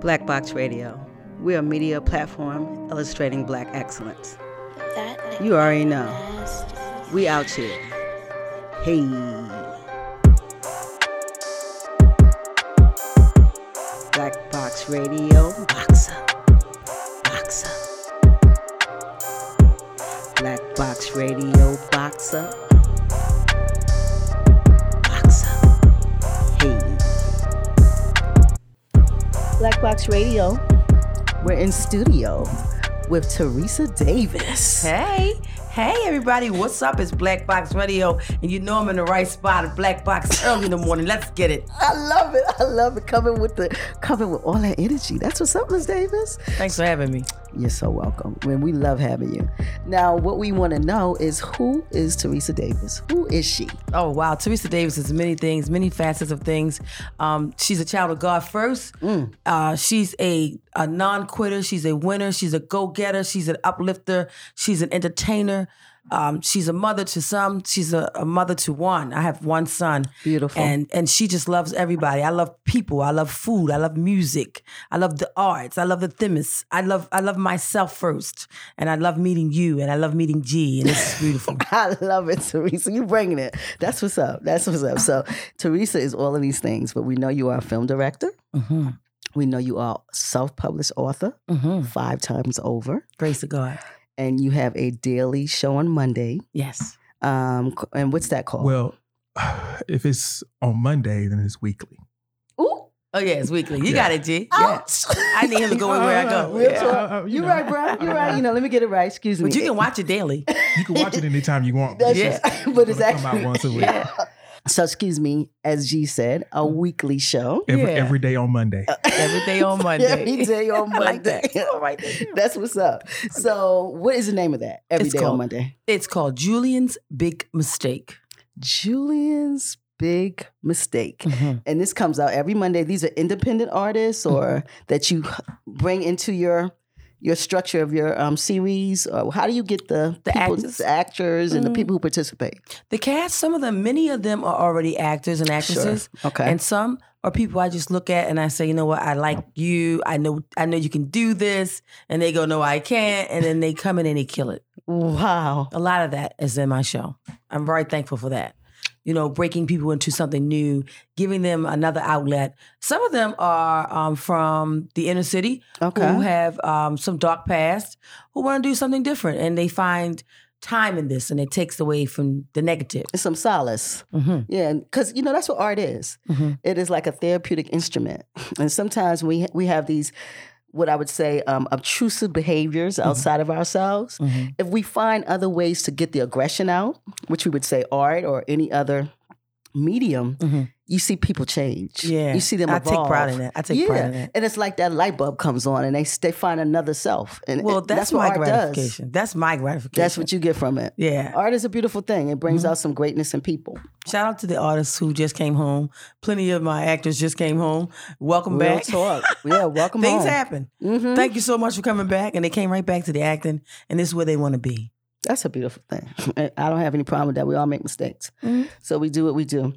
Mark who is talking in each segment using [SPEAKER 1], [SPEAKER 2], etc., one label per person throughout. [SPEAKER 1] Black Box Radio. We're a media platform illustrating black excellence.
[SPEAKER 2] That
[SPEAKER 1] You already know.
[SPEAKER 2] nasty.
[SPEAKER 1] We out here. Hey. Black Box Radio. Box up. Box up. Black Box Radio. Box up. Box up. Hey.
[SPEAKER 3] Black Box Radio. We're in studio with Teresa Davis.
[SPEAKER 4] Hey, hey everybody, what's up? It's Black Box Radio, and you know I'm in the right spot at Black Box early in the morning. Let's get it.
[SPEAKER 3] I love it. I love it. Coming with the coming with all that energy. That's what's up, Miss Davis.
[SPEAKER 4] Thanks for having me.
[SPEAKER 3] You're so welcome. And we love having you. Now, what we want to know is who is Teresa Davis? Who is she?
[SPEAKER 4] Oh wow, Teresa Davis is many things, many facets of things. Um, she's a child of God first. Uh, she's a, a non-quitter. She's a winner. She's a go-getter. She's an uplifter. She's an entertainer. Um, she's a mother to some. She's a, a mother to one. I have one son.
[SPEAKER 3] Beautiful.
[SPEAKER 4] And and she just loves everybody. I love people. I love food. I love music. I love the arts. I love the themis. I love I love myself first. And I love meeting you. And I love meeting G. And this is beautiful.
[SPEAKER 3] I love it, Teresa. You're bringing it. That's what's up. That's what's up. So, Teresa is all of these things, but we know you are a film director.
[SPEAKER 4] mm-hmm.
[SPEAKER 3] We know you are a self published author
[SPEAKER 4] Mm-hmm.
[SPEAKER 3] five times over.
[SPEAKER 4] Grace of God.
[SPEAKER 3] And you have a daily show on Monday.
[SPEAKER 4] Yes.
[SPEAKER 3] Um, c- and what's that called?
[SPEAKER 5] Well, if it's on Monday, then it's weekly.
[SPEAKER 3] Ooh,
[SPEAKER 4] Oh yeah, it's weekly. You
[SPEAKER 5] Yeah.
[SPEAKER 4] got it, G. Yeah. I need him to go everywhere Oh, I go.
[SPEAKER 3] Real
[SPEAKER 4] Yeah.
[SPEAKER 3] talk. You're right, bro. You're right. You know, let me get it right. Excuse me.
[SPEAKER 4] But you can watch it daily.
[SPEAKER 5] You can watch it anytime you want.
[SPEAKER 3] That's
[SPEAKER 4] Yeah.
[SPEAKER 3] just- but it's
[SPEAKER 5] It'll come out
[SPEAKER 3] actually
[SPEAKER 5] once a week.
[SPEAKER 3] Yeah. So excuse me, as G said, a weekly show.
[SPEAKER 5] Every,
[SPEAKER 4] Yeah.
[SPEAKER 5] every day on Monday.
[SPEAKER 4] Mm. Every day on Monday.
[SPEAKER 3] Every day on
[SPEAKER 4] I like
[SPEAKER 3] Monday.
[SPEAKER 4] that. All right, then.
[SPEAKER 3] That's what's up. So what is the name of that? Every day
[SPEAKER 4] It's called-
[SPEAKER 3] on Monday.
[SPEAKER 4] It's called Julian's Big Mistake.
[SPEAKER 3] Julian's Big Mistake.
[SPEAKER 4] Mm. Mm-hmm.
[SPEAKER 3] And this comes out every Monday. These are independent artists or
[SPEAKER 4] Mm-hmm.
[SPEAKER 3] that you bring into your your structure of your um, series. Or how do you get the
[SPEAKER 4] The
[SPEAKER 3] people-
[SPEAKER 4] actors. Mm.
[SPEAKER 3] the actors and the people who participate?
[SPEAKER 4] The cast, some of them, many of them are already actors and actresses.
[SPEAKER 3] Okay.
[SPEAKER 4] And some are people I just look at and I say, you know what, I like you. I know I know you can do this. And they go, No, I can't. And then they come in and they kill it.
[SPEAKER 3] wow.
[SPEAKER 4] a lot of that is in my show. I'm very thankful for that. You know, breaking people into something new, giving them another outlet. Some of them are um, from the inner city
[SPEAKER 3] Okay.
[SPEAKER 4] who have um, some dark past who want to do something different, and they find time in this, and it takes away from the negative.
[SPEAKER 3] Some solace.
[SPEAKER 4] Mm-hmm.
[SPEAKER 3] Yeah, because you know that's what art is.
[SPEAKER 4] Mhm.
[SPEAKER 3] It is like a therapeutic instrument, and sometimes we we have these what I would say um, obtrusive behaviors
[SPEAKER 4] Mm-hmm.
[SPEAKER 3] outside of ourselves.
[SPEAKER 4] Mhm.
[SPEAKER 3] If we find other ways to get the aggression out, which we would say art or any other medium,
[SPEAKER 4] Mhm.
[SPEAKER 3] you see people change.
[SPEAKER 4] Yeah,
[SPEAKER 3] you see them.
[SPEAKER 4] I
[SPEAKER 3] evolve.
[SPEAKER 4] take pride in that. I take
[SPEAKER 3] yeah,
[SPEAKER 4] pride in that.
[SPEAKER 3] and it's like that light bulb comes on, and they they find another self. And
[SPEAKER 4] Well,
[SPEAKER 3] it-
[SPEAKER 4] that's,
[SPEAKER 3] what
[SPEAKER 4] my
[SPEAKER 3] art does.
[SPEAKER 4] gratification. That's my gratification.
[SPEAKER 3] That's what you get from it.
[SPEAKER 4] Yeah. Mm-hmm.
[SPEAKER 3] Art is a beautiful thing. It brings out some greatness in people.
[SPEAKER 4] Shout out to the artists who just came home. Plenty of my actors just came home. Welcome
[SPEAKER 3] Real
[SPEAKER 4] back.
[SPEAKER 3] talk. Yeah, welcome
[SPEAKER 4] Things
[SPEAKER 3] home.
[SPEAKER 4] happen.
[SPEAKER 3] Mhm.
[SPEAKER 4] Thank you so much for coming back. And they came right back to the acting, and this is where they want to be.
[SPEAKER 3] That's a beautiful thing. I don't have any problem with that. We all make mistakes.
[SPEAKER 4] Mhm.
[SPEAKER 3] So we do what we do.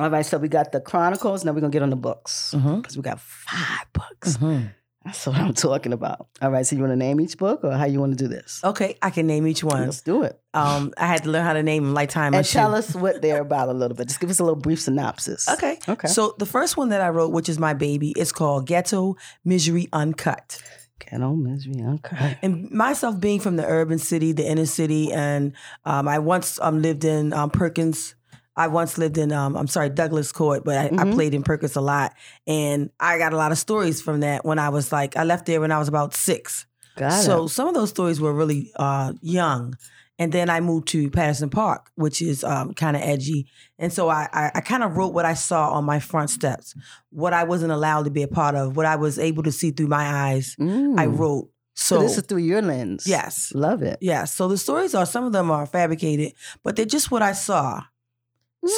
[SPEAKER 3] All right, so we got the Chronicles. Now we're going to get on the books because
[SPEAKER 4] Mhm.
[SPEAKER 3] we got five
[SPEAKER 4] Mm-hmm.
[SPEAKER 3] books. That's what I'm talking about. All right, so you want to name each book or how you want to do this?
[SPEAKER 4] Okay, I can name each one.
[SPEAKER 3] Let's do it.
[SPEAKER 4] Um, I had to learn how to name them like time. I
[SPEAKER 3] and
[SPEAKER 4] should.
[SPEAKER 3] tell us what they're about a little bit. Just give us a little brief synopsis.
[SPEAKER 4] Okay.
[SPEAKER 3] Okay.
[SPEAKER 4] So the first one that I wrote, which is my baby, is called Ghetto Misery Uncut.
[SPEAKER 3] Ghetto Misery Uncut.
[SPEAKER 4] And myself being from the urban city, the inner city, and um, I once um, lived in um, Perkins. I once lived in, um, I'm sorry, Douglas Court, but I, I
[SPEAKER 3] Mhm.
[SPEAKER 4] played in Perkins a lot. And I got a lot of stories from that when I was like, I left there when I was about six.
[SPEAKER 3] Got
[SPEAKER 4] so some of those stories were really uh, young. And then I moved to Patterson Park, which is um, kind of edgy. And so I, I, I kind of wrote what I saw on my front steps, what I wasn't allowed to be a part of, what I was able to see through my eyes.
[SPEAKER 3] it. Mm.
[SPEAKER 4] I wrote. So,
[SPEAKER 3] So, this is through your lens.
[SPEAKER 4] yes,
[SPEAKER 3] Love it.
[SPEAKER 4] yes. So the stories are some of them are fabricated, but they're just what I saw.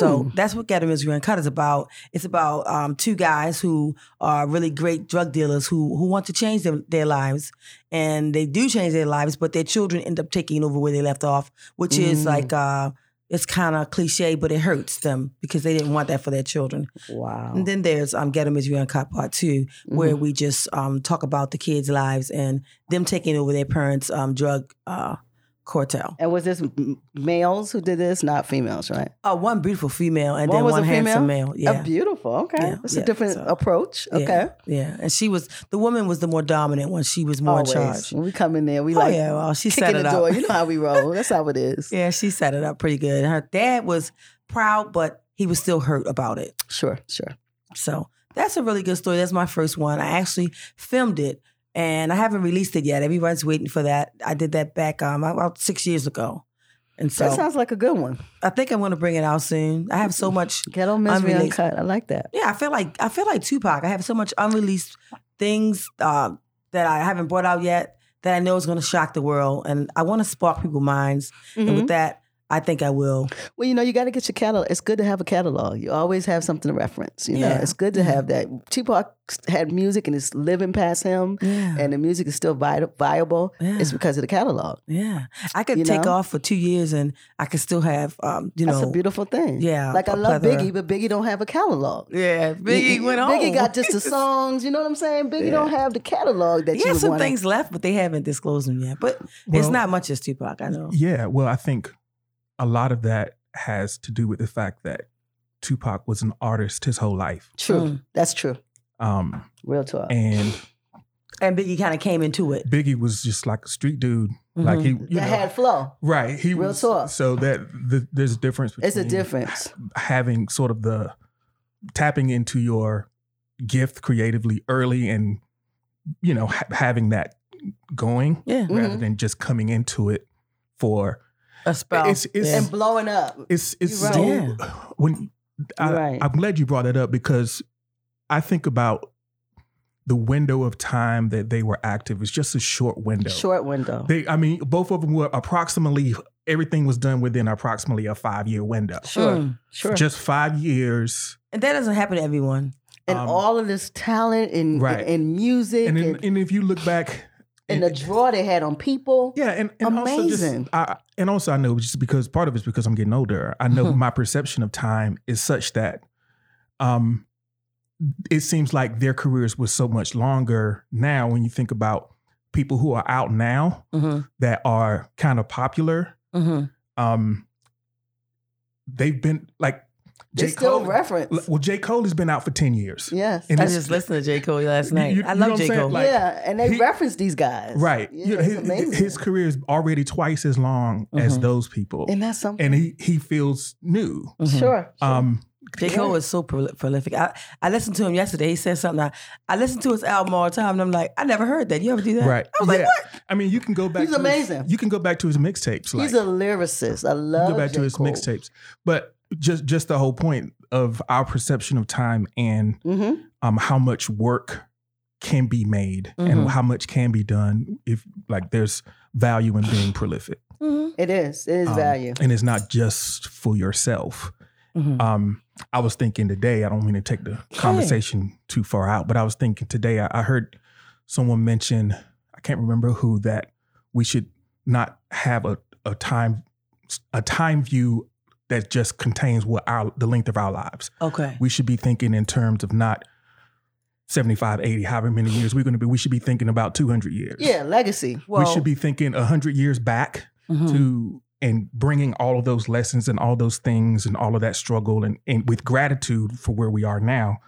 [SPEAKER 4] So
[SPEAKER 3] Mm.
[SPEAKER 4] that's what Ghetto Misery Uncut is about. It's about um, two guys who are really great drug dealers who who want to change their, their lives, and they do change their lives, but their children end up taking over where they left off, which is
[SPEAKER 3] Mm.
[SPEAKER 4] like uh, it's kind of cliche, but it hurts them because they didn't want that for their children.
[SPEAKER 6] Wow.
[SPEAKER 4] And then there's um, Get 'Em As You Are Cop Part 2, where
[SPEAKER 6] Mm-hmm.
[SPEAKER 4] we just um, talk about the kids' lives and them taking over their parents' um, drug uh, cartel.
[SPEAKER 6] and was this m- males who did this, not females, right?
[SPEAKER 4] Uh, one beautiful female and then
[SPEAKER 6] was
[SPEAKER 4] one
[SPEAKER 6] a female?
[SPEAKER 4] handsome male. Yeah.
[SPEAKER 6] Oh, beautiful. Okay.
[SPEAKER 4] Yeah,
[SPEAKER 6] That's
[SPEAKER 4] yeah,
[SPEAKER 6] a different
[SPEAKER 4] so-
[SPEAKER 6] approach.
[SPEAKER 4] Yeah,
[SPEAKER 6] Okay.
[SPEAKER 4] Yeah. And she was, the woman was the more dominant one. She was more
[SPEAKER 6] Always.
[SPEAKER 4] in charge.
[SPEAKER 6] When we come in there, we
[SPEAKER 4] oh,
[SPEAKER 6] like
[SPEAKER 4] yeah. Well, she set
[SPEAKER 6] kicking
[SPEAKER 4] it
[SPEAKER 6] the
[SPEAKER 4] up.
[SPEAKER 6] door. You know how we roll. That's how it is.
[SPEAKER 4] Yeah, she set it up pretty good. Her dad was proud, but he was still hurt about it.
[SPEAKER 6] Sure, sure.
[SPEAKER 4] So that's a really good story. That's my first one. I actually filmed it and I haven't released it yet. Everybody's waiting for that. I did that back um, about six years ago. And so
[SPEAKER 6] that sounds like a good one.
[SPEAKER 4] I think I'm going to bring it out soon. I have so much.
[SPEAKER 6] Ghetto misery
[SPEAKER 4] Unreleased.
[SPEAKER 6] uncut. I like that.
[SPEAKER 4] Yeah, I feel like I feel like Tupac. I have so much unreleased things uh, that I haven't brought out yet that I know is going to shock the world, and I want to spark people's minds. And
[SPEAKER 6] Mm-hmm.
[SPEAKER 4] with that, I think I will.
[SPEAKER 6] Well, you know, you got to get your catalog. It's good to have a catalog. You always have something to reference. You know,
[SPEAKER 4] Yeah.
[SPEAKER 6] it's good to
[SPEAKER 4] Mhm.
[SPEAKER 6] have that. Tupac had music and it's living past him,
[SPEAKER 4] Yeah.
[SPEAKER 6] and the music is still vi- viable.
[SPEAKER 4] Yeah.
[SPEAKER 6] It's because of the catalog.
[SPEAKER 4] Yeah, I could
[SPEAKER 6] You
[SPEAKER 4] take
[SPEAKER 6] know?
[SPEAKER 4] off for two years and I could still have, um, you
[SPEAKER 6] That's
[SPEAKER 4] know,
[SPEAKER 6] a beautiful thing.
[SPEAKER 4] yeah,
[SPEAKER 6] Like I
[SPEAKER 4] a
[SPEAKER 6] love
[SPEAKER 4] plethora.
[SPEAKER 6] Biggie, but Biggie don't have a catalog.
[SPEAKER 4] Yeah, Biggie went home.
[SPEAKER 6] Biggie got just the songs. You know what I'm saying? Biggie don't have the catalog that
[SPEAKER 4] He
[SPEAKER 6] you
[SPEAKER 4] has
[SPEAKER 6] would
[SPEAKER 4] some
[SPEAKER 6] wanna-
[SPEAKER 4] things left, but they haven't disclosed them yet. But it's
[SPEAKER 5] Well-
[SPEAKER 4] not much as Tupac, I know.
[SPEAKER 5] Yeah, well, I think a lot of that has to do with the fact that Tupac was an artist his whole life.
[SPEAKER 6] True.
[SPEAKER 4] Mm.
[SPEAKER 6] That's true.
[SPEAKER 5] Um,
[SPEAKER 6] Real
[SPEAKER 3] Uh,
[SPEAKER 6] talk.
[SPEAKER 5] and
[SPEAKER 4] And Biggie kind of came into it. Mm-hmm.
[SPEAKER 5] Biggie was just like a street dude. Like he,
[SPEAKER 3] Mm-hmm.
[SPEAKER 5] you
[SPEAKER 6] that
[SPEAKER 5] know,
[SPEAKER 6] had flow.
[SPEAKER 5] right? He
[SPEAKER 6] Real
[SPEAKER 5] was
[SPEAKER 6] talk.
[SPEAKER 5] so that the, there's a difference. Between
[SPEAKER 6] It's a difference.
[SPEAKER 5] having sort of the tapping into your gift creatively early and you know ha- having that going
[SPEAKER 4] yeah,
[SPEAKER 6] Mm-hmm.
[SPEAKER 5] rather than just coming into it for
[SPEAKER 4] a spell.
[SPEAKER 5] It's- it's-
[SPEAKER 4] yeah.
[SPEAKER 6] And blowing up.
[SPEAKER 5] it's it's
[SPEAKER 6] You're
[SPEAKER 4] right.
[SPEAKER 5] so- when I,
[SPEAKER 6] You're right.
[SPEAKER 5] I'm glad you brought that up because I think about the window of time that they were active is just a short window.
[SPEAKER 6] Short window.
[SPEAKER 5] They, I mean, both of them were approximately everything was done within approximately a five year window.
[SPEAKER 6] Sure.
[SPEAKER 4] Mm.
[SPEAKER 6] Sure.
[SPEAKER 5] Just five years,
[SPEAKER 4] And that doesn't happen to everyone.
[SPEAKER 6] and
[SPEAKER 5] um,
[SPEAKER 6] all of this talent and
[SPEAKER 5] Right.
[SPEAKER 6] and, music
[SPEAKER 5] and
[SPEAKER 6] and,
[SPEAKER 5] then, and if you look back,
[SPEAKER 6] and
[SPEAKER 5] it-
[SPEAKER 6] the draw they had on people.
[SPEAKER 5] Yeah, and, and Also
[SPEAKER 6] Amazing.
[SPEAKER 5] just, I, and also, I know just because part of it's because I'm getting older. I know
[SPEAKER 6] Uh-huh.
[SPEAKER 4] Mhm.
[SPEAKER 5] my perception of time is such that, um, it seems like their careers were so much longer now. When you think about people who are out now
[SPEAKER 4] Mm-hmm.
[SPEAKER 5] that are kind of popular,
[SPEAKER 4] Mm-hmm.
[SPEAKER 5] um, they've been like
[SPEAKER 6] They
[SPEAKER 5] J
[SPEAKER 6] still
[SPEAKER 5] Cole.
[SPEAKER 6] reference.
[SPEAKER 5] Well, J Cole has been out for ten years,
[SPEAKER 6] Yes.
[SPEAKER 5] And
[SPEAKER 4] I
[SPEAKER 5] it's-
[SPEAKER 4] just listened to J. Cole last
[SPEAKER 5] You-
[SPEAKER 4] night.
[SPEAKER 5] you-
[SPEAKER 4] I
[SPEAKER 5] you know
[SPEAKER 4] love
[SPEAKER 5] what
[SPEAKER 4] J.
[SPEAKER 5] I'm saying?
[SPEAKER 4] Cole.
[SPEAKER 5] like,
[SPEAKER 6] yeah, and they
[SPEAKER 5] he-
[SPEAKER 6] reference these guys.
[SPEAKER 5] right?
[SPEAKER 6] Yeah,
[SPEAKER 5] you know,
[SPEAKER 6] it's
[SPEAKER 5] his,
[SPEAKER 6] amazing.
[SPEAKER 5] his career is already twice as long as
[SPEAKER 4] Mhm.
[SPEAKER 5] those people,
[SPEAKER 6] and that's something.
[SPEAKER 5] and he he feels new.
[SPEAKER 6] Mm-hmm.
[SPEAKER 4] Mhm.
[SPEAKER 6] Sure.
[SPEAKER 5] Um,
[SPEAKER 4] J. Cole is so prol- prolific. I, I listened to him yesterday. He said something. I, I listened to his album all the time, and I'm like, I never heard that. You ever do that?
[SPEAKER 5] Right.
[SPEAKER 4] I was like,
[SPEAKER 5] Yeah.
[SPEAKER 4] what?
[SPEAKER 5] I mean, you can go back.
[SPEAKER 6] He's
[SPEAKER 5] to his-
[SPEAKER 6] amazing.
[SPEAKER 5] you can go back to his mixtapes. Like,
[SPEAKER 6] He's a lyricist. I
[SPEAKER 5] you
[SPEAKER 6] love.
[SPEAKER 5] can go back
[SPEAKER 6] J.
[SPEAKER 5] to his
[SPEAKER 6] Cole.
[SPEAKER 5] mixtapes. But just just the whole point of our perception of time and
[SPEAKER 6] Mhm.
[SPEAKER 5] um, how much work can be made
[SPEAKER 4] Mhm.
[SPEAKER 5] and how much can be done if like there's value in being prolific.
[SPEAKER 4] Mhm.
[SPEAKER 6] It is. It is
[SPEAKER 5] Um,
[SPEAKER 6] value. Mm-hmm.
[SPEAKER 5] and it's not just for yourself.
[SPEAKER 4] Mhm.
[SPEAKER 5] Um, I was thinking today, I don't mean to take the conversation too far out, but I was thinking today, I, I heard someone mention, I can't remember who, that we should not have a, a time a time view that just contains what our the length of our lives.
[SPEAKER 4] Okay.
[SPEAKER 5] We should be thinking in terms of not 75, 80, however many years we're gonna be. We should be thinking about 200 years.
[SPEAKER 6] Yeah, legacy.
[SPEAKER 5] we should be thinking 100 years back
[SPEAKER 4] mhm.
[SPEAKER 5] to and bringing all of those lessons and all those things and all of that struggle and, and with gratitude for where we are now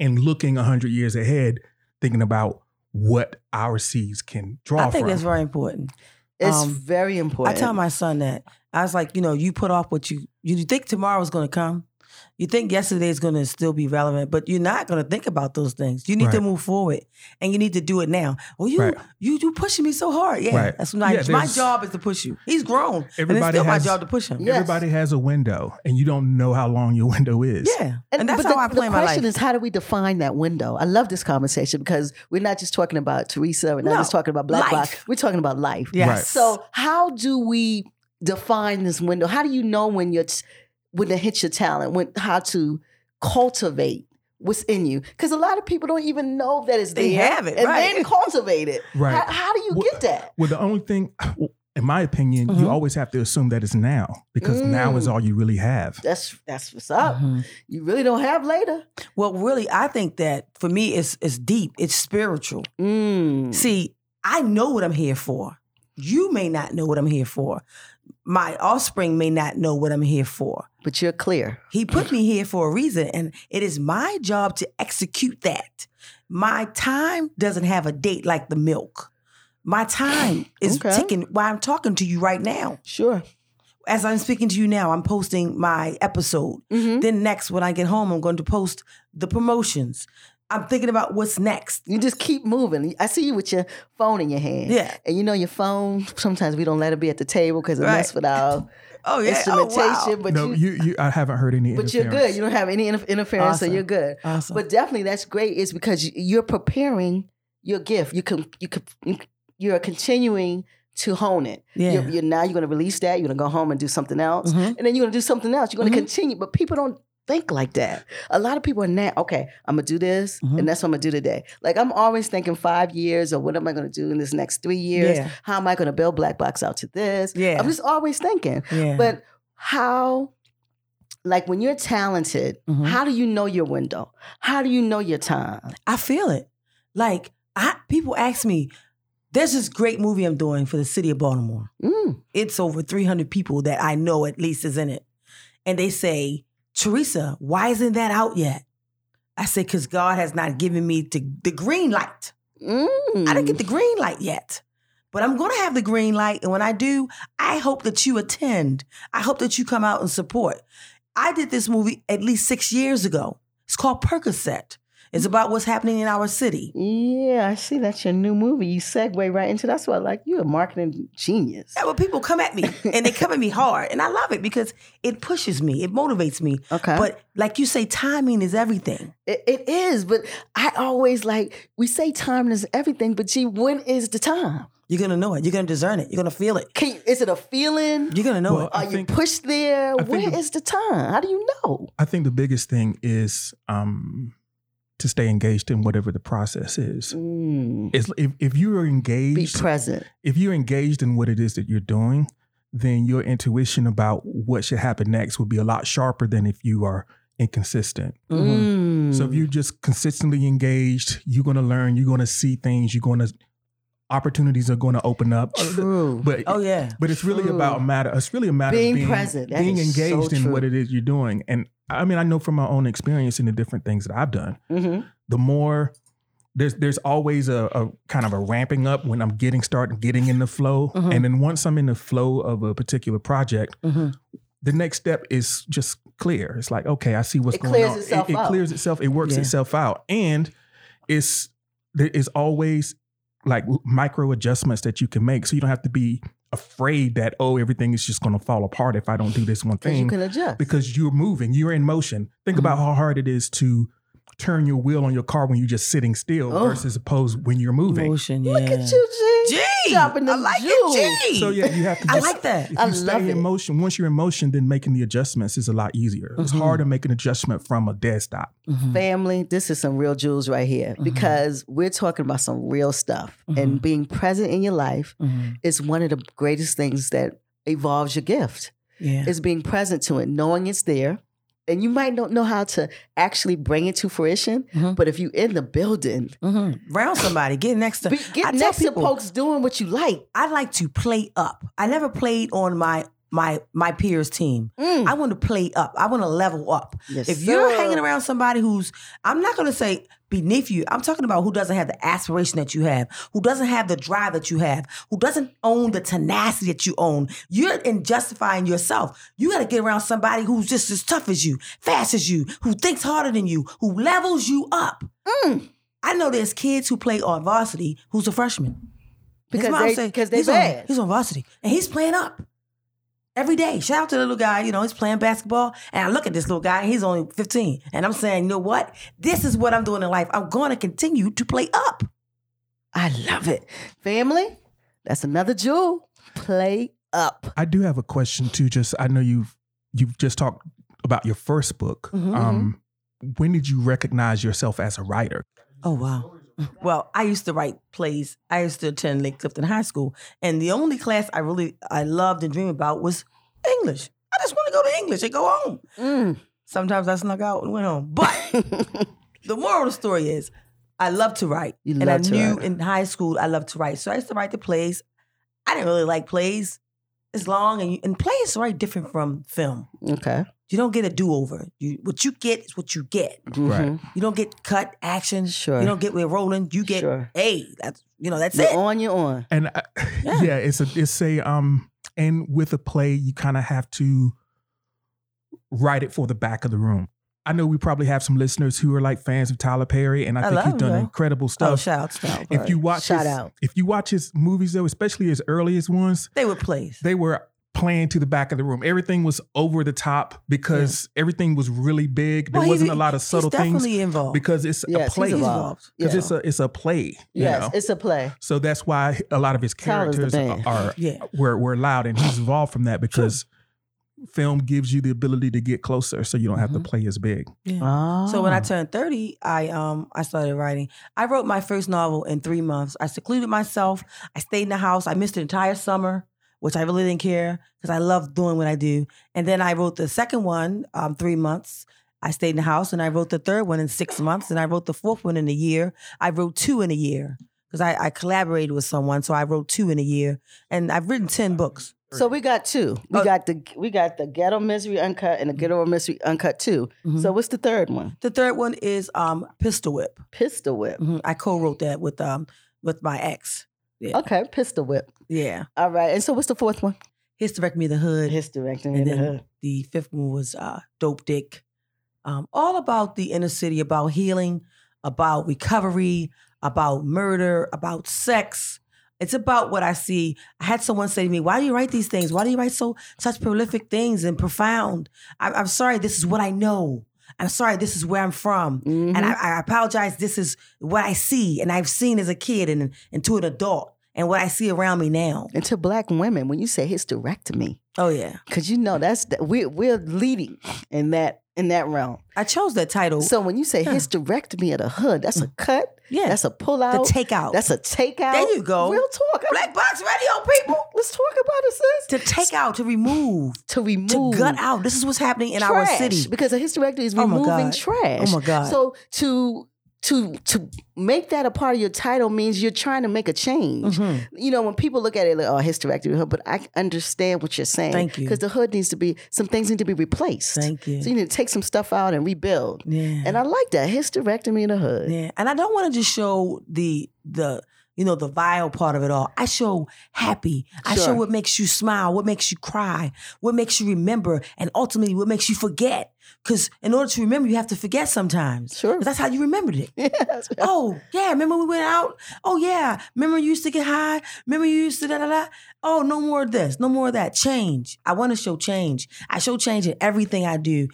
[SPEAKER 5] and looking 100 years ahead thinking about what our seeds can draw
[SPEAKER 4] I think
[SPEAKER 5] from
[SPEAKER 4] that's very important.
[SPEAKER 6] It's
[SPEAKER 4] Um,
[SPEAKER 6] very
[SPEAKER 4] I
[SPEAKER 6] important.
[SPEAKER 4] tell my son that. I was like, you know, you put off what you you think tomorrow's going to come. You think yesterday is going to still be relevant, but you're not going to think about those things. You need to
[SPEAKER 5] Right.
[SPEAKER 4] move forward, and you need to do it now. Well, you
[SPEAKER 5] Right.
[SPEAKER 4] you you pushing me so hard. Yeah,
[SPEAKER 5] Right.
[SPEAKER 4] that's my
[SPEAKER 5] Yeah,
[SPEAKER 4] my
[SPEAKER 5] there's-
[SPEAKER 4] job is to push you. He's grown, and it's
[SPEAKER 5] Everybody
[SPEAKER 4] still my
[SPEAKER 5] has-
[SPEAKER 4] job to push him.
[SPEAKER 6] Yeah. yes.
[SPEAKER 5] everybody has a window and you don't know how long your window is
[SPEAKER 4] Yeah, and, that's
[SPEAKER 6] but
[SPEAKER 4] how
[SPEAKER 6] the,
[SPEAKER 4] I plan
[SPEAKER 6] the
[SPEAKER 4] my life.
[SPEAKER 6] question is how do we define that window? I love this conversation because we're not just talking about Teresa, we're not
[SPEAKER 4] No,
[SPEAKER 6] just talking about Black Block,
[SPEAKER 4] life.
[SPEAKER 6] we're talking about life.
[SPEAKER 4] yes.
[SPEAKER 5] Right.
[SPEAKER 6] So how do we define this window? How do you know when you're t- when to hit your talent? When how to cultivate what's in you? Because a lot of people don't even know that it's
[SPEAKER 4] They
[SPEAKER 6] there,
[SPEAKER 4] have it,
[SPEAKER 6] and
[SPEAKER 4] right.
[SPEAKER 6] they didn't cultivate it.
[SPEAKER 5] Right.
[SPEAKER 6] How, how do you
[SPEAKER 5] Well,
[SPEAKER 6] get that?
[SPEAKER 5] well the only thing in my opinion,
[SPEAKER 4] Mm-hmm.
[SPEAKER 5] you always have to assume that it's now because now is
[SPEAKER 6] Mm.
[SPEAKER 5] all you really have.
[SPEAKER 6] That's that's what's up.
[SPEAKER 5] Mm-hmm.
[SPEAKER 6] You really don't have later.
[SPEAKER 4] Mm-hmm. Well, really, I think that for me, it's it's deep. It's spiritual.
[SPEAKER 6] Mm.
[SPEAKER 4] See, I know what I'm here for. You may not know what I'm here for. My offspring may not know what I'm here for.
[SPEAKER 6] But you're clear.
[SPEAKER 4] He put me here for a reason, and it is my job to execute that. My time doesn't have a date like the milk. My time is
[SPEAKER 6] Okay.
[SPEAKER 4] ticking while I'm talking to you right now.
[SPEAKER 6] Sure.
[SPEAKER 4] As I'm speaking to you now, I'm posting my episode.
[SPEAKER 6] Mm-hmm.
[SPEAKER 4] Then next, when I get home, I'm going to post the promotions. I'm thinking about what's next.
[SPEAKER 6] You just keep moving. I see you with your phone in your hand.
[SPEAKER 4] Yeah.
[SPEAKER 6] And you know your phone, sometimes we don't let it be at the table because it
[SPEAKER 4] Right.
[SPEAKER 6] mess with our
[SPEAKER 4] Oh yeah!
[SPEAKER 6] instrumentation.
[SPEAKER 4] Oh, wow.
[SPEAKER 6] But
[SPEAKER 5] no,
[SPEAKER 6] you,
[SPEAKER 5] you, you, I haven't heard any.
[SPEAKER 6] but you're good.
[SPEAKER 5] interference.
[SPEAKER 6] You don't have any inter- interference, so
[SPEAKER 4] Awesome.
[SPEAKER 6] you're good.
[SPEAKER 4] Awesome.
[SPEAKER 6] But definitely, that's great. Is because y- you're preparing your gift. You can you can you're continuing to hone it.
[SPEAKER 4] yeah.
[SPEAKER 6] You're, you're now you're going to release that. You're going to go home and do something else,
[SPEAKER 4] Mhm.
[SPEAKER 6] and then you're going to do something else. You're going
[SPEAKER 4] Mhm.
[SPEAKER 6] to continue, but people don't think like that. A lot of people are now okay. I'm going to do this,
[SPEAKER 4] Mhm.
[SPEAKER 6] and that's what I'm going to do today. Like I'm always thinking five years, or what am I going to do in this next three years?
[SPEAKER 4] Yeah.
[SPEAKER 6] How am I going to build Black Box out to this?
[SPEAKER 4] Yeah.
[SPEAKER 6] I'm just always thinking.
[SPEAKER 4] Yeah.
[SPEAKER 6] But how, like when you're talented,
[SPEAKER 4] Mhm.
[SPEAKER 6] how do you know your window? How do you know your time?
[SPEAKER 4] I feel it. Like I people ask me, there's this great movie I'm doing for the city of Baltimore.
[SPEAKER 6] Mm.
[SPEAKER 4] It's over 300 people that I know at least is in it. And they say, "Teresa, why isn't that out yet?" I say cuz God has not given me the, the green light.
[SPEAKER 6] Mm.
[SPEAKER 4] I didn't get the green light yet. But I'm going to have the green light. And when I do, I hope that you attend. I hope that you come out and support. I did this movie at least six years ago. It's called Percocet. It's about what's happening in our city.
[SPEAKER 6] Yeah, I see. That's your new movie. You segue right into that's why I like you a marketing genius.
[SPEAKER 4] Yeah, well, people come at me and they come at me hard. And I love it because it pushes me, it motivates me.
[SPEAKER 6] Okay, but
[SPEAKER 4] But like you say, timing is everything.
[SPEAKER 6] it, it is. But I always like we say time is everything. But gee, when is the time?
[SPEAKER 4] You're going to know it. You're going to discern it. You're going to feel it.
[SPEAKER 6] Can you, is it a feeling?
[SPEAKER 4] You're going to know
[SPEAKER 5] Well,
[SPEAKER 4] it.
[SPEAKER 5] I
[SPEAKER 6] Are Oh, you
[SPEAKER 5] think-
[SPEAKER 6] pushed there?
[SPEAKER 5] think
[SPEAKER 6] Where
[SPEAKER 5] the-
[SPEAKER 6] is the time? How do you know?
[SPEAKER 5] I think the biggest thing is um, to stay engaged in whatever the process is.
[SPEAKER 6] Mm.
[SPEAKER 5] It's, if, if you are
[SPEAKER 6] Be
[SPEAKER 5] engaged,
[SPEAKER 6] present.
[SPEAKER 5] if you're engaged in what it is that you're doing, then your intuition about what should happen next would be a lot sharper than if you are inconsistent.
[SPEAKER 4] Mhm.
[SPEAKER 6] Mm.
[SPEAKER 5] Mm-hmm. So if you're just consistently engaged, you're going to learn, you're going to see things, you're going to opportunities are going to open up.
[SPEAKER 6] Mm. true.
[SPEAKER 5] But
[SPEAKER 4] Oh, yeah.
[SPEAKER 5] but it's really
[SPEAKER 6] True.
[SPEAKER 5] about a matter. It's really a matter
[SPEAKER 6] Being
[SPEAKER 5] of being
[SPEAKER 6] present. That
[SPEAKER 5] being
[SPEAKER 6] is so
[SPEAKER 5] engaged in
[SPEAKER 6] true.
[SPEAKER 5] what it is you're doing. And I mean, I know from my own experience and the different things that I've done.
[SPEAKER 6] hmm
[SPEAKER 5] The more there's there's always a, a kind of a ramping up when I'm getting started, getting in the flow,
[SPEAKER 6] Mm-hmm.
[SPEAKER 4] Mhm.
[SPEAKER 5] and then once I'm in the flow of a particular project,
[SPEAKER 4] Mhm.
[SPEAKER 5] the next step is just clear. It's like, okay, I see what's
[SPEAKER 6] It
[SPEAKER 5] going
[SPEAKER 6] clears
[SPEAKER 5] on.
[SPEAKER 6] itself
[SPEAKER 5] it
[SPEAKER 6] out.
[SPEAKER 5] clears itself. It works
[SPEAKER 4] Yeah.
[SPEAKER 5] itself out, and it's there is always like micro adjustments that you can make, so you don't have to be afraid that oh everything is just going to fall apart if I don't do this one
[SPEAKER 6] Because you
[SPEAKER 5] thing
[SPEAKER 6] can Mm-hmm. adjust.
[SPEAKER 5] because you're moving, you're in motion. Think about how hard it is to turn your wheel on your car when you're just sitting still
[SPEAKER 6] Oh.
[SPEAKER 5] versus opposed when you're moving.
[SPEAKER 4] Motion, yeah.
[SPEAKER 6] Look at you, G.
[SPEAKER 4] Gee,
[SPEAKER 6] Dropping
[SPEAKER 4] I
[SPEAKER 6] them
[SPEAKER 4] like
[SPEAKER 6] jewels.
[SPEAKER 4] it, Gee.
[SPEAKER 5] So yeah, you have to.
[SPEAKER 4] I
[SPEAKER 5] Just,
[SPEAKER 4] like that.
[SPEAKER 5] If
[SPEAKER 6] I
[SPEAKER 5] you
[SPEAKER 6] love
[SPEAKER 5] stay
[SPEAKER 6] it.
[SPEAKER 5] in motion, once you're in motion, then making the adjustments is a lot easier. It's
[SPEAKER 6] Mm-hmm.
[SPEAKER 4] Mhm.
[SPEAKER 5] hard to make an adjustment from a dead stop.
[SPEAKER 4] Mhm.
[SPEAKER 6] Family, this is some real jewels right here
[SPEAKER 4] Mhm.
[SPEAKER 6] because we're talking about some real stuff. And being present in your life
[SPEAKER 4] Mhm.
[SPEAKER 6] is one of the greatest things that evolves your gift.
[SPEAKER 4] Yeah.
[SPEAKER 6] Is being present to it, knowing it's there. And you might not know how to actually bring it to fruition,
[SPEAKER 4] Mhm.
[SPEAKER 6] but if you're in the building,
[SPEAKER 4] Mhm. Round somebody, get next to.
[SPEAKER 6] be,
[SPEAKER 4] I
[SPEAKER 6] get
[SPEAKER 4] tell
[SPEAKER 6] next to
[SPEAKER 4] people-
[SPEAKER 6] folks doing what you like.
[SPEAKER 4] I like to play up. I never played on my my my peers team.
[SPEAKER 6] Mm.
[SPEAKER 4] I want to play up. I want to level up.
[SPEAKER 6] Yes,
[SPEAKER 4] if you're
[SPEAKER 6] sir.
[SPEAKER 4] hanging around somebody who's, I'm not going to say beneath you. I'm talking about who doesn't have the aspiration that you have, who doesn't have the drive that you have, who doesn't own the tenacity that you own. You're in justifying yourself. You got to get around somebody who's just as tough as you, fast as you, who thinks harder than you, who levels you up.
[SPEAKER 6] Mm.
[SPEAKER 4] I know there's kids who play on varsity who's a freshman. His
[SPEAKER 6] because
[SPEAKER 4] mom
[SPEAKER 6] they,
[SPEAKER 4] say,
[SPEAKER 6] because they
[SPEAKER 4] he's On,
[SPEAKER 6] bad.
[SPEAKER 4] he's on varsity and he's playing up every day. Shout out to the little guy. You know, he's playing basketball. And I look at this little guy. He's only 15. And I'm saying, you know what? This is what I'm doing in life. I'm going to continue to play up.
[SPEAKER 6] I love it. Family, that's another jewel. Play up.
[SPEAKER 5] I do have a question too. Just I know you've you've just talked about your first book.
[SPEAKER 4] Mhm.
[SPEAKER 5] Um, when did you recognize yourself as a writer?
[SPEAKER 4] Oh, wow. Well, I used to write plays. I used to attend Lake Clifton High School, and the only class I really I loved and dreamed about was English. I just want to go to English and go home.
[SPEAKER 6] Mm.
[SPEAKER 4] Sometimes I snuck out and went home. But the moral of the story is, I love to write,
[SPEAKER 6] You
[SPEAKER 4] and
[SPEAKER 6] love
[SPEAKER 4] I
[SPEAKER 6] to
[SPEAKER 4] knew
[SPEAKER 6] write.
[SPEAKER 4] in high school I loved to write. So I used to write the plays. I didn't really like plays. It's long, and, you, and plays are very different from film.
[SPEAKER 6] Okay.
[SPEAKER 4] You don't get a do over. You what you get is what you get.
[SPEAKER 5] Right.
[SPEAKER 4] You don't get cut action.
[SPEAKER 6] Sure.
[SPEAKER 4] You don't get we're rolling. You get
[SPEAKER 6] Sure.
[SPEAKER 4] hey, that's you know that's
[SPEAKER 6] You're
[SPEAKER 4] it.
[SPEAKER 6] on, you're on.
[SPEAKER 5] And I,
[SPEAKER 4] Yeah.
[SPEAKER 5] yeah. it's a it's a um and with a play you kind of have to write it for the back of the room. I know we probably have some listeners who are like fans of Tyler Perry, and I,
[SPEAKER 4] I
[SPEAKER 5] think
[SPEAKER 4] love
[SPEAKER 5] he's done
[SPEAKER 4] him.
[SPEAKER 5] incredible
[SPEAKER 4] Oh,
[SPEAKER 5] stuff.
[SPEAKER 4] shout out, shout out.
[SPEAKER 5] if you watch
[SPEAKER 6] Shout
[SPEAKER 5] his,
[SPEAKER 6] out.
[SPEAKER 5] if you watch his movies though, especially his earliest ones,
[SPEAKER 4] They were plays.
[SPEAKER 5] they were playing to the back of the room. Everything was over the top because everything was really big. There
[SPEAKER 4] Well, he-
[SPEAKER 5] wasn't a lot of
[SPEAKER 4] he's
[SPEAKER 5] subtle things
[SPEAKER 4] Definitely involved.
[SPEAKER 5] because it's
[SPEAKER 6] Yes,
[SPEAKER 5] a
[SPEAKER 6] he's
[SPEAKER 5] play.
[SPEAKER 4] he's
[SPEAKER 5] Because
[SPEAKER 4] involved.
[SPEAKER 6] Yeah.
[SPEAKER 5] it's a it's a play. you
[SPEAKER 6] yes,
[SPEAKER 5] know?
[SPEAKER 6] it's a play.
[SPEAKER 5] So that's why a lot of his
[SPEAKER 6] Tyler's the
[SPEAKER 5] characters
[SPEAKER 6] man.
[SPEAKER 5] are
[SPEAKER 4] Yeah.
[SPEAKER 5] were were loud, and he's evolved from that because film gives you the ability to get closer, so you don't have
[SPEAKER 6] Mhm.
[SPEAKER 5] to play as big.
[SPEAKER 4] So
[SPEAKER 6] Oh.
[SPEAKER 4] when I
[SPEAKER 6] Ah.
[SPEAKER 4] turned thirty, I um I started writing. I wrote my first novel in three months. I secluded myself. I stayed in the house. I missed the entire summer, which I really didn't care because I love doing what I do. And then I wrote the second one um three months. I stayed in the house, and I wrote the third one in six months, and I wrote the fourth one in a year. I wrote two in a year because I, I collaborated with someone, so I wrote two in a year, and I've written ten books.
[SPEAKER 6] So we got two. We
[SPEAKER 4] Oh.
[SPEAKER 6] got the we got the ghetto misery uncut and the ghetto misery uncut 2
[SPEAKER 4] Mhm.
[SPEAKER 6] So what's the third one?
[SPEAKER 4] The third one is um Pistol Whip.
[SPEAKER 6] Pistol whip.
[SPEAKER 4] Mhm. I co-wrote that with um with my ex. Yeah.
[SPEAKER 6] Okay, pistol whip.
[SPEAKER 4] Yeah.
[SPEAKER 6] All right. And so what's the fourth one?
[SPEAKER 4] Hysterectomy Me the Hood.
[SPEAKER 6] Hysterectomy
[SPEAKER 4] And
[SPEAKER 6] in the
[SPEAKER 4] then-
[SPEAKER 6] hood.
[SPEAKER 4] the fifth one was uh, Dope Dick. Um, all about the inner city, about healing, about recovery, about murder, about sex. It's about what I see. I had someone say to me, "Why do you write these things? Why do you write so such prolific things and profound?" I, I'm sorry, this is what I know. I'm sorry, this is where I'm from,
[SPEAKER 6] Mm-hmm.
[SPEAKER 4] and I, I apologize. This is what I see, and I've seen as a kid and and to an adult, and what I see around me now.
[SPEAKER 6] and to black women, when you say hysterectomy,
[SPEAKER 4] Oh yeah,
[SPEAKER 6] because you know that's the, we we're leading in that in that realm.
[SPEAKER 4] I chose that title.
[SPEAKER 6] So when you say
[SPEAKER 4] Yeah.
[SPEAKER 6] hysterectomy of the hood, that's a cut.
[SPEAKER 4] yeah,
[SPEAKER 6] That's a pull
[SPEAKER 4] the
[SPEAKER 6] out.
[SPEAKER 4] takeout.
[SPEAKER 6] that's a takeout.
[SPEAKER 4] There you go.
[SPEAKER 6] Real talk. I-
[SPEAKER 4] Black Box Radio people
[SPEAKER 6] Let's talk about it, sis.
[SPEAKER 4] to take out, to remove,
[SPEAKER 6] To remove
[SPEAKER 4] to gut out. This is what's happening in our
[SPEAKER 6] trash,
[SPEAKER 4] city.
[SPEAKER 6] because a hysterectomy is
[SPEAKER 4] Oh my
[SPEAKER 6] removing
[SPEAKER 4] God.
[SPEAKER 6] trash.
[SPEAKER 4] Oh my God.
[SPEAKER 6] So to to to make that a part of your title means you're trying to make a change.
[SPEAKER 4] Mhm.
[SPEAKER 6] You know, when people look at it like, oh, hysterectomy, hood, but I understand what you're saying.
[SPEAKER 4] Thank you.
[SPEAKER 6] Because the hood needs to be some things need to be replaced.
[SPEAKER 4] Thank you.
[SPEAKER 6] So you need to take some stuff out and rebuild.
[SPEAKER 4] yeah.
[SPEAKER 6] And I like that hysterectomy in the hood.
[SPEAKER 4] yeah. And I don't want to just show the the you know the vile part of it all. I show happy. I show
[SPEAKER 6] Sure.
[SPEAKER 4] what makes you smile, what makes you cry, what makes you remember, and ultimately what makes you forget. Because in order to remember, you have to forget sometimes.
[SPEAKER 6] Sure.
[SPEAKER 4] 'Cause That's how you remembered it.
[SPEAKER 6] Yes.
[SPEAKER 4] Oh yeah, remember we went out? Oh yeah, remember you used to get high? Remember you used to da da da? Oh, no more of this, no more of that. Change. I want to show change. I show change in everything I do.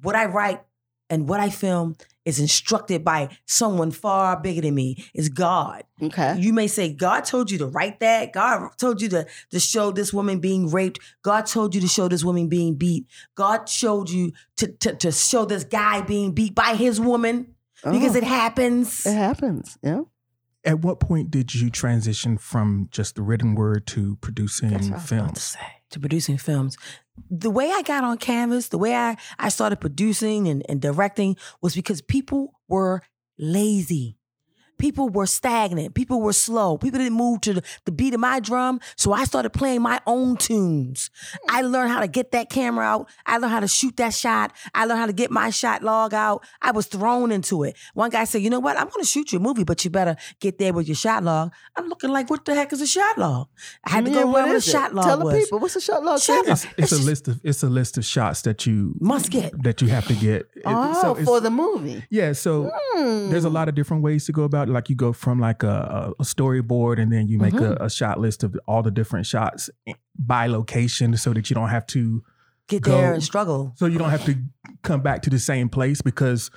[SPEAKER 4] What I write and what I film is instructed by someone far bigger than me. It's God.
[SPEAKER 6] Okay.
[SPEAKER 4] You may say, God told you to write that. God told you to, to show this woman being raped. God told you to show this woman being beat. God showed you to, to, to show this guy being beat by his woman because
[SPEAKER 6] Oh,
[SPEAKER 4] it happens.
[SPEAKER 6] it happens. Yeah.
[SPEAKER 5] At what point did you transition from just the written word to producing films?
[SPEAKER 4] to producing films. The way I got on canvas, the way I, I started producing and, and directing was because people were lazy. People were stagnant. People were slow. People didn't move to the, the beat of my drum. So I started playing my own tunes. I learned how to get that camera out. I learned how to shoot that shot. I learned how to get my shot log out. I was thrown into it. One guy said, You know what? I'm going to shoot your movie, but you better get there with your shot log. I'm looking like, What the heck is a shot log? I had to
[SPEAKER 6] Yeah,
[SPEAKER 4] go
[SPEAKER 6] what
[SPEAKER 4] wherever the
[SPEAKER 6] is it?
[SPEAKER 4] shot log
[SPEAKER 6] Tell
[SPEAKER 4] was.
[SPEAKER 6] the people, what's the shot law?
[SPEAKER 4] Shot log.
[SPEAKER 5] It's, it's a
[SPEAKER 4] just-
[SPEAKER 5] list of it's a list of shots that you
[SPEAKER 4] Must get.
[SPEAKER 5] that you have to get. It-
[SPEAKER 6] Oh,
[SPEAKER 5] so it's-
[SPEAKER 6] for the Mm. movie. Hmm.
[SPEAKER 5] yeah, so there's a lot of different ways to go about it. Like you go from like a, a storyboard, and then you make
[SPEAKER 6] Mm-hmm.
[SPEAKER 5] a, a shot list of all the different shots eh, by location, so that you don't have to
[SPEAKER 4] get
[SPEAKER 5] go-
[SPEAKER 4] there and struggle.
[SPEAKER 5] so you don't have to come back to the same place because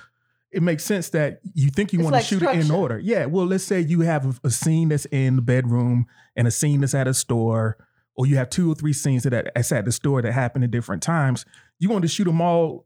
[SPEAKER 5] it makes sense that you think you
[SPEAKER 6] It's
[SPEAKER 5] want
[SPEAKER 6] like
[SPEAKER 5] to shoot it in
[SPEAKER 6] structure.
[SPEAKER 5] order. Yeah. Well, let's say you have a, a scene that's in the bedroom and a scene that's at a store, or you have two or three scenes that that's at the store that happen at different times. You want to shoot them all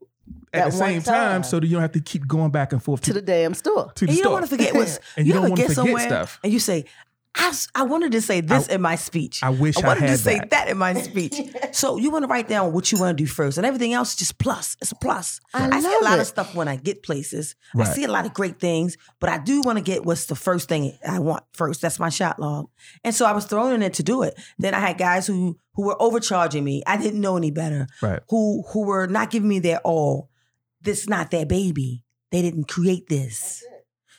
[SPEAKER 5] at
[SPEAKER 6] That
[SPEAKER 5] the
[SPEAKER 6] one
[SPEAKER 5] same
[SPEAKER 6] time.
[SPEAKER 5] time so that you don't have to keep going back and forth
[SPEAKER 6] to the damn store.
[SPEAKER 5] to the
[SPEAKER 4] And you
[SPEAKER 5] store.
[SPEAKER 4] don't want to forget what's
[SPEAKER 5] and you, don't
[SPEAKER 4] ever
[SPEAKER 5] want to
[SPEAKER 4] get
[SPEAKER 5] forget
[SPEAKER 4] somewhere
[SPEAKER 5] stuff.
[SPEAKER 4] And you say, I, s- I wanted to say this in my speech.
[SPEAKER 5] I wish I
[SPEAKER 4] I wanted
[SPEAKER 5] had
[SPEAKER 4] to say
[SPEAKER 5] that."
[SPEAKER 4] that. in my speech. so you want to write down what you want to do first, and everything else is just plus. It's a plus.
[SPEAKER 6] I
[SPEAKER 4] see
[SPEAKER 6] love
[SPEAKER 4] a lot
[SPEAKER 6] it.
[SPEAKER 4] of stuff when I get places. I
[SPEAKER 5] Right.
[SPEAKER 4] see a lot of great things, but I do want to get what's the first thing I want first. That's my shot log. And so I was thrown in it to do it. Then I had guys who who were overcharging me. I didn't know any better.
[SPEAKER 5] Right.
[SPEAKER 4] Who who were not giving me their all. This not their baby. They didn't create this.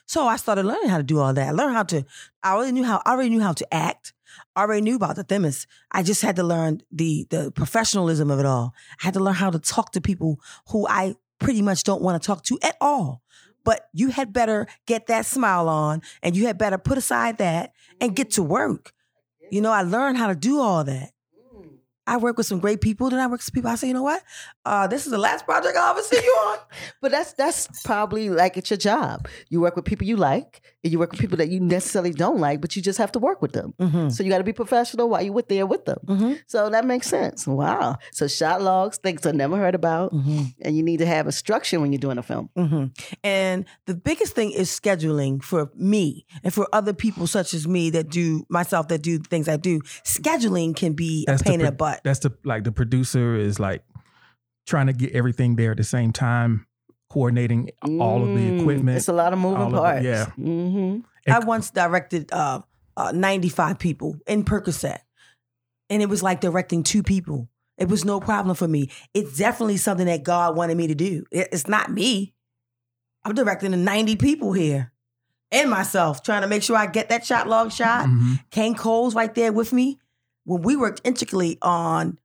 [SPEAKER 4] So I started learning how to do all that. I learned how to. I already knew how. I already knew how to act. I already knew about the themis. I just had to learn the the professionalism of it all. I had to learn how to talk to people who I pretty much don't want to talk to at all. But you had better get that smile on, and you had better put aside that and get to work. You know, I learned how to do all that. I work with some great people. Then I work with people. I say, you know what? Uh, this is the last project I'll ever see you on.
[SPEAKER 6] But that's that's probably like it's your job. You work with people you like, and you work with people that you necessarily don't like, but you just have to work with them.
[SPEAKER 4] Mm-hmm.
[SPEAKER 6] So you got to be professional while you're with there with them.
[SPEAKER 4] Mm-hmm.
[SPEAKER 6] So that makes sense. Wow. So shot logs, things I never heard about,
[SPEAKER 4] Mm-hmm.
[SPEAKER 6] and you need to have a structure when you're doing a film.
[SPEAKER 4] hmm And the biggest thing is scheduling for me and for other people such as me that do myself that do the things I do. Scheduling can be a pain in
[SPEAKER 5] pro-
[SPEAKER 4] the butt.
[SPEAKER 5] That's the like the producer is like trying to get everything there at the same time, coordinating all of the
[SPEAKER 6] Mm,
[SPEAKER 5] equipment.
[SPEAKER 6] It's a lot of moving
[SPEAKER 5] all of it,
[SPEAKER 6] parts.
[SPEAKER 5] yeah.
[SPEAKER 6] hmm
[SPEAKER 4] I once directed uh, uh, 95 people in Percocet, and it was like directing two people. It was no problem for me. It's definitely something that God wanted me to do. It- It's not me. I'm directing the 90 people here and myself, trying to make sure I get that shot log shot.
[SPEAKER 5] Mhm.
[SPEAKER 4] Kane Cole's right there with me when we worked intricately on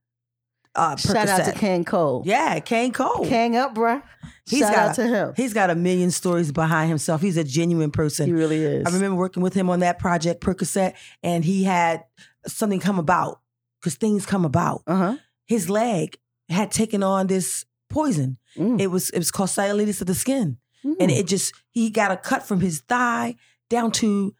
[SPEAKER 4] uh, Percocet.
[SPEAKER 6] Shout out to Ken Cole.
[SPEAKER 4] Yeah, Kane Cole.
[SPEAKER 6] Hang up, bruh.
[SPEAKER 4] He's
[SPEAKER 6] Shout
[SPEAKER 4] got
[SPEAKER 6] out
[SPEAKER 4] a-
[SPEAKER 6] to him.
[SPEAKER 4] He's got a million stories behind himself. He's a genuine
[SPEAKER 6] He
[SPEAKER 4] person.
[SPEAKER 6] really is.
[SPEAKER 4] I remember working with him on that project, Percocet, and he had something come about because things come about.
[SPEAKER 6] Uh huh.
[SPEAKER 4] His leg had taken on this poison.
[SPEAKER 6] Mm.
[SPEAKER 4] It was it was called cellulitis of the skin,
[SPEAKER 6] Mm.
[SPEAKER 4] and it just he got a cut from his thigh down to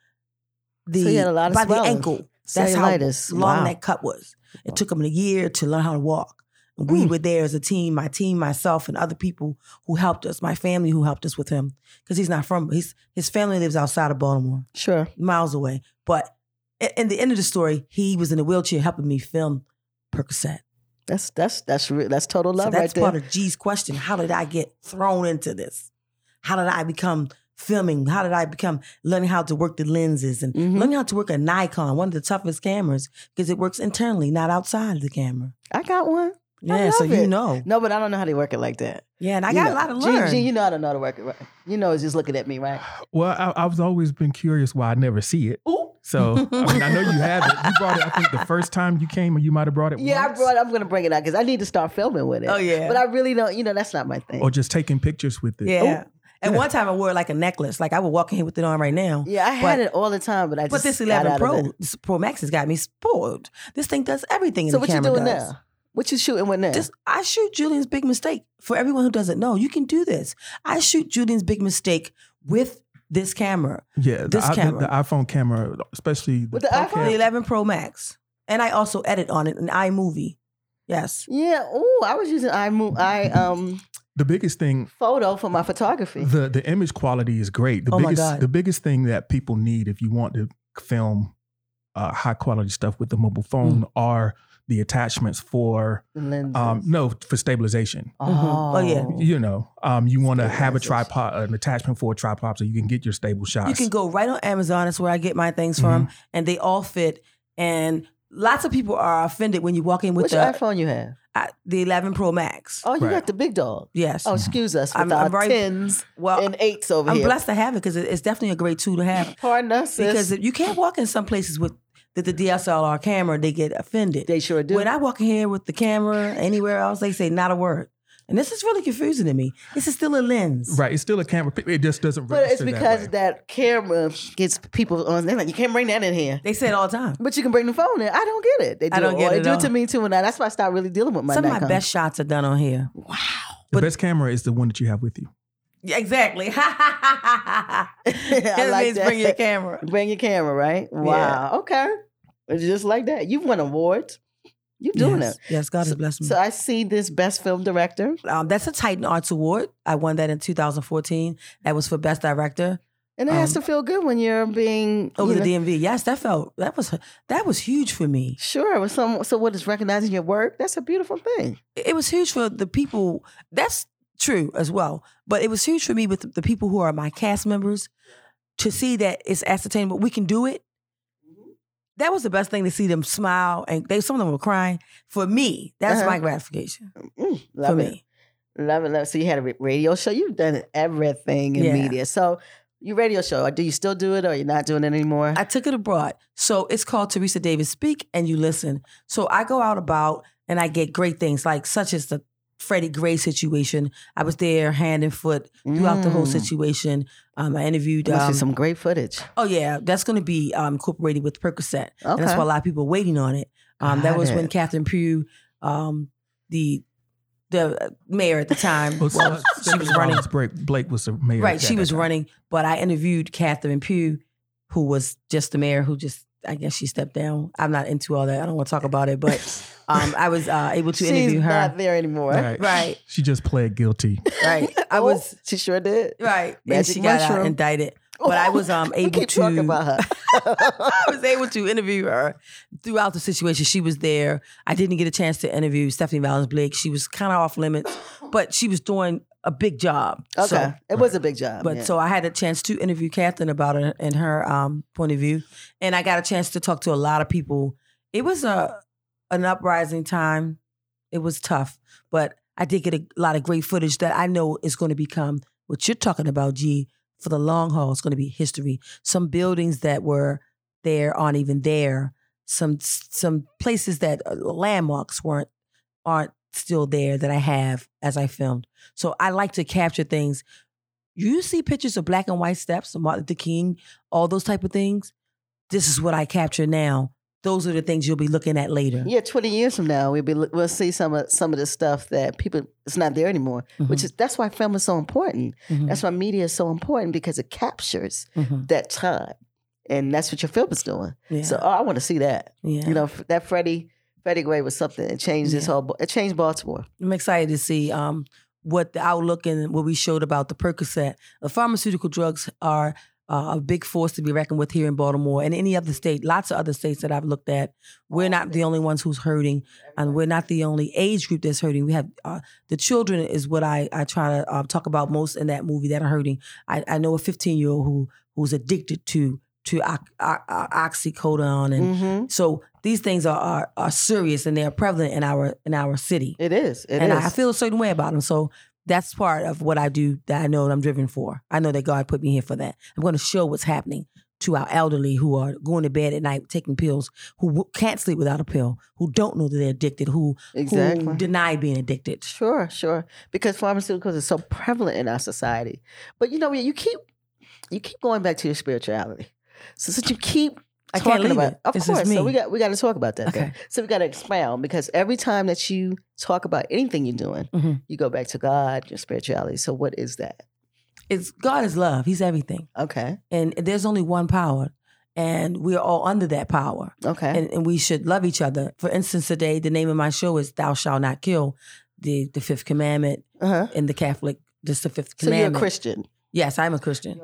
[SPEAKER 4] the
[SPEAKER 6] So he had a lot of
[SPEAKER 4] by
[SPEAKER 6] swelling.
[SPEAKER 4] the ankle. That's how
[SPEAKER 6] Cellulitis.
[SPEAKER 4] long
[SPEAKER 6] Wow.
[SPEAKER 4] that cut was. It took him a year to learn how to walk. And we
[SPEAKER 6] Mm.
[SPEAKER 4] were there as a team, my team, myself, and other people who helped us, my family who helped us with him, because he's not from his his family lives outside of Baltimore,
[SPEAKER 6] Sure.
[SPEAKER 4] miles away. But i- in the end of the story, he was in a wheelchair helping me film Percocet.
[SPEAKER 6] That's that's that's re- that's total
[SPEAKER 4] So
[SPEAKER 6] love
[SPEAKER 4] that's
[SPEAKER 6] right there.
[SPEAKER 4] part of G's question. How did I get thrown into this? How did I become filming? How did I become learning how to work the lenses and
[SPEAKER 6] Mhm.
[SPEAKER 4] learning how to work a Nikon, one of the toughest cameras, because it works internally, not outside of the camera.
[SPEAKER 6] I got one. I
[SPEAKER 4] Yeah, so
[SPEAKER 6] love
[SPEAKER 4] you
[SPEAKER 6] it.
[SPEAKER 4] know.
[SPEAKER 6] No, but I don't know how they work it like that.
[SPEAKER 4] Yeah, and I
[SPEAKER 6] You
[SPEAKER 4] got
[SPEAKER 6] know.
[SPEAKER 4] a lot of
[SPEAKER 6] Gene-
[SPEAKER 4] learn.
[SPEAKER 6] Gene, you know I don't know how to work it right. You know, it's just looking at me, right?
[SPEAKER 5] Well, I, I was always been curious why I never see it. So I mean, I know you have it. You brought it. I think the first time you came, or you might have brought it.
[SPEAKER 6] Yeah, I
[SPEAKER 5] once.
[SPEAKER 6] brought. I'm gonna bring it out because I need to start filming with it.
[SPEAKER 4] Oh, yeah. Oh,
[SPEAKER 6] But I really don't. You know, that's not my thing.
[SPEAKER 5] Or just taking pictures with it.
[SPEAKER 4] yeah.
[SPEAKER 5] Oh,
[SPEAKER 4] and
[SPEAKER 5] yeah.
[SPEAKER 4] one time I wore like a necklace. Like I would walk in here with it on right now.
[SPEAKER 6] yeah, I had
[SPEAKER 4] but-
[SPEAKER 6] it all the time, but I just
[SPEAKER 4] But this
[SPEAKER 6] got
[SPEAKER 4] 11
[SPEAKER 6] out of
[SPEAKER 4] Pro,
[SPEAKER 6] it.
[SPEAKER 4] this Pro Max has got me spoiled. This thing does everything.
[SPEAKER 6] So
[SPEAKER 4] in the
[SPEAKER 6] what you
[SPEAKER 4] camera
[SPEAKER 6] doing
[SPEAKER 4] does.
[SPEAKER 6] now? What you shooting with now?
[SPEAKER 4] This, I shoot Julian's big mistake. For everyone who doesn't know, you can do this. I shoot Julian's big mistake with this camera,
[SPEAKER 5] yeah. The,
[SPEAKER 4] This
[SPEAKER 5] i- the-
[SPEAKER 4] camera.
[SPEAKER 5] the iPhone camera, especially
[SPEAKER 6] With the
[SPEAKER 5] Pro
[SPEAKER 6] iPhone?
[SPEAKER 5] cam-
[SPEAKER 4] the 11 Pro Max, and I also edit on it in iMovie. Yes,
[SPEAKER 6] yeah. Oh, I was using i i um
[SPEAKER 5] The biggest thing,
[SPEAKER 6] photo for my photography.
[SPEAKER 5] the the image quality is great. The
[SPEAKER 4] Oh my
[SPEAKER 5] biggest
[SPEAKER 4] God.
[SPEAKER 5] the biggest thing that people need if you want to film uh, high quality stuff with the mobile
[SPEAKER 4] Mm.
[SPEAKER 5] phone are the attachments for
[SPEAKER 6] The lenses.
[SPEAKER 5] um, no for stabilization.
[SPEAKER 6] oh.
[SPEAKER 4] Oh, yeah.
[SPEAKER 5] You know, um, you want to have a
[SPEAKER 6] Stabilization.
[SPEAKER 5] tripod, an attachment for a tripod, so you can get your stable shots.
[SPEAKER 4] you can go right on Amazon. That's where I get my things from,
[SPEAKER 6] Mm-hmm.
[SPEAKER 4] and they all fit. And lots of people are offended when you walk in with
[SPEAKER 6] Which
[SPEAKER 4] the
[SPEAKER 6] iPhone you have?
[SPEAKER 4] I, the 11 Pro Max.
[SPEAKER 6] Oh, you
[SPEAKER 5] Right.
[SPEAKER 6] got the big dog.
[SPEAKER 4] Yes.
[SPEAKER 6] Oh, excuse us with
[SPEAKER 4] I'm-
[SPEAKER 6] our
[SPEAKER 4] I'm very-
[SPEAKER 6] tens
[SPEAKER 4] well,
[SPEAKER 6] and eights over
[SPEAKER 4] I'm
[SPEAKER 6] here.
[SPEAKER 4] blessed to have it because it, it's definitely a great tool to have.
[SPEAKER 6] Pardon us, sis.
[SPEAKER 4] Because you can't walk in some places with the, the DSLR camera, they get offended.
[SPEAKER 6] they sure do.
[SPEAKER 4] When I walk in here with the camera anywhere else, they say not a word. And this is really confusing to me. This is still a lens.
[SPEAKER 5] Right. It's still a camera. pic- It just doesn't.
[SPEAKER 6] but it's
[SPEAKER 5] register that
[SPEAKER 6] because
[SPEAKER 5] way.
[SPEAKER 6] that, camera gets people on. They're like, you can't bring that in here.
[SPEAKER 4] They say it all the time.
[SPEAKER 6] But you can bring the phone in. I don't get it. They do,
[SPEAKER 4] I don't
[SPEAKER 6] it,
[SPEAKER 4] get
[SPEAKER 6] or they
[SPEAKER 4] it
[SPEAKER 6] do it
[SPEAKER 4] all.
[SPEAKER 6] to me too, and I- that's why I start really dealing with my.
[SPEAKER 4] Some of my
[SPEAKER 6] Nikon.
[SPEAKER 4] best shots are done on here.
[SPEAKER 5] the
[SPEAKER 4] but-
[SPEAKER 5] best camera is the one that you have with you.
[SPEAKER 4] Yeah, exactly.
[SPEAKER 6] I
[SPEAKER 4] that
[SPEAKER 6] like
[SPEAKER 4] means
[SPEAKER 6] that.
[SPEAKER 4] bring your camera.
[SPEAKER 6] Bring your camera, right? Wow. Okay. It's just like that. You've won awards. You're doing
[SPEAKER 4] yes.
[SPEAKER 6] it.
[SPEAKER 4] Yes, God has blessed me.
[SPEAKER 6] So I see this best film director.
[SPEAKER 4] um, that's a Titan Arts Award. I won that in 2014. That was for Best Director
[SPEAKER 6] And it has
[SPEAKER 4] Um,
[SPEAKER 6] to feel good when you're being
[SPEAKER 4] over
[SPEAKER 6] you know,
[SPEAKER 4] the DMV. Yes, that felt that was that was huge for me.
[SPEAKER 6] Sure. With some, so what is recognizing your work? That's a beautiful thing.
[SPEAKER 4] it was huge for the people. That's true as well, but it was huge for me with the people who are my cast members to see that it's ascertainable. We can do it.
[SPEAKER 6] Mm-hmm.
[SPEAKER 4] That was the best thing to see them smile, and they some of them were crying. For me, that's
[SPEAKER 6] Uh-huh.
[SPEAKER 4] my gratification.
[SPEAKER 6] Mm, love
[SPEAKER 4] for
[SPEAKER 6] it.
[SPEAKER 4] me,
[SPEAKER 6] Love it. Love it. So you had a ra- radio show. You've done everything in
[SPEAKER 4] Yeah.
[SPEAKER 6] media. So your radio show. uh, Do you still do it, or you're not doing it anymore?
[SPEAKER 4] I took it abroad, so it's called Teresa Davis Speak, and you listen. So I go out about and I get great things, like such as the Freddie Gray situation. I was there hand and foot throughout the whole
[SPEAKER 6] Mm.
[SPEAKER 4] situation. Um, I interviewed
[SPEAKER 6] Must
[SPEAKER 4] um,
[SPEAKER 6] be some great footage.
[SPEAKER 4] Oh yeah, that's going to be um, incorporated with Percocet, and that's
[SPEAKER 6] Okay.
[SPEAKER 4] why a lot of people are waiting on it. Um, that
[SPEAKER 6] Got
[SPEAKER 4] was when
[SPEAKER 6] it.
[SPEAKER 4] Catherine Pugh, um, the the uh, mayor at the time,
[SPEAKER 5] Well,
[SPEAKER 4] well, she was running.
[SPEAKER 5] Blake, Blake was the mayor.
[SPEAKER 4] Right,
[SPEAKER 5] at
[SPEAKER 4] she
[SPEAKER 5] that
[SPEAKER 4] was
[SPEAKER 5] time.
[SPEAKER 4] running, but I interviewed Catherine Pugh, who was just the mayor, who just I guess she stepped down. I'm not into all that. I don't want to talk about it, but um, I was uh, able to
[SPEAKER 6] She's
[SPEAKER 4] interview her.
[SPEAKER 6] not there anymore.
[SPEAKER 5] Right.
[SPEAKER 4] Right.
[SPEAKER 5] She just pled guilty.
[SPEAKER 4] Right, I
[SPEAKER 6] Oh,
[SPEAKER 4] was
[SPEAKER 6] She sure did.
[SPEAKER 4] right, and
[SPEAKER 6] Magic
[SPEAKER 4] she got out
[SPEAKER 6] mushroom.
[SPEAKER 4] indicted. But I was um
[SPEAKER 6] we
[SPEAKER 4] able
[SPEAKER 6] keep
[SPEAKER 4] to
[SPEAKER 6] talking about her.
[SPEAKER 4] I was able to interview her throughout the situation. She was there. I didn't get a chance to interview Stephanie Valens Blake. She was kind of off limits, but she was doing a big job.
[SPEAKER 6] okay,
[SPEAKER 4] So-
[SPEAKER 6] it was a big job.
[SPEAKER 4] but
[SPEAKER 6] yeah.
[SPEAKER 4] so I had a chance to interview Catherine about it and her um, point of view, and I got a chance to talk to a lot of people. It was a an uprising time. It was tough, but I did get a lot of great footage that I know is going to become what you're talking about, G. For the long haul, it's going to be history. Some buildings that were there aren't even there. Some some places that uh, landmarks weren't aren't still there that I have as I filmed. So I like to capture things you see pictures of black and white steps, of Martin Luther King, all those type of things. This is what I capture now. Those are the things you'll be looking at later.
[SPEAKER 6] yeah, twenty years from now, we'll be we'll see some of some of the stuff that people it's not there anymore.
[SPEAKER 4] Mm-hmm.
[SPEAKER 6] Which is that's why film is so important. That's why media is so important because it captures that time, and that's what your film is doing.
[SPEAKER 4] yeah.
[SPEAKER 6] Mm-hmm. So oh, I want to see that.
[SPEAKER 4] yeah.
[SPEAKER 6] You know f- that Freddie Freddie Gray was something. It changed this
[SPEAKER 4] Yeah.
[SPEAKER 6] whole. It changed Baltimore.
[SPEAKER 4] I'm excited to see um, what the outlook and what we showed about the Percocet. The pharmaceutical drugs are uh, a big force to be reckoned with here in Baltimore and any other state. Lots of other states that I've looked at. We're not the only ones who's hurting, and we're not the only age group that's hurting. We have uh, the children is what I I try to uh, talk about most in that movie that are hurting. I, I know a 15 year old who who's addicted to to oc- o- o- oxycodone and.
[SPEAKER 6] Mm-hmm.
[SPEAKER 4] So these things are, are are serious and they're prevalent in our in our city
[SPEAKER 6] It is. It is.
[SPEAKER 4] and I- I feel a certain way about them. So that's part of what I do that I know that I'm driven for. I know that God put me here for that. I'm going to show what's happening to our elderly who are going to bed at night taking pills, who w- can't sleep without a pill, who don't know that they're addicted, who, who
[SPEAKER 6] exactly.
[SPEAKER 4] deny being addicted.
[SPEAKER 6] Sure, sure. Because pharmaceuticals are so prevalent in our society. But you know, you keep you keep going back to your spirituality. So since you keep
[SPEAKER 4] I
[SPEAKER 6] talking
[SPEAKER 4] can't leave
[SPEAKER 6] about
[SPEAKER 4] it.
[SPEAKER 6] of
[SPEAKER 4] This is
[SPEAKER 6] course.
[SPEAKER 4] me.
[SPEAKER 6] So we got we gotta talk about that then.
[SPEAKER 4] Okay.
[SPEAKER 6] So we gotta expound because every time that you talk about anything you're doing,
[SPEAKER 4] Mhm.
[SPEAKER 6] you go back to God, your spirituality. So what is that?
[SPEAKER 4] It's God is love. He's everything,
[SPEAKER 6] Okay.
[SPEAKER 4] and there's only one power, and we're all under that power.
[SPEAKER 6] Okay.
[SPEAKER 4] and, and we should love each other. For instance, today the name of my show is "Thou Shalt Not Kill," the the fifth commandment
[SPEAKER 6] uh-huh.
[SPEAKER 4] in the Catholic. Just the fifth
[SPEAKER 6] So you're a
[SPEAKER 4] commandment.
[SPEAKER 6] Christian.
[SPEAKER 4] Yes, I'm a Christian.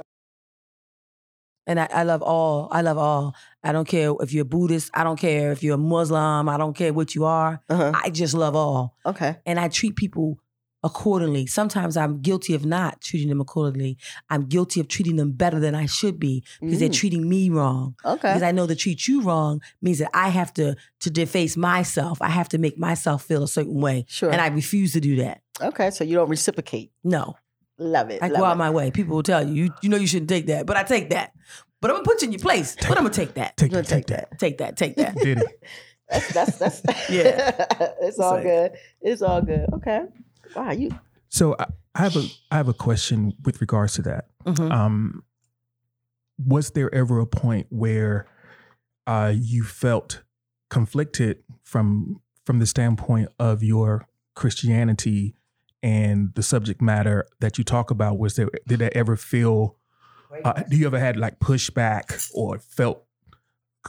[SPEAKER 4] And I, I love all. I love all. I don't care if you're Buddhist. I don't care if you're Muslim. I don't care what you are.
[SPEAKER 6] Uh-huh.
[SPEAKER 4] I just love all.
[SPEAKER 6] Okay.
[SPEAKER 4] And I treat people accordingly. Sometimes I'm guilty of not treating them accordingly. I'm guilty of treating them better than I should be because they're
[SPEAKER 6] Mm.
[SPEAKER 4] treating me wrong.
[SPEAKER 6] Okay.
[SPEAKER 4] Because I know to treat you wrong means that I have to to deface myself. I have to make myself feel a certain way.
[SPEAKER 6] Sure.
[SPEAKER 4] And I refuse to do that.
[SPEAKER 6] okay. So you don't reciprocate.
[SPEAKER 4] No.
[SPEAKER 6] Love it.
[SPEAKER 4] I
[SPEAKER 6] love
[SPEAKER 4] go out
[SPEAKER 6] it.
[SPEAKER 4] my way. People will tell you, you, you know, you shouldn't take that, but I take that. But I'm gonna put you in your place. But I'm gonna take that.
[SPEAKER 5] Take
[SPEAKER 6] You're
[SPEAKER 5] that,
[SPEAKER 6] gonna take
[SPEAKER 5] take
[SPEAKER 6] that.
[SPEAKER 5] that.
[SPEAKER 4] Take that. Take that.
[SPEAKER 5] Did it?
[SPEAKER 6] That's that's that's
[SPEAKER 4] Yeah.
[SPEAKER 6] it's all
[SPEAKER 4] like-
[SPEAKER 6] good. It's all good. Okay. Wow, you
[SPEAKER 5] So I, I have a I have a question with regards to that.
[SPEAKER 4] Mhm.
[SPEAKER 5] Um, was there ever a point where uh, you felt conflicted from from the standpoint of your Christianity and the subject matter that you talk about? Was there did that ever feel? Uh, do you ever had like pushback or felt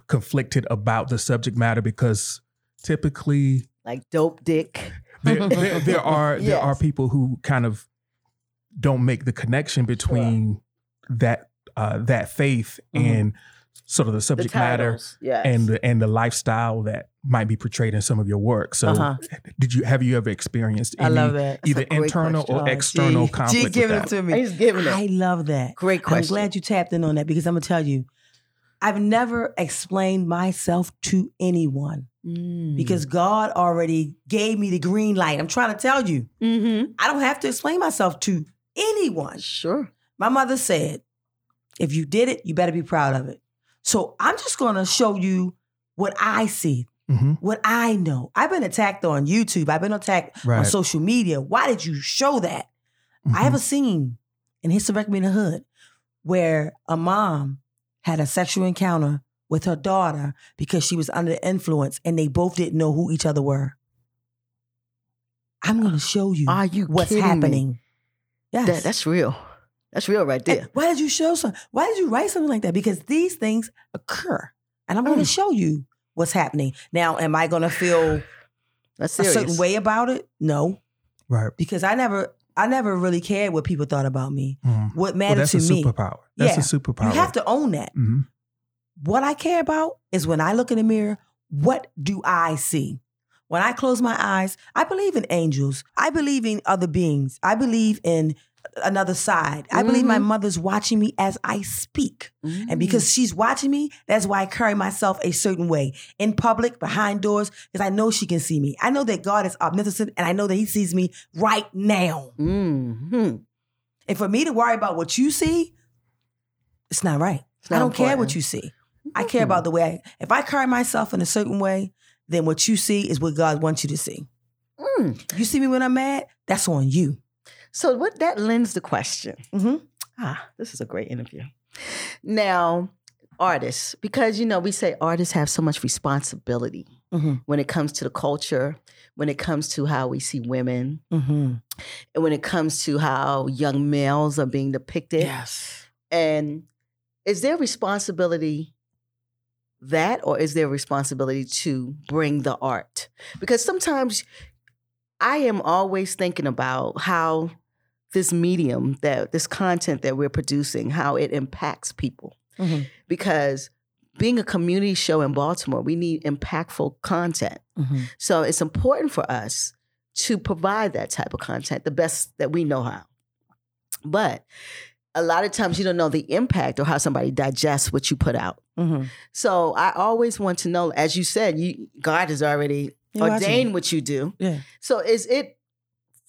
[SPEAKER 5] conflicted about the subject matter because typically
[SPEAKER 6] like dope dick.
[SPEAKER 5] there, there, there are there
[SPEAKER 6] Yes.
[SPEAKER 5] are people who kind of don't make the connection between that uh, that faith
[SPEAKER 4] Mhm.
[SPEAKER 5] and sort of the
[SPEAKER 6] The
[SPEAKER 5] subject matter
[SPEAKER 6] titles, yes.
[SPEAKER 5] and the, and the lifestyle that might be portrayed in some of your work. So,
[SPEAKER 4] Uh-huh.
[SPEAKER 5] did you have you ever experienced
[SPEAKER 4] I
[SPEAKER 5] any
[SPEAKER 4] love that.
[SPEAKER 5] either
[SPEAKER 6] That's a great
[SPEAKER 5] internal
[SPEAKER 6] question.
[SPEAKER 5] or external
[SPEAKER 4] Gee,
[SPEAKER 5] conflict?
[SPEAKER 4] Gee,
[SPEAKER 5] with
[SPEAKER 4] giving
[SPEAKER 5] that?
[SPEAKER 4] it to me.
[SPEAKER 6] He's giving
[SPEAKER 4] I
[SPEAKER 6] it.
[SPEAKER 4] love that.
[SPEAKER 6] Great
[SPEAKER 4] I'm
[SPEAKER 6] question.
[SPEAKER 4] glad you tapped in on that because I'm gonna tell you, I've never explained myself to anyone because God already gave me the green light. I'm trying to tell you,
[SPEAKER 6] Mm-hmm.
[SPEAKER 4] I don't have to explain myself to anyone.
[SPEAKER 6] Sure.
[SPEAKER 4] My mother said, if you did it, you better be proud of it. So I'm just gonna show you what I see,
[SPEAKER 5] Mhm.
[SPEAKER 4] what I know. I've been attacked on YouTube, I've been attacked on
[SPEAKER 5] Right. Mm-hmm.
[SPEAKER 4] social media. Why did you show that? I have a
[SPEAKER 6] Mm-hmm.
[SPEAKER 4] scene in Hysterectomy in the Hood where a mom had a sexual encounter with her daughter because she was under the influence and they both didn't know who each other were. I'm going to show you
[SPEAKER 6] Uh, Are you
[SPEAKER 4] what's
[SPEAKER 6] kidding me?
[SPEAKER 4] happening. Yes.
[SPEAKER 6] That, that's real. That's real right
[SPEAKER 4] And
[SPEAKER 6] there.
[SPEAKER 4] Why did you show some? Why did you write something like that? Because these things occur. And I'm going to
[SPEAKER 6] Mm.
[SPEAKER 4] show you what's happening. Now, am I going to feel
[SPEAKER 6] That's
[SPEAKER 4] a
[SPEAKER 6] serious.
[SPEAKER 4] certain way about it? No,
[SPEAKER 5] Right.
[SPEAKER 4] because I never I never really cared what people thought about me.
[SPEAKER 5] Mhm.
[SPEAKER 4] What
[SPEAKER 5] Well,
[SPEAKER 4] mattered
[SPEAKER 5] that's
[SPEAKER 4] to
[SPEAKER 5] a
[SPEAKER 4] me
[SPEAKER 5] superpower. That's a superpower.
[SPEAKER 4] You have to own that.
[SPEAKER 5] Mhm.
[SPEAKER 4] What I care about is when I look in the mirror, what do I see? When I close my eyes, I believe in angels. I believe in other beings. I believe in another side. I believe my
[SPEAKER 5] Mm-hmm.
[SPEAKER 6] Mhm.
[SPEAKER 4] mother's watching me as I speak. And because she's watching me, that's why I carry myself a certain way in public, behind doors, because I know she can see me. I know that God is omniscient and I know that He sees me right now.
[SPEAKER 6] Mm-hmm.
[SPEAKER 4] And for me to worry about what you see, it's not right.
[SPEAKER 6] It's not
[SPEAKER 4] I don't care
[SPEAKER 6] important.
[SPEAKER 4] what you see. I care about the way I, if I carry myself in a certain way, then what you see is what God wants you to see.
[SPEAKER 6] Mm.
[SPEAKER 4] You see me when I'm mad, that's on you.
[SPEAKER 6] So what that lends the question.
[SPEAKER 4] Mhm.
[SPEAKER 6] Ah, this is a great interview. Now, artists, because you know we say artists have so much responsibility
[SPEAKER 4] Mhm.
[SPEAKER 6] when it comes to the culture, when it comes to how we see women,
[SPEAKER 4] Mm-hmm.
[SPEAKER 6] and when it comes to how young males are being depicted.
[SPEAKER 4] Yes.
[SPEAKER 6] And is there responsibility that, or is there responsibility to bring the art? Because sometimes I am always thinking about how this medium that this content that we're producing, how it impacts people.
[SPEAKER 4] Mhm.
[SPEAKER 6] Because being a community show in Baltimore, we need impactful content.
[SPEAKER 4] Mhm.
[SPEAKER 6] So it's important for us to provide that type of content the best that we know how. But a lot of times you don't know the impact or how somebody digests what you put out.
[SPEAKER 4] Mhm.
[SPEAKER 6] So I always want to know, as you said, you God has already
[SPEAKER 4] You watching
[SPEAKER 6] ordained what you do.
[SPEAKER 4] Yeah.
[SPEAKER 6] So is it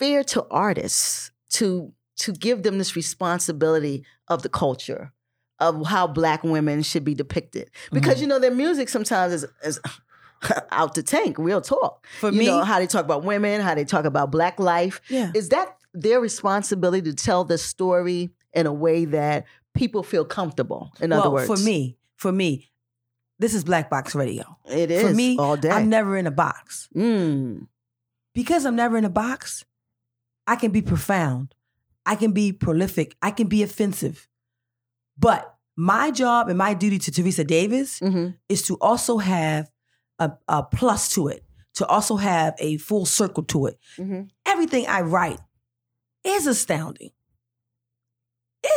[SPEAKER 6] fair to artists to to give them this responsibility of the culture? Of how black women should be depicted. Because
[SPEAKER 4] Mm-hmm.
[SPEAKER 6] you know, their music sometimes is, is out the tank, real talk
[SPEAKER 4] For
[SPEAKER 6] you
[SPEAKER 4] me,
[SPEAKER 6] know how they talk about women, how they talk about black life.
[SPEAKER 4] yeah.
[SPEAKER 6] Is that their responsibility to tell the story in a way that people feel comfortable? In
[SPEAKER 4] well,
[SPEAKER 6] other words,
[SPEAKER 4] for me, for me, this is Black Box Radio.
[SPEAKER 6] it is
[SPEAKER 4] for me,
[SPEAKER 6] all day.
[SPEAKER 4] I'm never in a box.
[SPEAKER 6] Mm,
[SPEAKER 4] because I'm never in a box, I can be profound. I can be prolific. I can be offensive. But my job and my duty to Teresa Davis
[SPEAKER 6] mhm.
[SPEAKER 4] is to also have a, a plus to it, to also have a full circle to it.
[SPEAKER 6] Mhm.
[SPEAKER 4] Everything I write is astounding.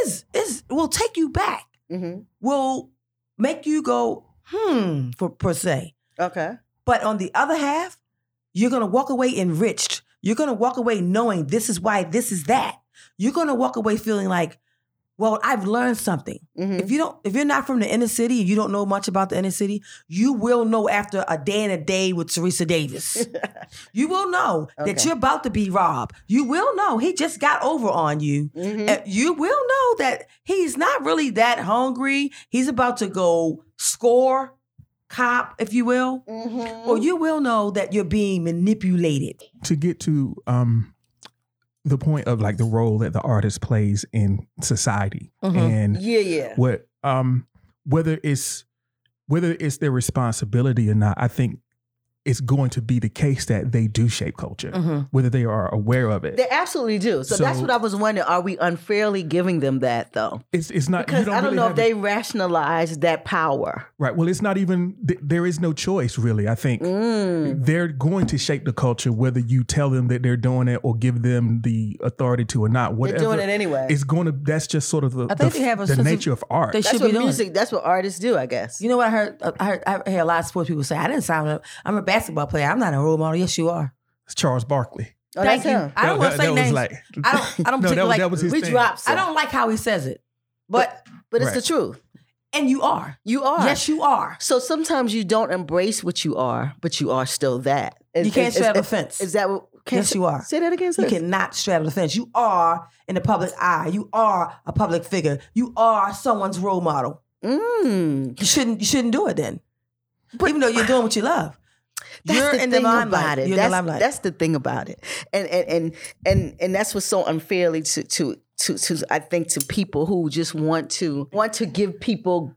[SPEAKER 4] Is is will take you back.
[SPEAKER 6] Mhm.
[SPEAKER 4] Will make you go hmm for per se.
[SPEAKER 6] Okay.
[SPEAKER 4] But on the other half, you're going to walk away enriched. You're going to walk away knowing this is why this is that. You're going to walk away feeling like, well, I've learned something.
[SPEAKER 6] Mhm.
[SPEAKER 4] If you don't if you're not from the inner city and you don't know much about the inner city, you will know after a day and a day with Teresa Davis. you will know that
[SPEAKER 6] Okay.
[SPEAKER 4] you're about to be robbed. You will know he just got over on you.
[SPEAKER 6] Mhm.
[SPEAKER 4] Uh, you will know that he's not really that hungry. He's about to go score, cop, if you will.
[SPEAKER 6] Mhm.
[SPEAKER 4] Or you will know that you're being manipulated.
[SPEAKER 5] to get to um the point of like the role that the artist plays in society
[SPEAKER 4] Mhm.
[SPEAKER 5] and
[SPEAKER 6] Mm-hmm. yeah, yeah.
[SPEAKER 5] what um whether it's whether it's their responsibility or not i think it's going to be the case that they do shape culture,
[SPEAKER 6] Mm. Mm-hmm.
[SPEAKER 5] whether they are aware of it.
[SPEAKER 6] They absolutely do. So, that's
[SPEAKER 5] So-
[SPEAKER 6] what I was wondering. Are we unfairly giving them that though?
[SPEAKER 5] it's it's not
[SPEAKER 6] Because
[SPEAKER 5] you don't
[SPEAKER 6] I don't
[SPEAKER 5] really
[SPEAKER 6] know
[SPEAKER 5] have
[SPEAKER 6] if
[SPEAKER 5] a-
[SPEAKER 6] they rationalize that power.
[SPEAKER 5] Right. Well, it's not even, th- there is no choice, really. I think
[SPEAKER 6] Mm.
[SPEAKER 5] they're going to shape the culture, whether you tell them that they're doing it or give them the authority to or not. Whatever.
[SPEAKER 6] doing it anyway.
[SPEAKER 5] It's going to, that's just sort of the,
[SPEAKER 4] think
[SPEAKER 5] the,
[SPEAKER 4] they have a
[SPEAKER 5] the
[SPEAKER 4] sense of-
[SPEAKER 5] nature of, art.
[SPEAKER 4] They
[SPEAKER 6] That's
[SPEAKER 4] should be
[SPEAKER 6] what
[SPEAKER 4] doing.
[SPEAKER 6] music. That's what artists do, I guess.
[SPEAKER 4] You know what I heard? Uh, I heard I hear a lot of sports people say, "I didn't sign up. I'm a basketball player. I'm not a role model." Yes, you are.
[SPEAKER 5] It's Charles Barkley.
[SPEAKER 6] Oh,
[SPEAKER 4] Thank
[SPEAKER 6] that's
[SPEAKER 4] you.
[SPEAKER 6] him.
[SPEAKER 4] I don't want to
[SPEAKER 5] That- that-
[SPEAKER 4] say
[SPEAKER 5] that was
[SPEAKER 4] names.
[SPEAKER 5] like-
[SPEAKER 4] I don't. I don't
[SPEAKER 5] no, that,
[SPEAKER 4] particularly
[SPEAKER 5] was-
[SPEAKER 4] like.
[SPEAKER 5] that was his
[SPEAKER 6] we
[SPEAKER 5] thing.
[SPEAKER 6] dropped.
[SPEAKER 4] I don't like how he says it,
[SPEAKER 6] But but it's
[SPEAKER 5] Right.
[SPEAKER 6] the truth.
[SPEAKER 4] and you are.
[SPEAKER 6] You are.
[SPEAKER 4] Yes, you are.
[SPEAKER 6] So sometimes you don't embrace what you are, but you are still that. Is-
[SPEAKER 4] You can't
[SPEAKER 6] is-
[SPEAKER 4] straddle
[SPEAKER 6] is-
[SPEAKER 4] the fence.
[SPEAKER 6] Is that what? can't-
[SPEAKER 4] Yes, you are.
[SPEAKER 6] Say that again.
[SPEAKER 4] You
[SPEAKER 6] sis.
[SPEAKER 4] cannot straddle the fence. You are in the public eye. You are a public figure. You are someone's role model.
[SPEAKER 6] Mm.
[SPEAKER 4] You shouldn't. You shouldn't do it then. Even though you're doing what you love,
[SPEAKER 6] That's
[SPEAKER 4] you're
[SPEAKER 6] the
[SPEAKER 4] in
[SPEAKER 6] thing
[SPEAKER 4] the limelight.
[SPEAKER 6] about it.
[SPEAKER 4] You're in
[SPEAKER 6] that's,
[SPEAKER 4] the limelight.
[SPEAKER 6] that's the thing about it, and and and and and that's what's so unfairly to to to to I think to people who just want to want to give people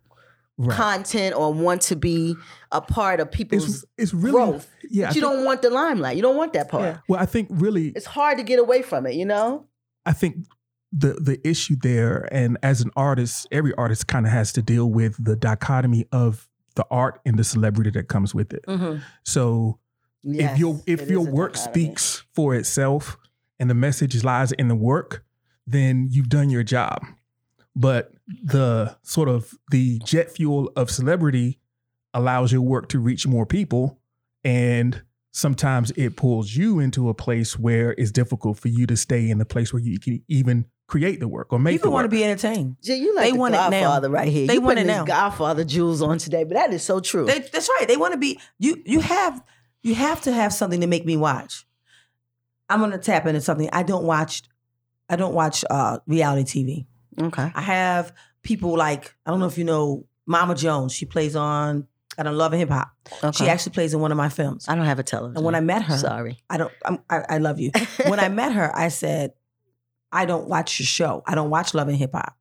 [SPEAKER 5] Right.
[SPEAKER 6] content or want to be a part of people's
[SPEAKER 5] It's, it's really,
[SPEAKER 6] growth.
[SPEAKER 5] yeah.
[SPEAKER 6] but you
[SPEAKER 5] I think-
[SPEAKER 6] don't want the limelight. You don't want that part.
[SPEAKER 5] well, I think really,
[SPEAKER 6] It's hard to get away from it. You know.
[SPEAKER 5] I think the the issue there, and as an artist, every artist kind of has to deal with the dichotomy of the art and the celebrity that comes with it.
[SPEAKER 4] Mm-hmm.
[SPEAKER 5] So if your
[SPEAKER 6] Yes, it
[SPEAKER 5] if
[SPEAKER 6] is
[SPEAKER 5] your
[SPEAKER 6] a
[SPEAKER 5] work
[SPEAKER 6] dichotomy.
[SPEAKER 5] speaks for itself and the message lies in the work, then you've done your job. But the sort of the jet fuel of celebrity allows your work to reach more people and sometimes it pulls you into a place where it's difficult for you to stay in the place where you can even create the work or make
[SPEAKER 4] people
[SPEAKER 5] the
[SPEAKER 4] want to
[SPEAKER 5] work.
[SPEAKER 4] be entertained.
[SPEAKER 6] Gee, you like
[SPEAKER 4] They
[SPEAKER 6] the
[SPEAKER 4] want it now.
[SPEAKER 6] Godfather right here.
[SPEAKER 4] They
[SPEAKER 6] you
[SPEAKER 4] want
[SPEAKER 6] putting
[SPEAKER 4] it
[SPEAKER 6] these
[SPEAKER 4] now.
[SPEAKER 6] Godfather jewels on today, but that is so true.
[SPEAKER 4] They, that's right. They want to be you. You have you have to have something to make me watch. I'm gonna tap into something I don't watch. I don't watch uh, reality TV.
[SPEAKER 6] okay.
[SPEAKER 4] I have people like I don't know if you know Mama Jones. She plays on I don't love and hip hop.
[SPEAKER 6] Okay.
[SPEAKER 4] She actually plays in one of my films.
[SPEAKER 6] I don't have a television.
[SPEAKER 4] And when I met her,
[SPEAKER 6] sorry.
[SPEAKER 4] I don't. I'm, I, I love you. when I met her, I said, I don't watch your show. I don't watch Love and Hip Hop.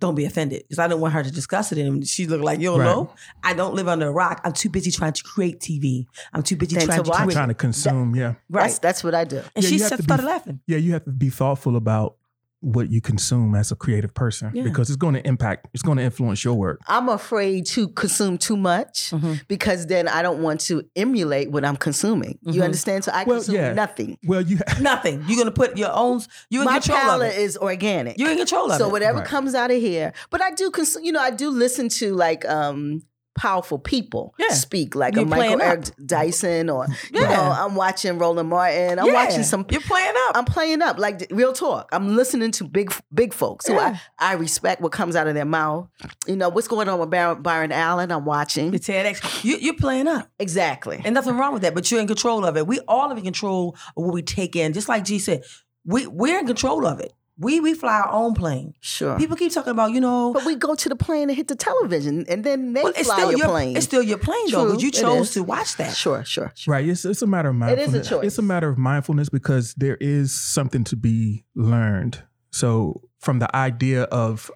[SPEAKER 4] Don't be offended because I didn't want her to discuss it. And she looked like, yo,
[SPEAKER 5] Right.
[SPEAKER 4] no, I don't live under a rock. I'm too busy trying to create TV. I'm too busy
[SPEAKER 6] Than
[SPEAKER 4] trying
[SPEAKER 6] to
[SPEAKER 4] to,
[SPEAKER 6] watch
[SPEAKER 5] I'm
[SPEAKER 4] create.
[SPEAKER 5] trying to consume, yeah.
[SPEAKER 4] Right.
[SPEAKER 6] That's that's what I do.
[SPEAKER 4] and
[SPEAKER 5] Yeah,
[SPEAKER 4] she
[SPEAKER 5] you have to
[SPEAKER 4] just
[SPEAKER 5] be-
[SPEAKER 4] started laughing.
[SPEAKER 5] Yeah, you have to be thoughtful about what you consume as a creative person
[SPEAKER 4] Yeah.
[SPEAKER 5] because it's going to impact, it's going to influence your work.
[SPEAKER 6] I'm afraid to consume too much
[SPEAKER 4] Mm.
[SPEAKER 6] because then I don't want to emulate what I'm consuming. You
[SPEAKER 4] Mhm.
[SPEAKER 6] understand? So I
[SPEAKER 5] Well,
[SPEAKER 6] consume
[SPEAKER 5] yeah.
[SPEAKER 6] nothing.
[SPEAKER 5] Well, you
[SPEAKER 4] Nothing. You're gonna put your own. You're in
[SPEAKER 6] My
[SPEAKER 4] control of
[SPEAKER 6] palate
[SPEAKER 4] it.
[SPEAKER 6] is organic.
[SPEAKER 4] You're in control of
[SPEAKER 6] so
[SPEAKER 4] it.
[SPEAKER 6] whatever
[SPEAKER 5] Right.
[SPEAKER 6] comes out of here, but I do consume. You know, I do listen to like um powerful people
[SPEAKER 4] Yeah.
[SPEAKER 6] speak, like
[SPEAKER 4] You're
[SPEAKER 6] a Michael
[SPEAKER 4] playing up.
[SPEAKER 6] Eric Dyson, or you
[SPEAKER 4] Yeah.
[SPEAKER 6] know, I'm watching Roland Martin. I'm
[SPEAKER 4] Yeah.
[SPEAKER 6] watching some
[SPEAKER 4] You're playing up.
[SPEAKER 6] I'm playing up like th- real talk. I'm listening to big big folks who
[SPEAKER 4] Yeah.
[SPEAKER 6] I, I respect what comes out of their mouth. You know what's going on with Byron, Byron Allen. I'm watching
[SPEAKER 4] Your TEDx. You, you're playing up.
[SPEAKER 6] exactly.
[SPEAKER 4] And nothing wrong with that, but you're in control of it. We all are in control of what we take in. Just like G said, we we're in control of it. We we fly our own plane.
[SPEAKER 5] Uh.
[SPEAKER 6] sure,
[SPEAKER 4] People keep talking about, you know,
[SPEAKER 6] but we go to the plane and hit the television, and then they
[SPEAKER 4] well,
[SPEAKER 6] fly your, plane.
[SPEAKER 4] It's still your plane though,
[SPEAKER 6] True,
[SPEAKER 4] because you
[SPEAKER 6] it
[SPEAKER 4] chose
[SPEAKER 6] is.
[SPEAKER 4] to watch that.
[SPEAKER 6] sure, sure, sure.
[SPEAKER 5] Right. It's, it's a matter of
[SPEAKER 6] It is
[SPEAKER 5] mindfulness.
[SPEAKER 6] a choice.
[SPEAKER 5] It's a matter of mindfulness because there is something to be learned. So, from the idea of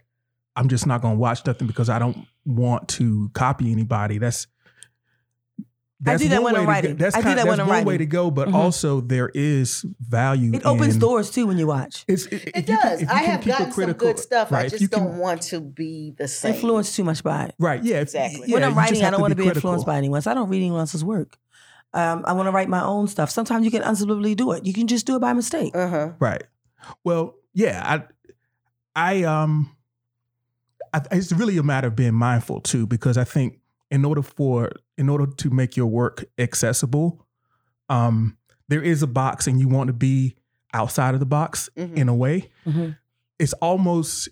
[SPEAKER 5] I'm just not going to watch nothing because I don't want to copy anybody, that's.
[SPEAKER 4] I do that
[SPEAKER 5] one
[SPEAKER 4] when I'm
[SPEAKER 5] way to go-
[SPEAKER 4] writing.
[SPEAKER 5] That's
[SPEAKER 4] I do
[SPEAKER 5] kind,
[SPEAKER 4] that
[SPEAKER 5] that's
[SPEAKER 4] when I'm
[SPEAKER 5] one way
[SPEAKER 4] writing.
[SPEAKER 5] to go, but
[SPEAKER 4] Mhm.
[SPEAKER 5] also there is value.
[SPEAKER 4] It opens
[SPEAKER 5] in-
[SPEAKER 4] doors too when you watch.
[SPEAKER 5] It's, it
[SPEAKER 6] It does. I have gotten some
[SPEAKER 5] critical,
[SPEAKER 6] good stuff.
[SPEAKER 5] Right,
[SPEAKER 6] I
[SPEAKER 5] if
[SPEAKER 6] just
[SPEAKER 5] you
[SPEAKER 6] don't
[SPEAKER 5] can-
[SPEAKER 6] want to be the same.
[SPEAKER 4] Influenced too much by it.
[SPEAKER 5] Right. Yeah. if- yeah,
[SPEAKER 6] Exactly.
[SPEAKER 4] when
[SPEAKER 5] you
[SPEAKER 4] I'm
[SPEAKER 5] just
[SPEAKER 4] writing, I
[SPEAKER 5] have
[SPEAKER 4] don't want to be,
[SPEAKER 5] critical.
[SPEAKER 4] influenced by anyone. So I don't read anyone else's work. Um, I want to write my own stuff. Sometimes you can unsublimely do it. You can just do it by mistake.
[SPEAKER 6] Uh huh.
[SPEAKER 5] Right. Well, yeah, I, I, um, I, it's really a matter of being mindful too, because I think in order for, in order to make your work accessible, um, there is a box and you want to be outside of the box
[SPEAKER 6] Mhm.
[SPEAKER 5] in a way.
[SPEAKER 4] Mhm.
[SPEAKER 5] It's almost,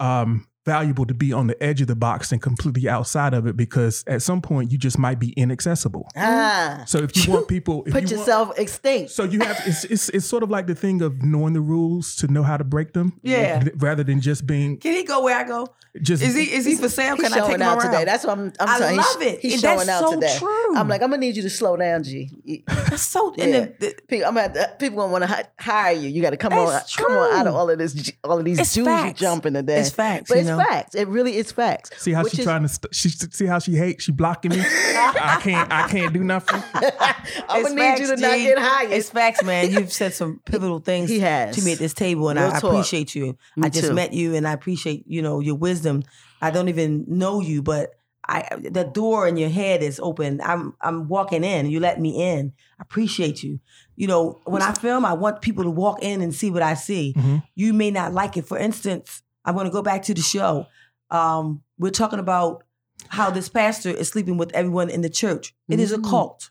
[SPEAKER 5] um, valuable to be on the edge of the box and completely outside of it because at some point you just might be inaccessible.
[SPEAKER 6] Ah,
[SPEAKER 5] So if you want people, if
[SPEAKER 6] put
[SPEAKER 5] you want-
[SPEAKER 6] yourself extinct.
[SPEAKER 5] so you have it's, it's it's sort of like the thing of knowing the rules to know how to break them.
[SPEAKER 4] Yeah.
[SPEAKER 5] Rather than just being
[SPEAKER 4] Can he go where I go?
[SPEAKER 5] just
[SPEAKER 4] Is he is he for sale?
[SPEAKER 6] He's
[SPEAKER 4] Can I take
[SPEAKER 6] showing
[SPEAKER 4] him
[SPEAKER 6] out
[SPEAKER 4] around?
[SPEAKER 6] today. That's what I'm. I'm
[SPEAKER 4] I
[SPEAKER 6] telling you. He's-
[SPEAKER 4] love it.
[SPEAKER 6] He's
[SPEAKER 4] And
[SPEAKER 6] showing
[SPEAKER 4] that's
[SPEAKER 6] out
[SPEAKER 4] so
[SPEAKER 6] today.
[SPEAKER 4] true.
[SPEAKER 6] I'm like, I'm gonna need you to slow down, G. You-
[SPEAKER 4] That's so. And
[SPEAKER 6] Yeah.
[SPEAKER 4] then the,
[SPEAKER 6] People, I'm at, uh, people gonna want to hire you. You got to come on,
[SPEAKER 4] That's
[SPEAKER 6] come on out of
[SPEAKER 4] true.
[SPEAKER 6] all of this, all of these
[SPEAKER 4] It's
[SPEAKER 6] dudes you
[SPEAKER 4] facts.
[SPEAKER 6] jumping today.
[SPEAKER 4] It's facts,
[SPEAKER 6] but
[SPEAKER 4] you
[SPEAKER 6] it's
[SPEAKER 4] know?
[SPEAKER 5] now?
[SPEAKER 6] facts. It really is facts.
[SPEAKER 5] See how
[SPEAKER 6] Which
[SPEAKER 5] she
[SPEAKER 6] is-
[SPEAKER 5] trying to st- she see how she hates. She blocking me. I can't. I can't do nothing.
[SPEAKER 6] I'm
[SPEAKER 4] It's
[SPEAKER 6] gonna need you to
[SPEAKER 4] facts,
[SPEAKER 6] not
[SPEAKER 4] G.
[SPEAKER 6] get hired.
[SPEAKER 4] It's facts, man. You've said some pivotal things
[SPEAKER 6] He has.
[SPEAKER 4] to me at this table, and
[SPEAKER 6] Real
[SPEAKER 4] I, I
[SPEAKER 6] talk.
[SPEAKER 4] appreciate you.
[SPEAKER 6] Me
[SPEAKER 4] I just
[SPEAKER 6] too.
[SPEAKER 4] met you, and I appreciate you know your wisdom. I don't even know you, but I the door in your head is open. I'm I'm walking in. You let me in. I appreciate you. You know, when I film, I want people to walk in and see what I see.
[SPEAKER 5] Mhm.
[SPEAKER 4] You may not like it. For instance, I'm going to go back to the show. Um, we're talking about how this pastor is sleeping with everyone in the church. It is a
[SPEAKER 6] Mm.
[SPEAKER 4] cult.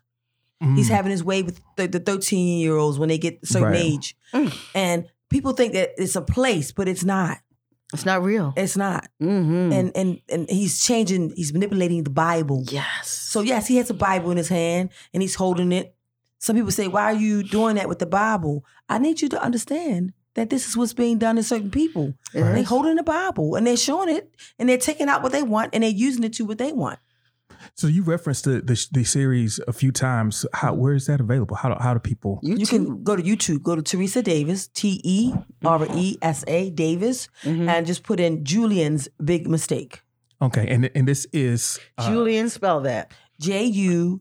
[SPEAKER 4] He's
[SPEAKER 5] Mm.
[SPEAKER 4] having his way with the, the 13 year olds when they get a certain
[SPEAKER 5] Right.
[SPEAKER 4] age. And people think that it's a place, but it's not.
[SPEAKER 6] It's not real.
[SPEAKER 4] It's not.
[SPEAKER 6] Mm-hmm.
[SPEAKER 4] And and and he's changing, he's manipulating the Bible.
[SPEAKER 6] yes.
[SPEAKER 4] So yes, he has a Bible in his hand and he's holding it. Some people say, Why are you doing that with the Bible? I need you to understand that this is what's being done to certain people.
[SPEAKER 6] It
[SPEAKER 5] Right.
[SPEAKER 4] They
[SPEAKER 6] is.
[SPEAKER 4] holding the Bible and they're showing it and they're taking out what they want and they're using it to what they want.
[SPEAKER 5] So you referenced the, the the series a few times. How where is that available? How do how do people?
[SPEAKER 4] You can go to YouTube, go to Teresa Davis, T E R E S A Davis,
[SPEAKER 5] Mm-hmm.
[SPEAKER 6] Mhm.
[SPEAKER 4] and just put in Julian's Big Mistake.
[SPEAKER 5] Okay, and and this is uh,
[SPEAKER 6] Julian, spell that.
[SPEAKER 4] J U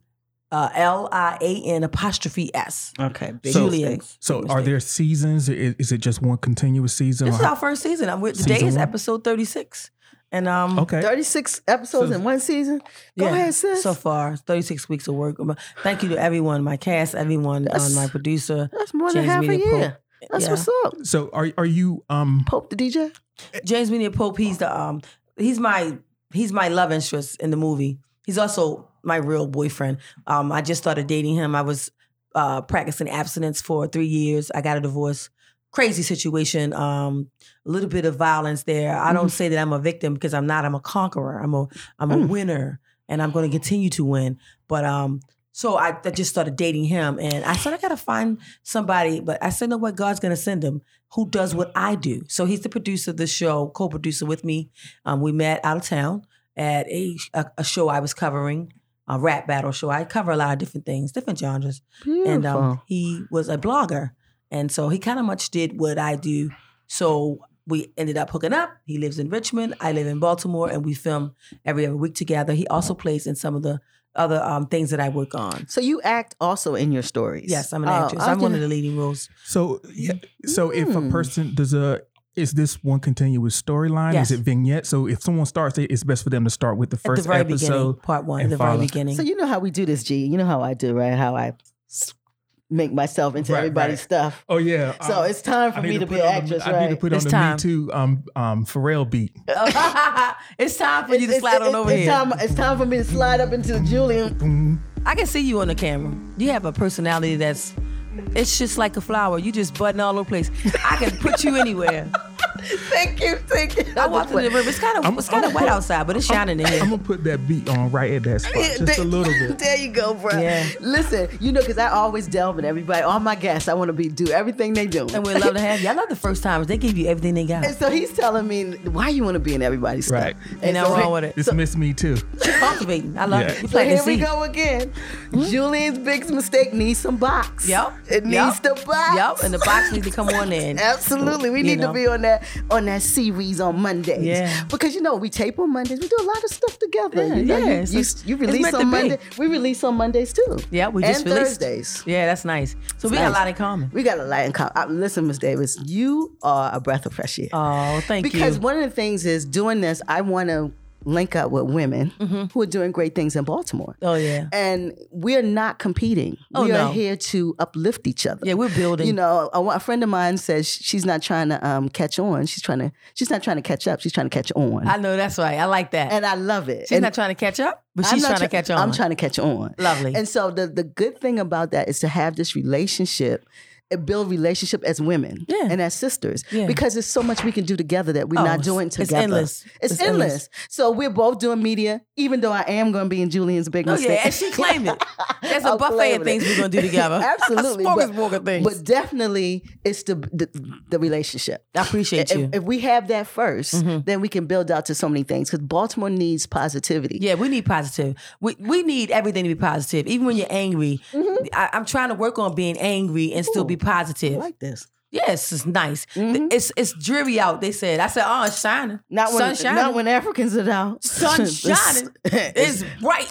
[SPEAKER 4] uh, L I A N apostrophe S.
[SPEAKER 6] Okay. big
[SPEAKER 5] So-
[SPEAKER 6] mistakes.
[SPEAKER 5] So
[SPEAKER 4] Big
[SPEAKER 5] are
[SPEAKER 4] mistake.
[SPEAKER 5] there seasons? I- Is, it just one continuous season?
[SPEAKER 4] This
[SPEAKER 5] or
[SPEAKER 4] is
[SPEAKER 5] how-
[SPEAKER 4] our first season. I'm with, today
[SPEAKER 5] Season
[SPEAKER 4] is
[SPEAKER 5] one?
[SPEAKER 4] episode 36. And um,
[SPEAKER 5] okay,
[SPEAKER 6] 36 episodes
[SPEAKER 5] So-
[SPEAKER 6] in one season. Go
[SPEAKER 4] Yeah,
[SPEAKER 6] ahead, sis.
[SPEAKER 4] so far, 36 weeks of work. Um, Thank you to everyone, my cast, everyone, um,
[SPEAKER 6] That's-
[SPEAKER 4] my producer.
[SPEAKER 6] That's more than
[SPEAKER 4] James
[SPEAKER 6] half a
[SPEAKER 4] Media Pope.
[SPEAKER 6] year. That's
[SPEAKER 4] Yeah.
[SPEAKER 6] what's up.
[SPEAKER 5] so are are you um
[SPEAKER 6] Pope the DJ.
[SPEAKER 4] James Media Pope, he's the um he's my he's my love interest in the movie. He's also my real boyfriend. Um I just started dating him. I was uh practicing abstinence for 3 years. I got a divorce. Crazy situation. Um a little bit of violence there. I don't say that I'm a victim because I'm not. I'm a conqueror. I'm a I'm a
[SPEAKER 6] Mm.
[SPEAKER 4] winner and I'm going to continue to win. But um so I, I just started dating him and I said I got to find somebody, but I said no what God's going to send him who does what I do. So he's the producer of the show, co-producer with me. Um, we met out of town at a a, a show I was covering, a rap battle show. I cover a lot of different things, different genres,
[SPEAKER 6] Beautiful.
[SPEAKER 4] and um, he was a blogger, and so he kind of much did what I do. So we ended up hooking up. He lives in Richmond, I live in Baltimore, and we film every other week together. He also plays in some of the other um, things that I work on.
[SPEAKER 6] so you act also in your stories.
[SPEAKER 4] Yes, I'm an
[SPEAKER 6] Oh,
[SPEAKER 4] actress.
[SPEAKER 6] I
[SPEAKER 4] I'm one of
[SPEAKER 6] didn't-
[SPEAKER 4] the leading roles.
[SPEAKER 5] so yeah, so if a
[SPEAKER 6] Mm.
[SPEAKER 5] person does a is this one continuous storyline?
[SPEAKER 4] Yes.
[SPEAKER 5] Is it vignette? So if someone starts it, it's best for them to start with the
[SPEAKER 4] At the
[SPEAKER 5] first
[SPEAKER 4] very beginning,
[SPEAKER 5] episode.
[SPEAKER 4] part one,
[SPEAKER 5] and
[SPEAKER 4] the
[SPEAKER 5] follow.
[SPEAKER 4] very beginning.
[SPEAKER 6] So you know how we do this, G. You know how I do, right? How I s- make myself into
[SPEAKER 5] Right,
[SPEAKER 6] everybody's
[SPEAKER 5] right.
[SPEAKER 6] stuff.
[SPEAKER 5] Oh yeah.
[SPEAKER 6] So
[SPEAKER 5] um,
[SPEAKER 6] it's time
[SPEAKER 5] I
[SPEAKER 6] for
[SPEAKER 5] need
[SPEAKER 6] me
[SPEAKER 5] to
[SPEAKER 6] to,
[SPEAKER 5] put
[SPEAKER 6] be an
[SPEAKER 5] on the-
[SPEAKER 6] actress,
[SPEAKER 5] I
[SPEAKER 6] right?
[SPEAKER 5] need to put
[SPEAKER 4] It's
[SPEAKER 5] on the
[SPEAKER 4] time.
[SPEAKER 5] Me Too um, um, Pharrell beat.
[SPEAKER 4] it's time for you to
[SPEAKER 6] It's-
[SPEAKER 4] slide
[SPEAKER 6] it's-
[SPEAKER 4] on over
[SPEAKER 6] it's
[SPEAKER 4] here.
[SPEAKER 6] Time, it's time for me to slide up into the Julian.
[SPEAKER 4] I can see you on the camera. You have a personality that's it's just like a flower. You just budding all over the place. I can put you anywhere.
[SPEAKER 6] Thank you, thank you.
[SPEAKER 4] I walked in the river. It's kind of it's kind of wet outside, but it's shining in
[SPEAKER 5] I'm
[SPEAKER 4] here.
[SPEAKER 5] gonna put that beat on right at that spot,
[SPEAKER 6] Yeah,
[SPEAKER 5] just
[SPEAKER 6] there-
[SPEAKER 5] a little bit.
[SPEAKER 6] There you go, bro.
[SPEAKER 4] Yeah.
[SPEAKER 6] Listen, you know, because I always delve in everybody. All my guests, I want to be do everything they do.
[SPEAKER 4] And we love to have you. I love the first timers. They give you everything they got.
[SPEAKER 6] And so he's telling me why you want to be in everybody's
[SPEAKER 5] Right.
[SPEAKER 6] stuff.
[SPEAKER 4] Ain't
[SPEAKER 6] so
[SPEAKER 4] nothing wrong with it.
[SPEAKER 5] It's Miss Me Too.
[SPEAKER 4] Cultivating. I love
[SPEAKER 5] Yeah.
[SPEAKER 4] it. You
[SPEAKER 6] So
[SPEAKER 4] plant the
[SPEAKER 6] here we
[SPEAKER 4] seed.
[SPEAKER 6] go again.
[SPEAKER 4] Hmm?
[SPEAKER 6] Julian's big mistake needs some box.
[SPEAKER 4] Yep.
[SPEAKER 6] It needs
[SPEAKER 4] yep.
[SPEAKER 6] the box.
[SPEAKER 4] Yep. And the box needs to come on in.
[SPEAKER 6] Absolutely. We
[SPEAKER 4] You
[SPEAKER 6] need
[SPEAKER 4] know.
[SPEAKER 6] to be on that on that series on Mondays.
[SPEAKER 4] Yeah.
[SPEAKER 6] Because you know, we tape on Mondays. We do a lot of stuff together.
[SPEAKER 4] Yeah,
[SPEAKER 6] you, know,
[SPEAKER 4] yeah,
[SPEAKER 6] you-
[SPEAKER 4] it's
[SPEAKER 6] you,
[SPEAKER 4] just-
[SPEAKER 6] you
[SPEAKER 4] it's
[SPEAKER 6] release
[SPEAKER 4] meant to
[SPEAKER 6] on
[SPEAKER 4] be.
[SPEAKER 6] Monday. We release on Mondays too.
[SPEAKER 4] Yeah, we
[SPEAKER 6] and
[SPEAKER 4] just released.
[SPEAKER 6] Thursdays.
[SPEAKER 4] Yeah, that's nice. So we got a
[SPEAKER 6] nice.
[SPEAKER 4] lot in common.
[SPEAKER 6] We got a lot in common. Uh, Listen, Miss Davis, you are a breath of fresh air.
[SPEAKER 4] Oh, thank you.
[SPEAKER 6] because one of the things is doing this, I want to link up with women
[SPEAKER 4] Mm-hmm.
[SPEAKER 6] who are doing great things in Baltimore.
[SPEAKER 4] Oh yeah.
[SPEAKER 6] And we're not competing.
[SPEAKER 4] Oh,
[SPEAKER 6] we
[SPEAKER 4] no.
[SPEAKER 6] are here to uplift each other.
[SPEAKER 4] Yeah, we're building.
[SPEAKER 6] You know, a, a friend of mine says sh- she's not trying to um, catch on. She's trying to. She's not trying to catch up. She's trying to catch on.
[SPEAKER 4] I know that's right. I like that.
[SPEAKER 6] and I love it.
[SPEAKER 4] She's
[SPEAKER 6] and
[SPEAKER 4] not trying to catch up, but
[SPEAKER 6] I'm
[SPEAKER 4] she's
[SPEAKER 6] not
[SPEAKER 4] trying to
[SPEAKER 6] try-
[SPEAKER 4] catch on.
[SPEAKER 6] I'm trying to catch on.
[SPEAKER 4] Lovely.
[SPEAKER 6] And so the the good thing about that is to have this relationship. and Build relationship as women
[SPEAKER 4] Yeah.
[SPEAKER 6] and as sisters
[SPEAKER 4] Yeah.
[SPEAKER 6] because there's so much we can do together that we're
[SPEAKER 4] Oh,
[SPEAKER 6] not
[SPEAKER 4] it's-
[SPEAKER 6] doing
[SPEAKER 4] it's
[SPEAKER 6] together.
[SPEAKER 4] endless.
[SPEAKER 6] It's,
[SPEAKER 4] It's
[SPEAKER 6] endless.
[SPEAKER 4] endless.
[SPEAKER 6] So we're both doing media, even though I am going to be in Julian's big
[SPEAKER 4] Oh
[SPEAKER 6] mistake.
[SPEAKER 4] yeah, and she claimed it. There's a
[SPEAKER 6] I'm
[SPEAKER 4] buffet
[SPEAKER 6] claiming
[SPEAKER 4] of things
[SPEAKER 6] it.
[SPEAKER 4] we're gonna do together.
[SPEAKER 6] Absolutely,
[SPEAKER 4] a
[SPEAKER 6] but-
[SPEAKER 4] smorgasbord of things.
[SPEAKER 6] But definitely, it's the the, the relationship.
[SPEAKER 4] I appreciate
[SPEAKER 6] if,
[SPEAKER 4] you. Mm-hmm.
[SPEAKER 6] if we have that 1st then we can build out to so many things because Baltimore needs positivity.
[SPEAKER 4] yeah, we need positive. We we need everything to be positive. Even when you're angry, Mm-hmm. I, Mm-hmm. I'm trying to work on being angry and still be positive.
[SPEAKER 6] I like this.
[SPEAKER 4] Yes, it's nice. It's it's dreary out. They said. I said, oh, it's shining.
[SPEAKER 6] Not when,
[SPEAKER 4] sun shining.
[SPEAKER 6] not when Africans are out.
[SPEAKER 4] sun shining.
[SPEAKER 6] It's,
[SPEAKER 4] It's bright.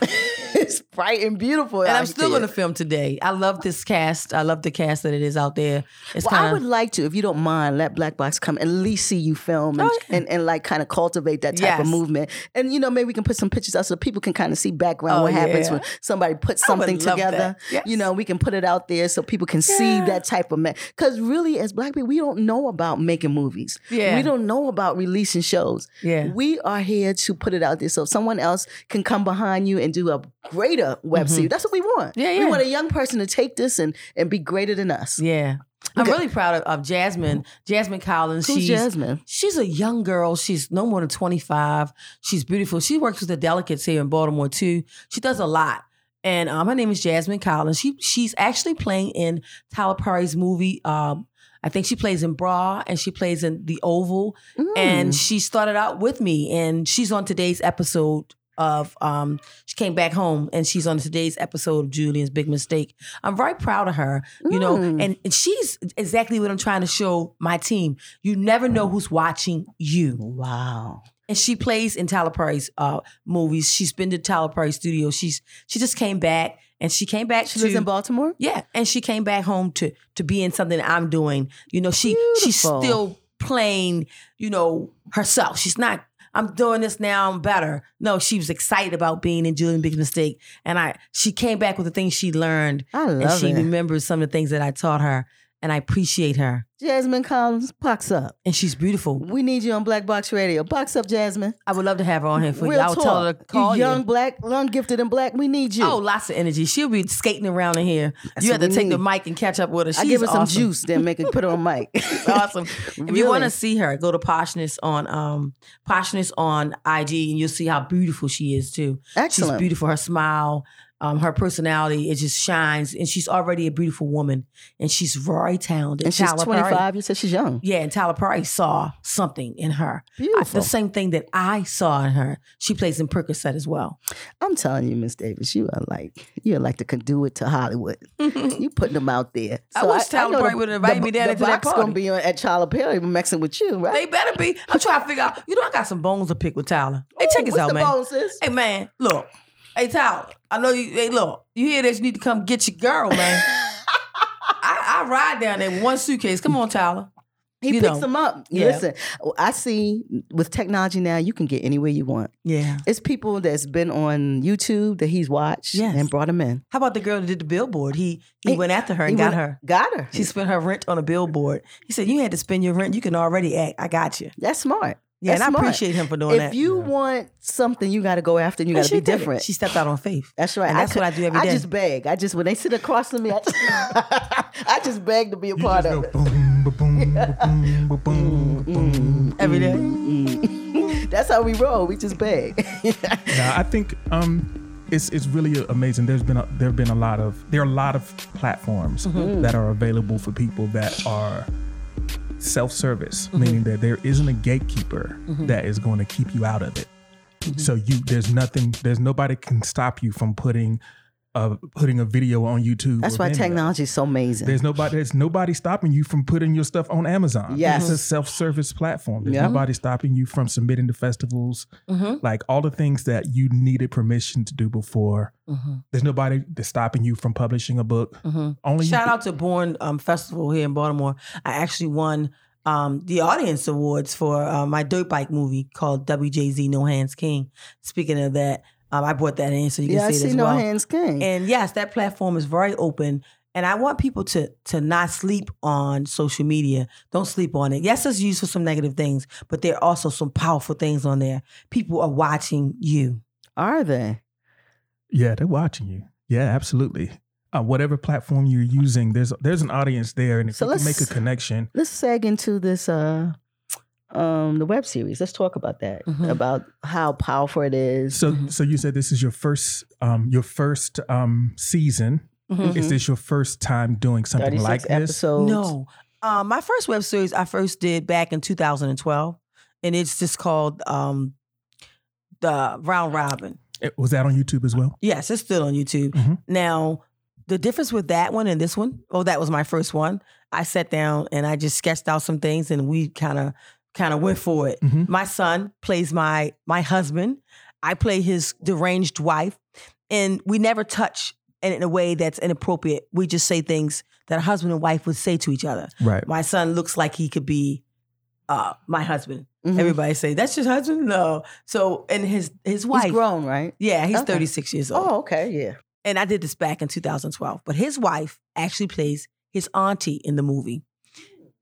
[SPEAKER 6] it's bright and beautiful.
[SPEAKER 4] And I'm
[SPEAKER 6] out
[SPEAKER 4] still
[SPEAKER 6] there.
[SPEAKER 4] going to film today. I love this cast. I love the cast that it is out there. It's
[SPEAKER 6] Well, I
[SPEAKER 4] kind
[SPEAKER 6] would
[SPEAKER 4] of
[SPEAKER 6] like to, if you don't mind, let Black Box come and at least see you film and,
[SPEAKER 4] Oh, yeah.
[SPEAKER 6] and, and like kind of cultivate that type of
[SPEAKER 4] Yes.
[SPEAKER 6] movement. And you know, maybe we can put some pictures out so people can kind of see background
[SPEAKER 4] Oh,
[SPEAKER 6] what happens
[SPEAKER 4] yeah.
[SPEAKER 6] when somebody puts
[SPEAKER 4] I would
[SPEAKER 6] something
[SPEAKER 4] love
[SPEAKER 6] together.
[SPEAKER 4] that. Yes.
[SPEAKER 6] You know, we can put it out there so people can see that type of man. Because really, as Black people, we don't know about making movies.
[SPEAKER 4] Yeah.
[SPEAKER 6] We don't know about releasing shows.
[SPEAKER 4] Yeah.
[SPEAKER 6] We are here to put it out there so someone else can come behind you and do a greater web series. That's what we want.
[SPEAKER 4] Mm-hmm. Yeah,
[SPEAKER 6] We
[SPEAKER 4] yeah.
[SPEAKER 6] want a young person to take this and and be greater than us.
[SPEAKER 4] yeah. I'm really proud of, of Jasmine. Jasmine Collins.
[SPEAKER 6] Who's
[SPEAKER 4] she's
[SPEAKER 6] Jasmine?
[SPEAKER 4] She's a young girl. She's no more than 25. She's beautiful. She works with the delegates here in Baltimore too. She does a lot. And um, her name is Jasmine Collins. She she's actually playing in Tyler Perry's movie. Um, I think she plays in Bra and she plays in The Oval. And she started out with me, and she's on today's episode of um she came back home and she's on today's episode of Julian's Big Mistake. I'm very proud of her, you know,
[SPEAKER 6] Mm.
[SPEAKER 4] and, and she's exactly what I'm trying to show my team. You never know who's watching you.
[SPEAKER 6] Wow.
[SPEAKER 4] And she plays in Tyler Perry's uh movies. She's been to Tyler Perry studio. She's she just came back and she came back
[SPEAKER 6] She
[SPEAKER 4] to
[SPEAKER 6] lives in Baltimore?
[SPEAKER 4] yeah, and she came back home to to be in something I'm doing. You know, she she's
[SPEAKER 6] Beautiful.
[SPEAKER 4] still playing. You know, herself. She's not. I'm doing this now. I'm better. No, she was excited about being in Julian Big Mistake, and I. She came back with the things she learned,
[SPEAKER 6] I
[SPEAKER 4] and
[SPEAKER 6] love
[SPEAKER 4] she
[SPEAKER 6] it.
[SPEAKER 4] remembers some of the things that I taught her, and I appreciate her.
[SPEAKER 6] Jasmine Collins, box up.
[SPEAKER 4] And she's beautiful.
[SPEAKER 6] We need you on Black Box Radio. Box up, Jasmine.
[SPEAKER 4] I would love to have her on here for
[SPEAKER 6] Real
[SPEAKER 4] you. I would
[SPEAKER 6] talk.
[SPEAKER 4] tell her to call
[SPEAKER 6] you
[SPEAKER 4] you.
[SPEAKER 6] young black, ungifted and black. We need you.
[SPEAKER 4] Oh, lots of energy. She'll be skating around in here. you have
[SPEAKER 6] what
[SPEAKER 4] to
[SPEAKER 6] we
[SPEAKER 4] take the
[SPEAKER 6] need.
[SPEAKER 4] mic and catch up with her. She's
[SPEAKER 6] I give her some
[SPEAKER 4] awesome. Oh,
[SPEAKER 6] juice, then make it put her on mic.
[SPEAKER 4] awesome. If you want
[SPEAKER 6] Really?
[SPEAKER 4] to see her, go to Poshness on um Poshness on IG, and you'll see how beautiful she is too. She's
[SPEAKER 6] Excellent.
[SPEAKER 4] beautiful. Her smile, um, her personality, it just shines. And she's already a beautiful woman, and she's very talented.
[SPEAKER 6] And she's
[SPEAKER 4] Tyler Perry-
[SPEAKER 6] 25. You said she's young.
[SPEAKER 4] Yeah, and Tyler Perry saw something in her. I-
[SPEAKER 6] Beautiful.
[SPEAKER 4] the same thing that I saw in her. She plays in Percocet as well.
[SPEAKER 6] I'm telling you, Miss Davis, you are like you're like the conduit to Hollywood. you putting them out there.
[SPEAKER 4] I wish Tyler
[SPEAKER 6] know the-
[SPEAKER 4] Perry would've invited
[SPEAKER 6] the-
[SPEAKER 4] me down
[SPEAKER 6] the
[SPEAKER 4] into that
[SPEAKER 6] box
[SPEAKER 4] party.
[SPEAKER 6] gonna be on, at Tyler Perry mixing with you, right?
[SPEAKER 4] They better be. I'm trying to figure out. You know, I got some bones to pick with Tyler. Hey, check
[SPEAKER 6] Ooh,
[SPEAKER 4] this
[SPEAKER 6] what's
[SPEAKER 4] out,
[SPEAKER 6] the
[SPEAKER 4] man.
[SPEAKER 6] bone, sis?
[SPEAKER 4] Hey man, look. Hey Tyler, I know you. Hey look, you hear this? You need to come get your girl, man. I, I ride down there with one suitcase. Come on, Tyler.
[SPEAKER 6] He
[SPEAKER 4] you
[SPEAKER 6] picks
[SPEAKER 4] know.
[SPEAKER 6] them up.
[SPEAKER 4] Yeah.
[SPEAKER 6] Listen, I see with technology now, you can get anywhere you want.
[SPEAKER 4] Yeah.
[SPEAKER 6] It's people that's been on YouTube that he's watched
[SPEAKER 4] Yes.
[SPEAKER 6] and brought him in.
[SPEAKER 4] How about the girl that did the billboard? He he
[SPEAKER 6] He-
[SPEAKER 4] went after her and
[SPEAKER 6] He
[SPEAKER 4] got
[SPEAKER 6] went-
[SPEAKER 4] her.
[SPEAKER 6] Got her.
[SPEAKER 4] She spent her rent on a billboard. He said, "You had to spend your rent. You can already act. I got you."
[SPEAKER 6] that's smart.
[SPEAKER 4] Yeah,
[SPEAKER 6] That's
[SPEAKER 4] and I
[SPEAKER 6] smart.
[SPEAKER 4] appreciate him for doing
[SPEAKER 6] If
[SPEAKER 4] that.
[SPEAKER 6] you want something, you got to go after and you
[SPEAKER 4] And
[SPEAKER 6] got to
[SPEAKER 4] she
[SPEAKER 6] be
[SPEAKER 4] did it.
[SPEAKER 6] different.
[SPEAKER 4] She stepped out on faith.
[SPEAKER 6] that's right.
[SPEAKER 4] and that's
[SPEAKER 6] cou-
[SPEAKER 4] what I do every
[SPEAKER 6] I
[SPEAKER 4] day.
[SPEAKER 6] just beg. I just, when they sit across from me, I just, I just beg to be a
[SPEAKER 5] You
[SPEAKER 6] part
[SPEAKER 5] just
[SPEAKER 6] of
[SPEAKER 5] go
[SPEAKER 6] it.
[SPEAKER 5] boom,
[SPEAKER 6] Mm,
[SPEAKER 5] ba- boom, ba- boom, ba- boom, ba- boom.
[SPEAKER 4] Every day.
[SPEAKER 6] Mm-hmm. That's how we roll. We just beg.
[SPEAKER 5] Nah, I think um, it's it's really amazing. There's been a, there have been a lot of there are a lot of platforms
[SPEAKER 6] Mm.
[SPEAKER 5] that are available for people that are self-service, meaning that there isn't a gatekeeper that is going to keep you out of it. So you there's nothing there's nobody can stop you from putting a putting a video on YouTube.
[SPEAKER 6] that's
[SPEAKER 5] or
[SPEAKER 6] why
[SPEAKER 5] Vimeo.
[SPEAKER 6] technology is so amazing.
[SPEAKER 5] There's nobody. There's nobody stopping you from putting your stuff on Amazon.
[SPEAKER 6] Yes.
[SPEAKER 5] it's a self-service platform. There's
[SPEAKER 6] Yeah. Mm-hmm.
[SPEAKER 5] nobody stopping you from submitting to festivals. Like all the things that you needed permission to do before.
[SPEAKER 6] Mm-hmm.
[SPEAKER 5] There's nobody that's stopping you from publishing a book. Only you
[SPEAKER 4] Shout
[SPEAKER 5] can-
[SPEAKER 4] out to Born um, Festival here in Baltimore. I actually won um, the audience awards for uh, my dirt bike movie called WJZ No Hands King. Speaking of that, um, I brought that in so you can
[SPEAKER 6] yeah, I
[SPEAKER 4] see it
[SPEAKER 6] see
[SPEAKER 4] as
[SPEAKER 6] no
[SPEAKER 4] well.
[SPEAKER 6] hands game.
[SPEAKER 4] And yes, that platform is very open. And I want people to to not sleep on social media. Don't sleep on it. Yes, it's used for some negative things, but there are also some powerful things on there. People are watching you.
[SPEAKER 6] Are they?
[SPEAKER 5] Yeah, they're watching you. Yeah, absolutely. Uh, whatever platform you're using, there's there's an audience there, and if
[SPEAKER 6] So
[SPEAKER 5] you can
[SPEAKER 6] let's-
[SPEAKER 5] make a connection,
[SPEAKER 6] let's seg into this uh um the web series let's talk about that
[SPEAKER 4] Mhm.
[SPEAKER 6] about how powerful it is
[SPEAKER 5] so
[SPEAKER 4] Mhm.
[SPEAKER 5] so you said this is your first um your first um season.
[SPEAKER 4] Mhm.
[SPEAKER 5] Is this your first time doing something
[SPEAKER 6] 36
[SPEAKER 5] like this?
[SPEAKER 6] Mm-hmm. episodes
[SPEAKER 4] No. Um, my first web series I first did back in 2012, and it's just called um, the Round Robin.
[SPEAKER 5] It- Eh, Was that on YouTube as well?
[SPEAKER 4] Yes, it's still on YouTube.
[SPEAKER 5] Mhm.
[SPEAKER 4] Now, the difference with that one and this one, oh, that was my first one. I sat down and I just sketched out some things and we kind of kind of went for it.
[SPEAKER 5] Mhm.
[SPEAKER 4] My son plays my my husband. I play his deranged wife. And we never touch in, in a way that's inappropriate. We just say things that a husband and wife would say to each other.
[SPEAKER 5] Right.
[SPEAKER 4] My son looks like he could be uh, my husband.
[SPEAKER 6] Mhm.
[SPEAKER 4] Everybody say, that's your husband? No. So and his his wife.
[SPEAKER 6] He's grown, right?
[SPEAKER 4] Yeah, he's
[SPEAKER 6] Okay.
[SPEAKER 4] 36 years old
[SPEAKER 6] Oh, okay, yeah.
[SPEAKER 4] and I did this back in 2012. But his wife actually plays his auntie in the movie,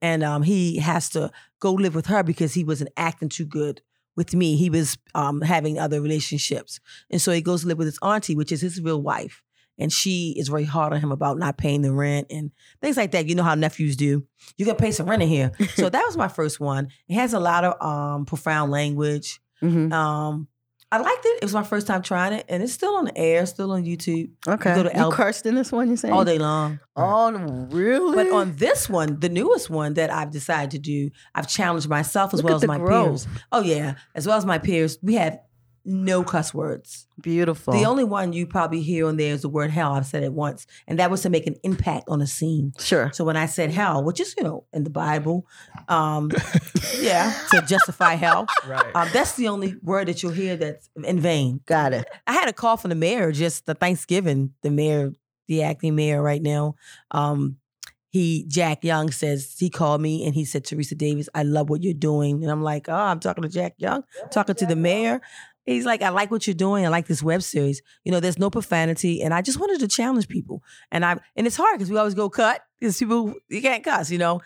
[SPEAKER 4] and um, he has to go live with her because he wasn't acting too good with me. He was um, having other relationships, and so he goes to live with his auntie, which is his real wife, and she is very hard on him about not paying the rent and things like that. You know how nephews do. You got to pay some rent in here. so that was my first one. It has a lot of um, profound language.
[SPEAKER 6] Mhm.
[SPEAKER 4] Um, I liked it. It was my first time trying it, and it's still on the air, still on YouTube
[SPEAKER 6] Okay.
[SPEAKER 4] go to
[SPEAKER 6] You
[SPEAKER 4] Al-
[SPEAKER 6] cursed in this one, you saying?
[SPEAKER 4] all day long.
[SPEAKER 6] Oh, really?
[SPEAKER 4] But on this one, the newest one that I've decided to do, I've challenged myself as
[SPEAKER 6] Look
[SPEAKER 4] well
[SPEAKER 6] at
[SPEAKER 4] as
[SPEAKER 6] the
[SPEAKER 4] my
[SPEAKER 6] growth.
[SPEAKER 4] peers. Oh yeah, as well as my peers, we had no cuss words.
[SPEAKER 6] beautiful.
[SPEAKER 4] The only one you probably hear on there is the word hell. I've said it once, and that was to make an impact on a scene.
[SPEAKER 6] sure.
[SPEAKER 4] So when I said hell, which is you know in the Bible, um, yeah, to justify hell,
[SPEAKER 5] Right.
[SPEAKER 4] um, that's the only word that you'll hear that's in vain.
[SPEAKER 6] Got it.
[SPEAKER 4] I had a call from the mayor just the Thanksgiving. The mayor, the acting mayor right now. Um, he Jack Young says he called me and he said, Teresa Davis, I love what you're doing. And I'm like, oh, I'm talking to Jack Young, talking to the mayor. He's like, I like what you're doing. I like this web series. You know, there's no profanity, and I just wanted to challenge people. And I and it's hard because we always go cut because people you can't cuss, you know.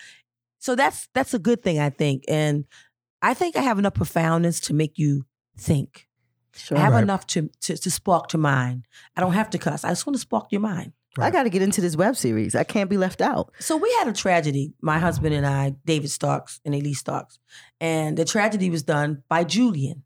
[SPEAKER 4] So that's that's a good thing I think, and I think I have enough profoundness to make you think.
[SPEAKER 6] Sure.
[SPEAKER 4] I have
[SPEAKER 5] Right.
[SPEAKER 4] enough to, to to spark your mind. I don't have to cuss. I just want to spark your mind.
[SPEAKER 6] I got to get into this web series. I can't be left out.
[SPEAKER 4] So we had a tragedy. My husband and I, David Starks and Elise Starks, and the tragedy was done by Julian.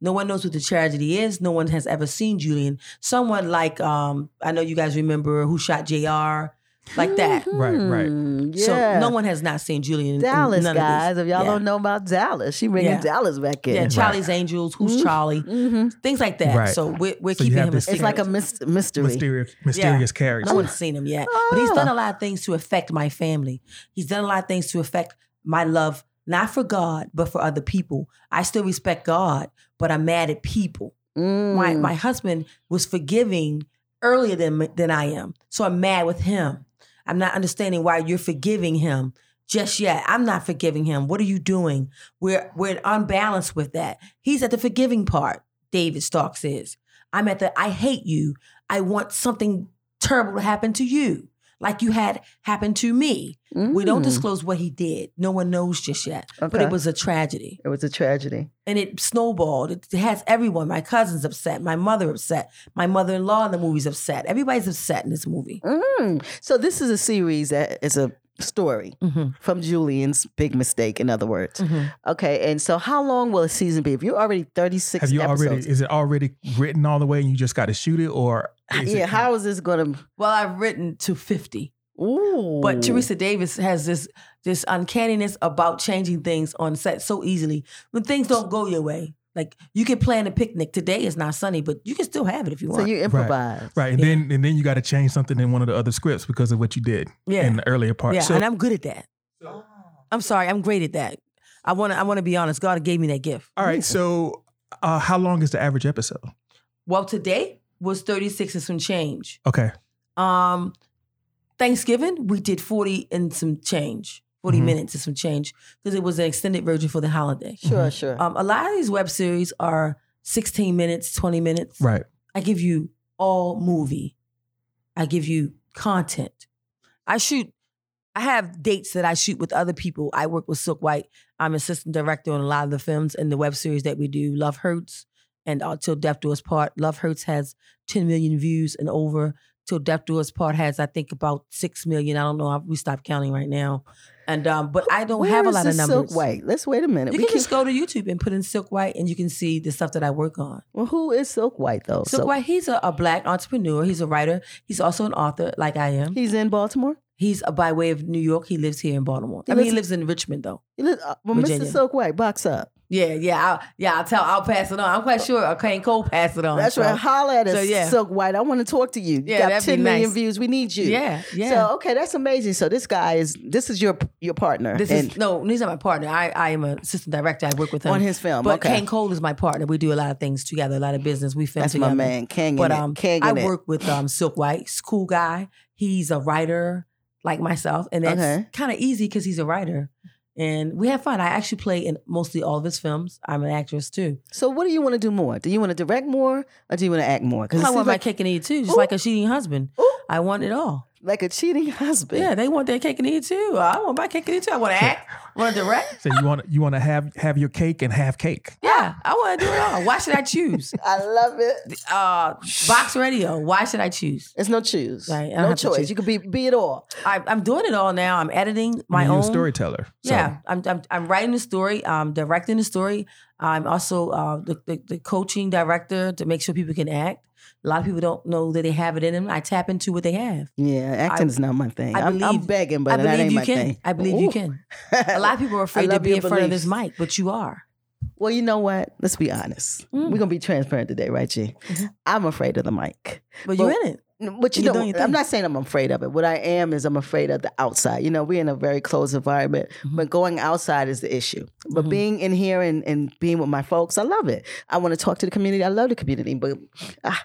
[SPEAKER 4] No one knows what the tragedy is. No one has ever seen Julian. Someone like um, I know you guys remember who shot Jr. like that.
[SPEAKER 5] Right, right.
[SPEAKER 6] Mhm. Yeah.
[SPEAKER 4] So no one has not seen Julian. in
[SPEAKER 6] Dallas,
[SPEAKER 4] none of these.
[SPEAKER 6] guys. If y'all
[SPEAKER 4] Yeah.
[SPEAKER 6] don't know about Dallas, she bringing
[SPEAKER 4] Yeah.
[SPEAKER 6] Dallas back in.
[SPEAKER 4] yeah, Charlie's Angels. Who's
[SPEAKER 6] Mhm.
[SPEAKER 4] Charlie?
[SPEAKER 6] hmm
[SPEAKER 4] Things like that.
[SPEAKER 5] Right.
[SPEAKER 4] So we're, we're
[SPEAKER 5] So you
[SPEAKER 4] keeping
[SPEAKER 5] have
[SPEAKER 4] him.
[SPEAKER 5] this-
[SPEAKER 4] a
[SPEAKER 6] It's like a
[SPEAKER 4] secret.
[SPEAKER 6] mys- mystery.
[SPEAKER 5] Mysterious, mysterious character.
[SPEAKER 4] No one's seen him yet. But he's done a lot of things to affect my family. He's done a lot of things to affect my love, not for God, but for other people. I still respect God, but I'm mad at people.
[SPEAKER 6] Mm.
[SPEAKER 4] My my husband was forgiving earlier than than I am. So I'm mad with him. I'm not understanding why you're forgiving him just yet. I'm not forgiving him. What are you doing? We're we're unbalanced with that. He's at the forgiving part. David Starks is. I'm at the I hate you. I want something terrible to happen to you, like you had happened to me. We don't
[SPEAKER 6] Mm.
[SPEAKER 4] disclose what he did. No one knows just yet. But
[SPEAKER 6] Okay.
[SPEAKER 4] it was a tragedy
[SPEAKER 6] It was a tragedy.
[SPEAKER 4] and it snowballed. It has everyone. My cousin's upset. My mother upset. My mother in law in the movie's upset. Everybody's upset in this movie.
[SPEAKER 6] Mm. So this is a series that is a story
[SPEAKER 4] Mm-hmm.
[SPEAKER 6] from Julian's big mistake. In other words,
[SPEAKER 4] Mm.
[SPEAKER 6] okay. And so, how long will a season be? If you're already 36
[SPEAKER 5] Have you
[SPEAKER 6] episodes,
[SPEAKER 5] already? Is it already written all the way, and you just got to shoot it, or is
[SPEAKER 6] Ah, yeah.
[SPEAKER 5] it,
[SPEAKER 6] How is this going
[SPEAKER 4] Well, I've written to fifty,
[SPEAKER 6] to? Ooh.
[SPEAKER 4] but Teresa Davis has this this uncanniness about changing things on set so easily when things don't go your way. Like you can plan a picnic today; it's not sunny, but you can still have it if you
[SPEAKER 6] So
[SPEAKER 4] want.
[SPEAKER 6] you improvise.
[SPEAKER 5] Right, and then and then you got to change something in one of the other scripts because of what you did
[SPEAKER 4] yeah,
[SPEAKER 5] in the earlier part.
[SPEAKER 4] yeah,
[SPEAKER 5] uh, so,
[SPEAKER 4] and I'm good at that. I'm sorry, I'm great at that. I want to. I want to be honest. God gave me that gift.
[SPEAKER 5] all right. So, uh, how long is the average episode?
[SPEAKER 4] Well, today was 36 and some change.
[SPEAKER 5] Okay,
[SPEAKER 4] Um, Thanksgiving, we did 40 and some change, 40
[SPEAKER 5] Mhm.
[SPEAKER 4] minutes and some change, because it was an extended version for the holiday.
[SPEAKER 6] Sure, sure.
[SPEAKER 4] Um, a lot of these web series are 16 minutes, 20 minutes.
[SPEAKER 5] right.
[SPEAKER 4] I give you all movie, I give you content. I shoot, I have dates that I shoot with other people. I work with Silk White. I'm assistant director on a lot of the films and the web series that we do, Love Hurts and uh, Till Death Do Us Part. Love Hurts has 10 million views and over. Till Death Do Us Part has, I think, about 6 million. I don't know. I- We stopped counting right now. And um, But I don't
[SPEAKER 6] Where
[SPEAKER 4] have a
[SPEAKER 6] is
[SPEAKER 4] lot of
[SPEAKER 6] this
[SPEAKER 4] numbers.
[SPEAKER 6] Silk White. Let's wait a minute.
[SPEAKER 4] You
[SPEAKER 6] We
[SPEAKER 4] can just go to YouTube and put in Silk White and you can see the stuff that I work on.
[SPEAKER 6] Well, who is Silk White though?
[SPEAKER 4] Silk White, he's a, a black entrepreneur. He's a writer. He's also an author, like I am.
[SPEAKER 6] He's in Baltimore.
[SPEAKER 4] He's uh, a, by way of New York. He lives here in Baltimore.
[SPEAKER 6] He
[SPEAKER 4] I mean, he
[SPEAKER 6] lives-
[SPEAKER 4] lives in Richmond, though.
[SPEAKER 6] He lives- uh, well, Mr.
[SPEAKER 4] Virginia.
[SPEAKER 6] Silk White, box up.
[SPEAKER 4] Yeah, yeah, I'll, yeah. I'll tell. I'll pass it on. I'm quite sure uh, Kane Cole passed it on.
[SPEAKER 6] That's
[SPEAKER 4] so-
[SPEAKER 6] right. Holla at us,
[SPEAKER 4] so, yeah.
[SPEAKER 6] Silk White. I want to talk to you. You
[SPEAKER 4] Yeah,
[SPEAKER 6] got
[SPEAKER 4] that'd be
[SPEAKER 6] 10 million
[SPEAKER 4] nice.
[SPEAKER 6] views. We need you.
[SPEAKER 4] Yeah, yeah.
[SPEAKER 6] So okay, that's amazing. So this guy is this is your your partner.
[SPEAKER 4] This
[SPEAKER 6] and
[SPEAKER 4] is no. He's not my partner. I, I am an assistant director. I work with him
[SPEAKER 6] On his film,
[SPEAKER 4] But
[SPEAKER 6] okay.
[SPEAKER 4] Kane Cole is my partner. We do a lot of things together. A lot of business. We film
[SPEAKER 6] that's
[SPEAKER 4] together.
[SPEAKER 6] my man, Kang.
[SPEAKER 4] But
[SPEAKER 6] in it.
[SPEAKER 4] um,
[SPEAKER 6] Kang in
[SPEAKER 4] I
[SPEAKER 6] it.
[SPEAKER 4] work with um Silk White. He's a cool guy. He's a writer like myself, and that's
[SPEAKER 6] Okay.
[SPEAKER 4] kind of easy because he's a writer. And we have fun. I actually play in mostly all of his films. I'm an actress too.
[SPEAKER 6] So what do you want to do more? Do you want to direct more or do you want to act more? Because
[SPEAKER 4] I want my
[SPEAKER 6] like,
[SPEAKER 4] cake and eat it too, just
[SPEAKER 6] Ooh.
[SPEAKER 4] like a cheating husband.
[SPEAKER 6] Ooh.
[SPEAKER 4] I want it all.
[SPEAKER 6] like a cheating husband.
[SPEAKER 4] Yeah, they want their cake and eat it too. I want my cake and eat it too. I want to act. I want to direct.
[SPEAKER 5] So you want you want to have have your cake and have cake.
[SPEAKER 4] Yeah, I want to do it all. Why should I choose?
[SPEAKER 6] I love it.
[SPEAKER 4] Uh, box radio. Why should I choose?
[SPEAKER 6] It's no choose.
[SPEAKER 4] Right, I don't
[SPEAKER 6] no
[SPEAKER 4] have to
[SPEAKER 6] choice.
[SPEAKER 4] choose.
[SPEAKER 6] You could be be it all.
[SPEAKER 4] I, I'm doing it all now. I'm editing my
[SPEAKER 5] I mean,
[SPEAKER 4] own.
[SPEAKER 5] you're a storyteller. So
[SPEAKER 4] Yeah, I'm, I'm I'm writing the story. I'm directing the story. I'm also uh, the, the the coaching director to make sure people can act. A lot of people don't know that they have it in them. I tap into what they have.
[SPEAKER 6] Yeah, acting
[SPEAKER 4] I-
[SPEAKER 6] is not my thing.
[SPEAKER 4] I
[SPEAKER 6] I'm, I'm
[SPEAKER 4] believe-
[SPEAKER 6] begging, but
[SPEAKER 4] I
[SPEAKER 6] that
[SPEAKER 4] believe
[SPEAKER 6] ain't
[SPEAKER 4] you
[SPEAKER 6] my
[SPEAKER 4] can.
[SPEAKER 6] thing.
[SPEAKER 4] I believe you
[SPEAKER 6] Ooh.
[SPEAKER 4] can. A lot of people are afraid to
[SPEAKER 6] love
[SPEAKER 4] be in
[SPEAKER 6] your
[SPEAKER 4] front of this
[SPEAKER 6] beliefs.
[SPEAKER 4] mic, but you are.
[SPEAKER 6] Well, you know what? Let's be honest.
[SPEAKER 4] Mm.
[SPEAKER 6] We're gonna be transparent today, right, G? am afraid of the mic.
[SPEAKER 4] But you're
[SPEAKER 6] Well,
[SPEAKER 4] in it.
[SPEAKER 6] Mm-hmm. N- But you
[SPEAKER 4] You're
[SPEAKER 6] know,
[SPEAKER 4] doing your
[SPEAKER 6] I'm
[SPEAKER 4] thing.
[SPEAKER 6] not saying I'm afraid of it. What I am is I'm afraid of the outside. You know, we're in a very closed environment, but going outside is the issue. But
[SPEAKER 4] Mhm.
[SPEAKER 6] being in here and, and being with my folks, I love it. I want to talk to the community. I love the community, but ah,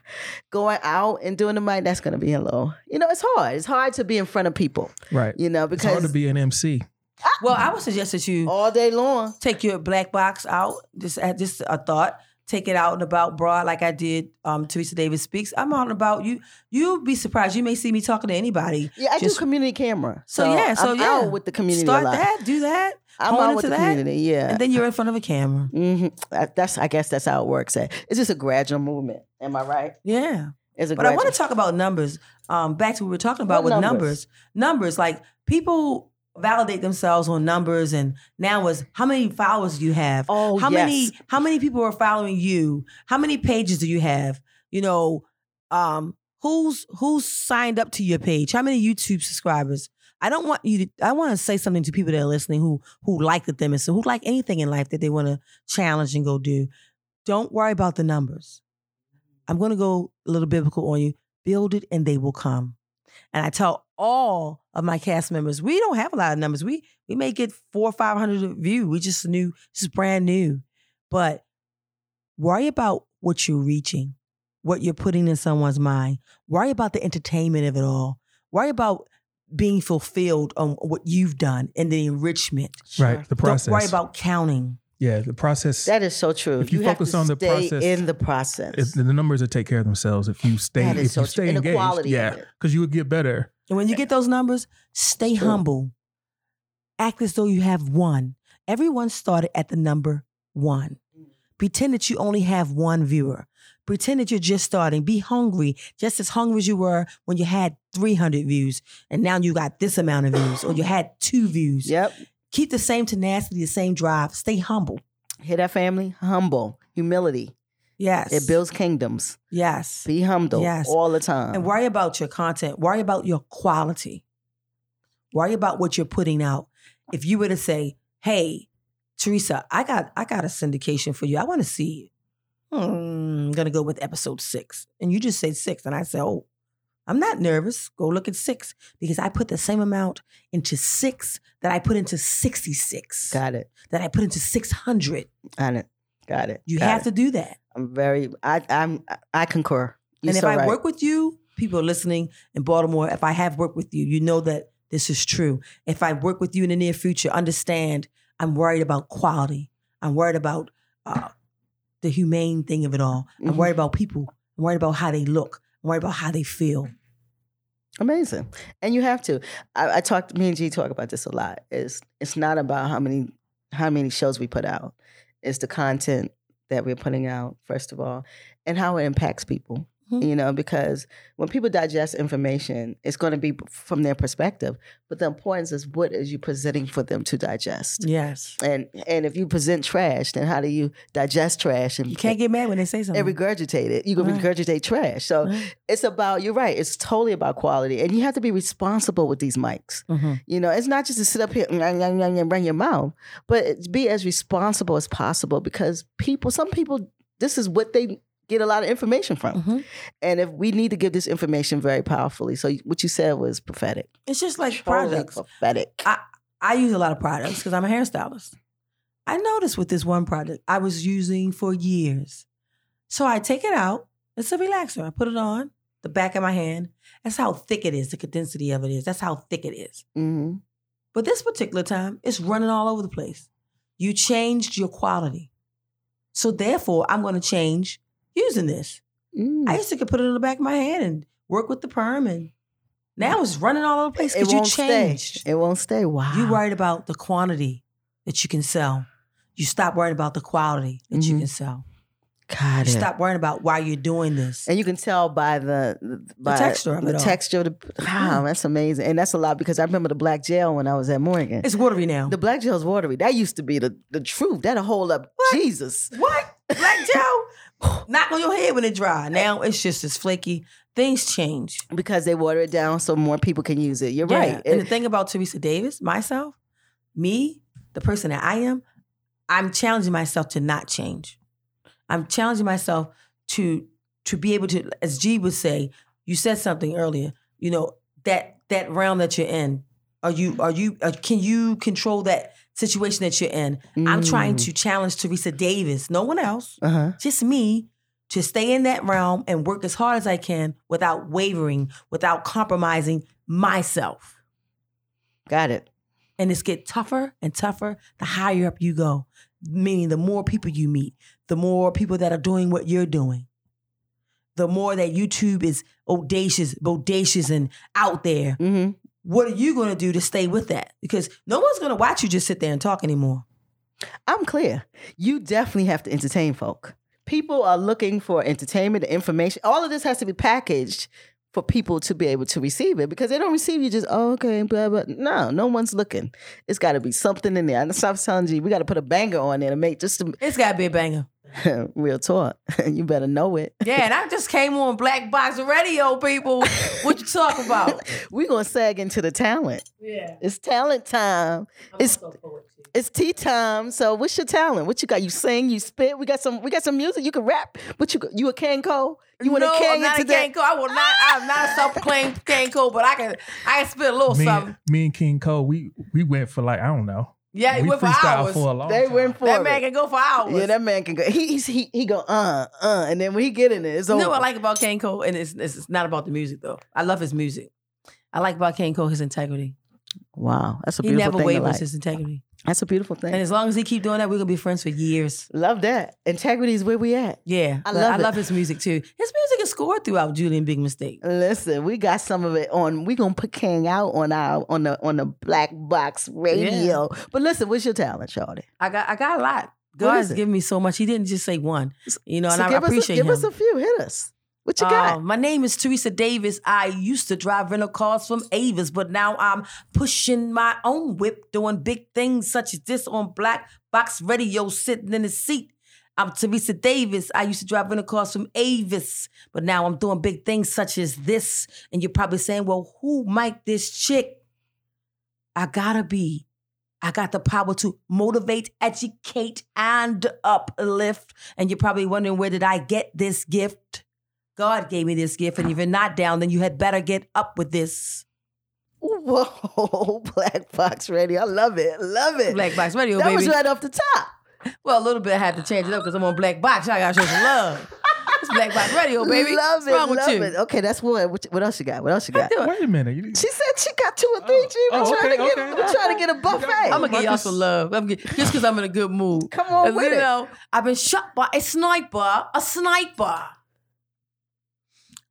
[SPEAKER 6] going out and doing the mic, that's going to be hello. You know, it's hard. It's hard to be in front of people.
[SPEAKER 5] right.
[SPEAKER 6] You know,
[SPEAKER 5] It's hard to
[SPEAKER 6] because
[SPEAKER 5] be an MC.
[SPEAKER 6] ah.
[SPEAKER 4] Well, I would suggest that you
[SPEAKER 6] all day long.
[SPEAKER 4] take your black box out. Just uh, just a thought. Take it out and about broad, like I did. Um, Teresa Davis speaks. I'm out and about. You you'd be surprised. You may see me talking to anybody.
[SPEAKER 6] Yeah, I
[SPEAKER 4] Just-
[SPEAKER 6] do community camera.
[SPEAKER 4] So, yeah, so
[SPEAKER 6] I'm
[SPEAKER 4] yeah.
[SPEAKER 6] out with the community. a
[SPEAKER 4] Start
[SPEAKER 6] lot.
[SPEAKER 4] that. Do that.
[SPEAKER 6] I'm
[SPEAKER 4] hone
[SPEAKER 6] out
[SPEAKER 4] into
[SPEAKER 6] with the
[SPEAKER 4] that,
[SPEAKER 6] community. Yeah.
[SPEAKER 4] And then you're in front of a camera.
[SPEAKER 6] hmm That's I guess that's how it works. eh? It's just a gradual movement. Am I right?
[SPEAKER 4] Yeah.
[SPEAKER 6] It's a
[SPEAKER 4] But I
[SPEAKER 6] gradual.
[SPEAKER 4] want to talk about numbers. Um, back to what we were talking about
[SPEAKER 6] What
[SPEAKER 4] with
[SPEAKER 6] numbers?
[SPEAKER 4] numbers. numbers. like people validate themselves on numbers and now is how many followers do you have?
[SPEAKER 6] Oh,
[SPEAKER 4] how
[SPEAKER 6] yes.
[SPEAKER 4] many how many people are following you? How many pages do you have? You know, um, who's who's signed up to your page? How many YouTube subscribers? I don't want you to I want to say something to people that are listening who who like the them and so who like anything in life that they want to challenge and go do. Don't worry about the numbers. I'm going to go a little biblical on you. Build it and they will come. And I tell all of my cast members, we don't have a lot of numbers. We we may get four or five hundred view. We just new, just brand new. But worry about what you're reaching, what you're putting in someone's mind. Worry about the entertainment of it all. Worry about being fulfilled on what you've done and the enrichment.
[SPEAKER 5] Right. The process.
[SPEAKER 4] Don't worry about counting.
[SPEAKER 5] yeah, the process.
[SPEAKER 6] That is so true.
[SPEAKER 5] If you
[SPEAKER 6] have
[SPEAKER 5] focus
[SPEAKER 6] to
[SPEAKER 5] on the
[SPEAKER 6] stay
[SPEAKER 5] process-
[SPEAKER 6] in the process.
[SPEAKER 5] if the numbers that take care of themselves if you stay
[SPEAKER 6] That is
[SPEAKER 5] if
[SPEAKER 6] so
[SPEAKER 5] you
[SPEAKER 6] true.
[SPEAKER 5] stay
[SPEAKER 6] And the
[SPEAKER 5] engaged
[SPEAKER 6] quality of
[SPEAKER 5] yeah
[SPEAKER 6] it.
[SPEAKER 5] because you would get better
[SPEAKER 4] And when you get those numbers, stay
[SPEAKER 6] True.
[SPEAKER 4] humble. Act as though you have one. Everyone started at the number one.
[SPEAKER 6] Mm.
[SPEAKER 4] Pretend that you only have one viewer. Pretend that you're just starting. Be hungry, just as hungry as you were when you had 300 views, and now you got this amount of views, or you had two views.
[SPEAKER 6] yep.
[SPEAKER 4] Keep the same tenacity, the same drive. Stay humble.
[SPEAKER 6] Hear that family? Humble. Humility.
[SPEAKER 4] Yes.
[SPEAKER 6] It builds kingdoms.
[SPEAKER 4] Yes.
[SPEAKER 6] Be humble
[SPEAKER 4] Yes.
[SPEAKER 6] all the time.
[SPEAKER 4] And worry about your content. Worry about your quality. Worry about what you're putting out. If you were to say, "Hey, Teresa, I got I got a syndication for you. I want to see you. Hmm, I'm gonna go with episode six, and you just say six, and I say, "Oh, I'm not nervous. Go look at six because I put the same amount into six that I put into sixty six
[SPEAKER 6] Got it.
[SPEAKER 4] that I put into six hundred.
[SPEAKER 6] Got it. Got it.
[SPEAKER 4] You
[SPEAKER 6] Got
[SPEAKER 4] have
[SPEAKER 6] it.
[SPEAKER 4] to do that.
[SPEAKER 6] I'm very. I. I'm. I concur. You're
[SPEAKER 4] and if
[SPEAKER 6] so
[SPEAKER 4] I
[SPEAKER 6] right.
[SPEAKER 4] work with you, people listening in Baltimore, if I have worked with you, you know that this is true. If I work with you in the near future, understand I'm worried about quality. I'm worried about uh, the humane thing of it all. I'm
[SPEAKER 6] Mhm.
[SPEAKER 4] worried about people. I'm worried about how they look. I'm worried about how they feel.
[SPEAKER 6] Amazing. And you have to. I, I talked me and G talk about this a lot. It's it's not about how many how many shows we put out. It's the content that we're putting out, first of all, and how it impacts people.
[SPEAKER 4] Mhm.
[SPEAKER 6] you know, because when people digest information, it's going to be from their perspective. But the importance is what is you presenting for them to digest.
[SPEAKER 4] Yes.
[SPEAKER 6] And and if you present trash, then how do you digest trash and
[SPEAKER 4] You can't get mad when they say something. Mm-hmm.
[SPEAKER 6] and regurgitate it? You can
[SPEAKER 4] Right.
[SPEAKER 6] regurgitate trash. So
[SPEAKER 4] Right.
[SPEAKER 6] it's about you're right. It's totally about quality, and you have to be responsible with these mics.
[SPEAKER 4] Mhm.
[SPEAKER 6] You know, it's not just to sit up here and run your mouth, but it's be as responsible as possible because people, some people, this is what they get a lot of information from.
[SPEAKER 4] Mhm.
[SPEAKER 6] And if we need to give this information very powerfully, so what you said was prophetic.
[SPEAKER 4] It's just like
[SPEAKER 6] Totally
[SPEAKER 4] products.
[SPEAKER 6] prophetic.
[SPEAKER 4] I- I use a lot of products because I'm a hairstylist. I noticed with this one product I was using for years. So I take it out. It's a relaxer. I put it on the back of my hand. That's how thick it is, the condensity of it is. That's how thick it is.
[SPEAKER 6] hmm
[SPEAKER 4] But this particular time, it's running all over the place. You changed your quality. So therefore, I'm going to change using this.
[SPEAKER 6] Mm.
[SPEAKER 4] I used to could put it on the back of my hand and work with the perm and now it's running all over the place because you changed.
[SPEAKER 6] stay. It won't stay. Wow.
[SPEAKER 4] You worried about the quantity that you can sell. You stop worrying about the quality that you
[SPEAKER 6] Mhm.
[SPEAKER 4] can sell.
[SPEAKER 6] Got
[SPEAKER 4] You
[SPEAKER 6] it.
[SPEAKER 4] stop worrying about why you're doing this.
[SPEAKER 6] And you can tell by the by
[SPEAKER 4] texture of
[SPEAKER 6] the
[SPEAKER 4] it all. Mm.
[SPEAKER 6] texture of the wow, that's amazing, and that's a lot because I remember the black gel when I was at Morgan.
[SPEAKER 4] It's watery now.
[SPEAKER 6] the black gel's watery. That used to be the the truth. That'll hold up Jesus.
[SPEAKER 4] what? Black Joe? Knock on your head when it dry. Now it's just as flaky. Things change.
[SPEAKER 6] Because they water it down so more people can use it. You're
[SPEAKER 4] Yeah.
[SPEAKER 6] right.
[SPEAKER 4] And
[SPEAKER 6] It-
[SPEAKER 4] the thing about Teresa Davis, myself, me, the person that I am, I'm challenging myself to not change. I'm challenging myself to to be able to, as G would say, you said something earlier. You know that that realm that you're in. Are you are you uh can you control that situation that you're in? I'm trying
[SPEAKER 6] Mm.
[SPEAKER 4] to challenge Teresa Davis, no one else,
[SPEAKER 6] Uh-huh.
[SPEAKER 4] just me, to stay in that realm and work as hard as I can without wavering, without compromising myself
[SPEAKER 6] Got it.
[SPEAKER 4] and it's get tougher and tougher the higher up you go meaning the more people you meet the more people that are doing what you're doing the more that youtube is audacious bodacious and out there
[SPEAKER 6] Mm-hmm.
[SPEAKER 4] what are you going to do to stay with that because no one's going to watch you just sit there and talk anymore
[SPEAKER 6] I'm clear. You definitely have to entertain folk. People are looking for entertainment, information. All of this has to be packaged for people to be able to receive it because they don't receive you just, oh, okay, blah, blah. No, no one's looking. It's got to be something in there. And so I was telling you, we got to put a banger on there to make just
[SPEAKER 4] it's got to be a banger
[SPEAKER 6] a real talk. you better know it.
[SPEAKER 4] yeah and i just came on black box radio people what you talking about
[SPEAKER 6] We're going to sag into the talent.
[SPEAKER 4] yeah
[SPEAKER 6] It's talent time. It's it's tea time. So what's your talent? What you got? You sing, you spit. We got some we got some music. You can rap. What you you a Kanko? You want
[SPEAKER 4] no,
[SPEAKER 6] to
[SPEAKER 4] I'm
[SPEAKER 6] can
[SPEAKER 4] not
[SPEAKER 6] it
[SPEAKER 4] a
[SPEAKER 6] today?
[SPEAKER 4] Kanko. I will not. I'm not a self-proclaimed Kanko, but I can. I can spit a little
[SPEAKER 5] me,
[SPEAKER 4] something.
[SPEAKER 5] and, me and King Cole, we we went for like I don't know.
[SPEAKER 4] Yeah,
[SPEAKER 5] we
[SPEAKER 4] we went for
[SPEAKER 5] freestyled
[SPEAKER 4] hours.
[SPEAKER 5] for a long
[SPEAKER 6] They
[SPEAKER 5] time.
[SPEAKER 6] went for
[SPEAKER 4] that
[SPEAKER 6] it.
[SPEAKER 4] man can go for hours.
[SPEAKER 6] yeah, that man can go. He he's- he he go uh uh, and then when he get in it, it's
[SPEAKER 4] you
[SPEAKER 6] over.
[SPEAKER 4] know what I like about Kanko, and it's, it's it's not about the music though. I love his music. I like about Kanko his integrity.
[SPEAKER 6] wow, that's a
[SPEAKER 4] He
[SPEAKER 6] beautiful
[SPEAKER 4] never
[SPEAKER 6] thing. To
[SPEAKER 4] wavers
[SPEAKER 6] like.
[SPEAKER 4] his integrity,
[SPEAKER 6] That's a beautiful
[SPEAKER 4] and
[SPEAKER 6] thing.
[SPEAKER 4] as long as he keep doing that, we're gonna be friends for years.
[SPEAKER 6] Love that. Integrity is where we at.
[SPEAKER 4] Yeah,
[SPEAKER 6] I
[SPEAKER 4] but
[SPEAKER 6] love
[SPEAKER 4] I
[SPEAKER 6] it.
[SPEAKER 4] love his music too. His music is scored throughout Julian Big Mistake.
[SPEAKER 6] Listen, we got some of it on. We gonna put Kang out on our on the on the Black Box Radio. But listen, what's your talent, Shorty?
[SPEAKER 4] I got I got a lot.
[SPEAKER 6] What
[SPEAKER 4] God
[SPEAKER 6] is
[SPEAKER 4] has
[SPEAKER 6] it?
[SPEAKER 4] given me so much. He didn't just say one. You know, and
[SPEAKER 6] So
[SPEAKER 4] I
[SPEAKER 6] give us a-
[SPEAKER 4] appreciate
[SPEAKER 6] give
[SPEAKER 4] him.
[SPEAKER 6] us a few. Hit us. What you
[SPEAKER 4] Uh,
[SPEAKER 6] got?
[SPEAKER 4] my name is Teresa Davis. I used to drive rental cars from Avis, but now I'm pushing my own whip, doing big things such as this on Black Box Radio, sitting in the seat. I'm Teresa Davis. I used to drive rental cars from Avis, but now I'm doing big things such as this. And you're probably saying, well, who might this chick? I gotta be. I got the power to motivate, educate, and uplift. And you're probably wondering, where did I get this gift? God gave me this gift, and if you're not down, then you had better get up with this.
[SPEAKER 6] Whoa, Black Box Radio. I love it. Love it.
[SPEAKER 4] Black Box Radio,
[SPEAKER 6] that
[SPEAKER 4] baby.
[SPEAKER 6] was right off the top.
[SPEAKER 4] Well, a little bit I had to change it up because I'm on Black Box. I gotta show some love. it's Black Box Radio, baby.
[SPEAKER 6] Love
[SPEAKER 4] What's
[SPEAKER 6] it.
[SPEAKER 4] wrong with
[SPEAKER 6] love
[SPEAKER 4] you?
[SPEAKER 6] it. Okay, that's one. What, what else you got? What else you got?
[SPEAKER 5] Wait a minute. You,
[SPEAKER 6] She said she got two or three.
[SPEAKER 5] Oh,
[SPEAKER 6] G. We're,
[SPEAKER 5] oh,
[SPEAKER 6] trying to
[SPEAKER 5] okay,
[SPEAKER 6] get,
[SPEAKER 5] okay.
[SPEAKER 6] we're trying to get a buffet.
[SPEAKER 4] I'm gonna give y'all
[SPEAKER 5] Marcus-
[SPEAKER 4] some love. I'm get, just because I'm in a good mood.
[SPEAKER 6] Come on
[SPEAKER 4] And
[SPEAKER 6] with
[SPEAKER 4] you
[SPEAKER 6] it.
[SPEAKER 4] know, I've been shot by a sniper. A sniper.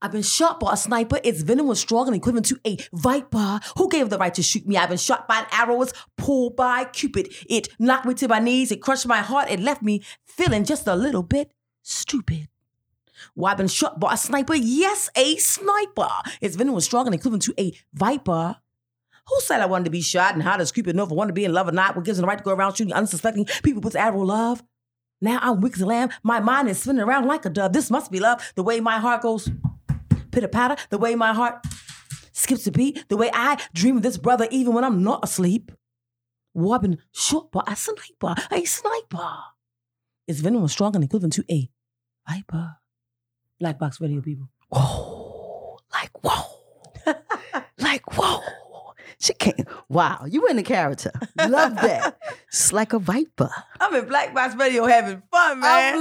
[SPEAKER 4] I've been shot by a sniper. Its venom was strong and equivalent to a viper. Who gave the right to shoot me? I've been shot by an arrow. It was pulled by Cupid. It knocked me to my knees. It crushed my heart. It left me feeling just a little bit stupid. Why been shot by a sniper? Yes, a sniper. Its venom was strong and equivalent to a viper. Who said I wanted to be shot and how does creepy know if I want to be in love or not? What gives me the right to go around shooting unsuspecting people with arrow love? Now I'm weak as a lamb. My mind is spinning around like a dove. This must be love. The way my heart goes pitter patter, the way my heart skips a beat, the way I dream of this brother even when I'm not asleep. Well, I've been shot by a sniper, a sniper. Its venom was strong and equivalent to a viper. Black box radio people.
[SPEAKER 6] Whoa. Like, whoa. like, whoa. She can't. Wow. You in the character. Love that. it's like a viper.
[SPEAKER 4] I'm in Black Box Radio having fun, man.
[SPEAKER 6] I'm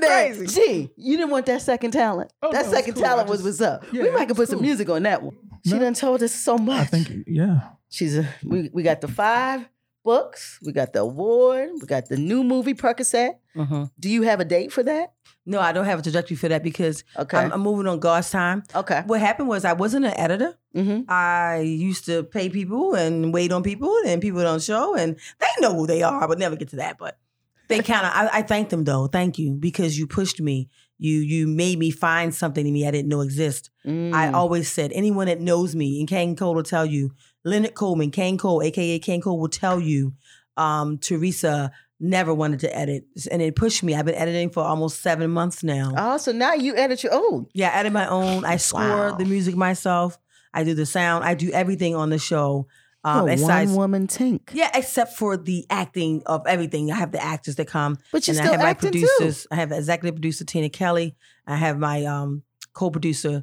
[SPEAKER 4] This
[SPEAKER 6] that.
[SPEAKER 4] is crazy.
[SPEAKER 6] Gee, you didn't want that second talent.
[SPEAKER 5] Oh,
[SPEAKER 6] that
[SPEAKER 5] no, it's
[SPEAKER 6] second
[SPEAKER 5] cool. I
[SPEAKER 6] talent was
[SPEAKER 5] just-
[SPEAKER 6] what's up.
[SPEAKER 5] Yeah,
[SPEAKER 6] we might could
[SPEAKER 5] it's
[SPEAKER 6] put some
[SPEAKER 5] cool.
[SPEAKER 6] music on that one. She
[SPEAKER 5] No.
[SPEAKER 6] done told us so much.
[SPEAKER 5] I think, yeah.
[SPEAKER 6] She's a, we, we got the five books, we got the award, we got the new movie Percocet.
[SPEAKER 4] Uh-huh.
[SPEAKER 6] Do you have a date for that?
[SPEAKER 4] No, I don't have a trajectory for that because
[SPEAKER 6] Okay.
[SPEAKER 4] I'm, I'm moving on God's time.
[SPEAKER 6] okay.
[SPEAKER 4] What happened was I wasn't an editor.
[SPEAKER 6] Mm-hmm.
[SPEAKER 4] I used to pay people and wait on people, and people don't show, and they know who they are. I would never get to that, but they kind of. I, I thank them though. Thank you because you pushed me. You you made me find something in me I didn't know exist.
[SPEAKER 6] Mm.
[SPEAKER 4] I always said anyone that knows me, and Kane Cole will tell you, Leonard Coleman, Kane Cole, aka Kane Cole, will tell you, um, Teresa never wanted to edit, and it pushed me. I've been editing for almost seven months now.
[SPEAKER 6] Oh, so now you edit your oh, own.
[SPEAKER 4] Yeah, I edit my own. I score
[SPEAKER 6] Wow.
[SPEAKER 4] the music myself. I do the sound. I do everything on the show. Um,
[SPEAKER 6] one
[SPEAKER 4] besides,
[SPEAKER 6] woman tank.
[SPEAKER 4] yeah, except for the acting of everything. I have the actors that come,
[SPEAKER 6] But you're
[SPEAKER 4] and I
[SPEAKER 6] still
[SPEAKER 4] have my
[SPEAKER 6] acting too.
[SPEAKER 4] producers. I have executive producer Tina Kelly. I have my um, co-producer,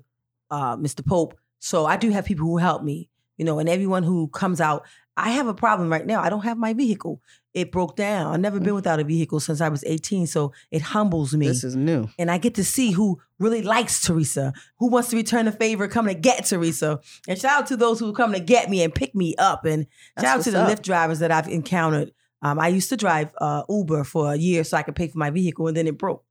[SPEAKER 4] uh, Mr. Pope. So I do have people who help me, you know, and everyone who comes out. I have a problem right now. I don't have my vehicle. It broke down. I've never
[SPEAKER 6] Mm.
[SPEAKER 4] been without a vehicle since I was 18, so it humbles me
[SPEAKER 6] This is new.
[SPEAKER 4] and I get to see who really likes Teresa, who wants to return a favor, come to get Teresa. And shout out to those who come to get me and pick me up. And shout
[SPEAKER 6] That's
[SPEAKER 4] out
[SPEAKER 6] what's
[SPEAKER 4] to the
[SPEAKER 6] up.
[SPEAKER 4] Lyft drivers that I've encountered. Um, I used to drive uh, Uber for a year so I could pay for my vehicle, and then it broke.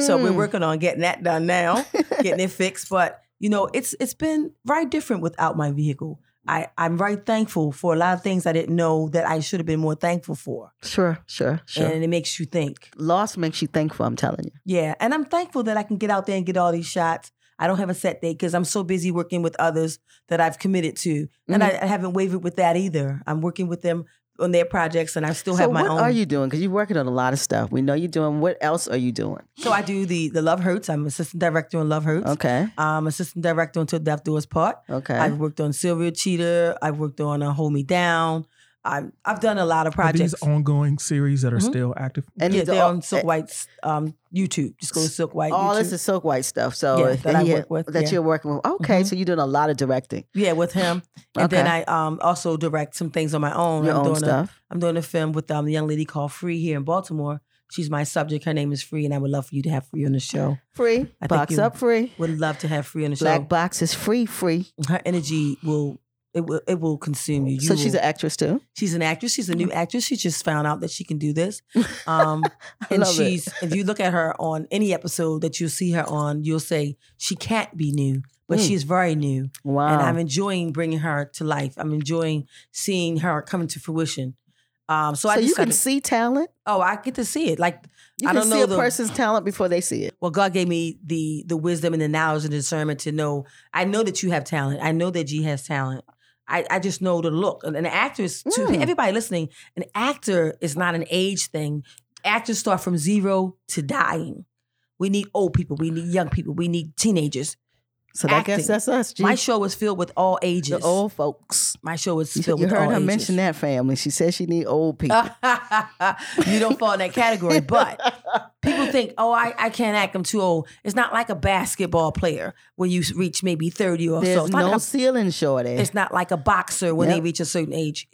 [SPEAKER 4] So we're
[SPEAKER 6] Mm.
[SPEAKER 4] working on getting that done now, getting it fixed. But you know, it's it's been very different without my vehicle. I, I'm very thankful for a lot of things I didn't know that I should have been more thankful for.
[SPEAKER 6] Mm. Sure, sure, sure.
[SPEAKER 4] And it makes you think.
[SPEAKER 6] Loss makes you thankful, I'm telling you.
[SPEAKER 4] Yeah, and I'm thankful that I can get out there and get all these shots. I don't have a set date because I'm so busy working with others that I've committed to, and
[SPEAKER 6] Mm-hmm.
[SPEAKER 4] I, I haven't wavered with that either. I'm working with them on their projects, and I still
[SPEAKER 6] so
[SPEAKER 4] have my
[SPEAKER 6] what
[SPEAKER 4] own.
[SPEAKER 6] are you doing? Because you're working on a lot of stuff. We know you're doing. What else are you doing?
[SPEAKER 4] So I do the the Love Hurts. I'm assistant director on Love Hurts.
[SPEAKER 6] Okay,
[SPEAKER 4] I'm assistant director until Death Do Us Part.
[SPEAKER 6] okay.
[SPEAKER 4] I've worked on Sylvia Cheater. I've worked on uh, Hold Me Down. I've I've done a lot of
[SPEAKER 5] Are
[SPEAKER 4] projects.
[SPEAKER 5] these ongoing series that are
[SPEAKER 4] Mhm.
[SPEAKER 5] still active?
[SPEAKER 4] yeah,
[SPEAKER 6] and these are
[SPEAKER 4] they're
[SPEAKER 6] all- eh
[SPEAKER 4] on Silk White's um, YouTube. Just go to Silk White.
[SPEAKER 6] all
[SPEAKER 4] YouTube.
[SPEAKER 6] this is Silk White stuff. So
[SPEAKER 4] Yeah,
[SPEAKER 6] if-
[SPEAKER 4] that I
[SPEAKER 6] yeah,
[SPEAKER 4] work with,
[SPEAKER 6] that
[SPEAKER 4] yeah.
[SPEAKER 6] you're working with. Okay,
[SPEAKER 4] Mhm.
[SPEAKER 6] so you're doing a lot of directing,
[SPEAKER 4] Yeah, with him. And then I
[SPEAKER 6] Okay.
[SPEAKER 4] um, also direct some things on my own.
[SPEAKER 6] your
[SPEAKER 4] I'm
[SPEAKER 6] own
[SPEAKER 4] doing A,
[SPEAKER 6] stuff.
[SPEAKER 4] I'm doing a film with um, the young lady called Free here in Baltimore. She's my subject. Her name is Free, and I would love for you to have Free on the show.
[SPEAKER 6] Free
[SPEAKER 4] I think
[SPEAKER 6] box
[SPEAKER 4] you-
[SPEAKER 6] up, free
[SPEAKER 4] Would love to have Free on the show.
[SPEAKER 6] black box is free, free.
[SPEAKER 4] Her energy will it will it will consume you. You
[SPEAKER 6] so she's
[SPEAKER 4] will-
[SPEAKER 6] an actress too.
[SPEAKER 4] she's an actress. She's a new actress. She just found out that she can do this. Um, and
[SPEAKER 6] love it.
[SPEAKER 4] she's if you look at her on any episode that you'll see her on, you'll say she can't be new, but
[SPEAKER 6] Mm.
[SPEAKER 4] she's very new.
[SPEAKER 6] Wow.
[SPEAKER 4] and I'm enjoying bringing her to life. I'm enjoying seeing her coming to fruition. Um, so,
[SPEAKER 6] so
[SPEAKER 4] I just
[SPEAKER 6] you can
[SPEAKER 4] gotta-
[SPEAKER 6] see talent.
[SPEAKER 4] oh, I get to see it. Like
[SPEAKER 6] You
[SPEAKER 4] I
[SPEAKER 6] can
[SPEAKER 4] don't
[SPEAKER 6] see
[SPEAKER 4] know
[SPEAKER 6] a
[SPEAKER 4] the-
[SPEAKER 6] person's talent before they see it.
[SPEAKER 4] well, God gave me the the wisdom and the knowledge and discernment to know. I know that you have talent. I know that G has talent. I, I just know the look. And an actress, to
[SPEAKER 6] Mm.
[SPEAKER 4] everybody listening, an actor is not an age thing. Actors start from zero to dying. We need old people. We need young people. We need teenagers.
[SPEAKER 6] So I
[SPEAKER 4] Acting.
[SPEAKER 6] guess that's us. G.
[SPEAKER 4] My show was filled with all ages.
[SPEAKER 6] the old folks.
[SPEAKER 4] My show was
[SPEAKER 6] You,
[SPEAKER 4] filled
[SPEAKER 6] you
[SPEAKER 4] with all
[SPEAKER 6] heard her
[SPEAKER 4] ages. Oh,
[SPEAKER 6] mention that family. She said she need old people.
[SPEAKER 4] you don't fall in that category. But people think, oh, I, I can't act. I'm too old. It's not like a basketball player when you reach maybe 30 or so.
[SPEAKER 6] There's
[SPEAKER 4] It's,
[SPEAKER 6] no
[SPEAKER 4] not like
[SPEAKER 6] ceiling, shorty.
[SPEAKER 4] a, it's not like a boxer when they
[SPEAKER 6] Yep.
[SPEAKER 4] reach a certain age.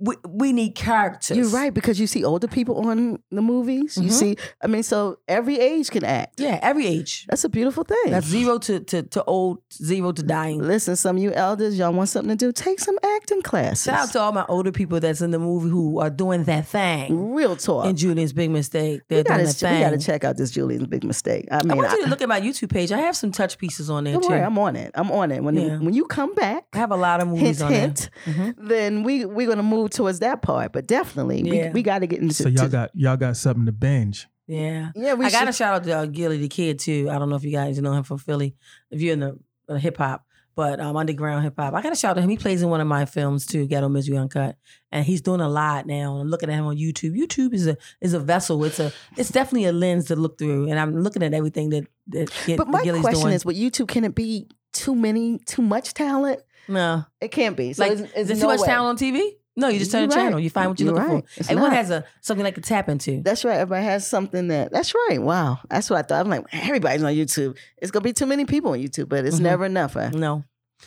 [SPEAKER 4] We, we need characters.
[SPEAKER 6] You're right because you see older people on the movies. You
[SPEAKER 4] Mhm.
[SPEAKER 6] see, I mean, so every age can act.
[SPEAKER 4] Yeah, every age.
[SPEAKER 6] That's a beautiful thing.
[SPEAKER 4] That's zero to, to, to old, zero to dying.
[SPEAKER 6] Listen, some of you elders, y'all want something to do? Take some acting classes.
[SPEAKER 4] Shout out to all my older people that's in the movie who are doing that thing.
[SPEAKER 6] Real talk.
[SPEAKER 4] And Julian's big mistake. They're
[SPEAKER 6] we, gotta,
[SPEAKER 4] doing that
[SPEAKER 6] we
[SPEAKER 4] thing.
[SPEAKER 6] gotta check out this Julian's big mistake. I
[SPEAKER 4] I
[SPEAKER 6] mean,
[SPEAKER 4] want you
[SPEAKER 6] I,
[SPEAKER 4] to look at my YouTube page. I have some touch pieces on there
[SPEAKER 6] don't
[SPEAKER 4] too.
[SPEAKER 6] worry, I'm on it. I'm on it. When
[SPEAKER 4] Yeah.
[SPEAKER 6] when you come back,
[SPEAKER 4] I have a lot of movies
[SPEAKER 6] hint
[SPEAKER 4] on there. Mm-hmm.
[SPEAKER 6] hint, then we we're gonna move towards that part. But definitely,
[SPEAKER 4] Yeah.
[SPEAKER 6] we, we got to get into.
[SPEAKER 5] So y'all
[SPEAKER 6] to-
[SPEAKER 5] got y'all got something to binge.
[SPEAKER 4] Yeah.
[SPEAKER 6] Yeah, we
[SPEAKER 4] I got
[SPEAKER 6] should-
[SPEAKER 4] to shout out to uh, Gilly the Kid too. I don't know if you guys know him from Philly, if you're in the uh, hip hop, but um, underground hip hop. I got to shout out to him. He plays in one of my films too, Ghetto Misery Uncut, and he's doing a lot now. And I'm looking at him on YouTube. YouTube is a is a vessel. It's a it's definitely a lens to look through, and I'm looking at everything that that, Gil-
[SPEAKER 6] But
[SPEAKER 4] that
[SPEAKER 6] my
[SPEAKER 4] Gilly's
[SPEAKER 6] question
[SPEAKER 4] doing.
[SPEAKER 6] is, with YouTube, can it be too many, too much talent?
[SPEAKER 4] no,
[SPEAKER 6] It can't be. So
[SPEAKER 4] like
[SPEAKER 6] it's, it's
[SPEAKER 4] is there too
[SPEAKER 6] no
[SPEAKER 4] much
[SPEAKER 6] way.
[SPEAKER 4] talent on TV? No, Oh, you just turn
[SPEAKER 6] You're
[SPEAKER 4] the
[SPEAKER 6] right.
[SPEAKER 4] channel. You find what you're,
[SPEAKER 6] You're
[SPEAKER 4] looking
[SPEAKER 6] right.
[SPEAKER 4] for.
[SPEAKER 6] It's
[SPEAKER 4] Everyone
[SPEAKER 6] not.
[SPEAKER 4] has a something they can tap into.
[SPEAKER 6] That's right. Everybody has something that. That's right. Wow. That's what I thought. I'm like, everybody's on YouTube. It's gonna be too many people on YouTube, but it's
[SPEAKER 4] Mhm.
[SPEAKER 6] never enough. Huh?
[SPEAKER 4] No.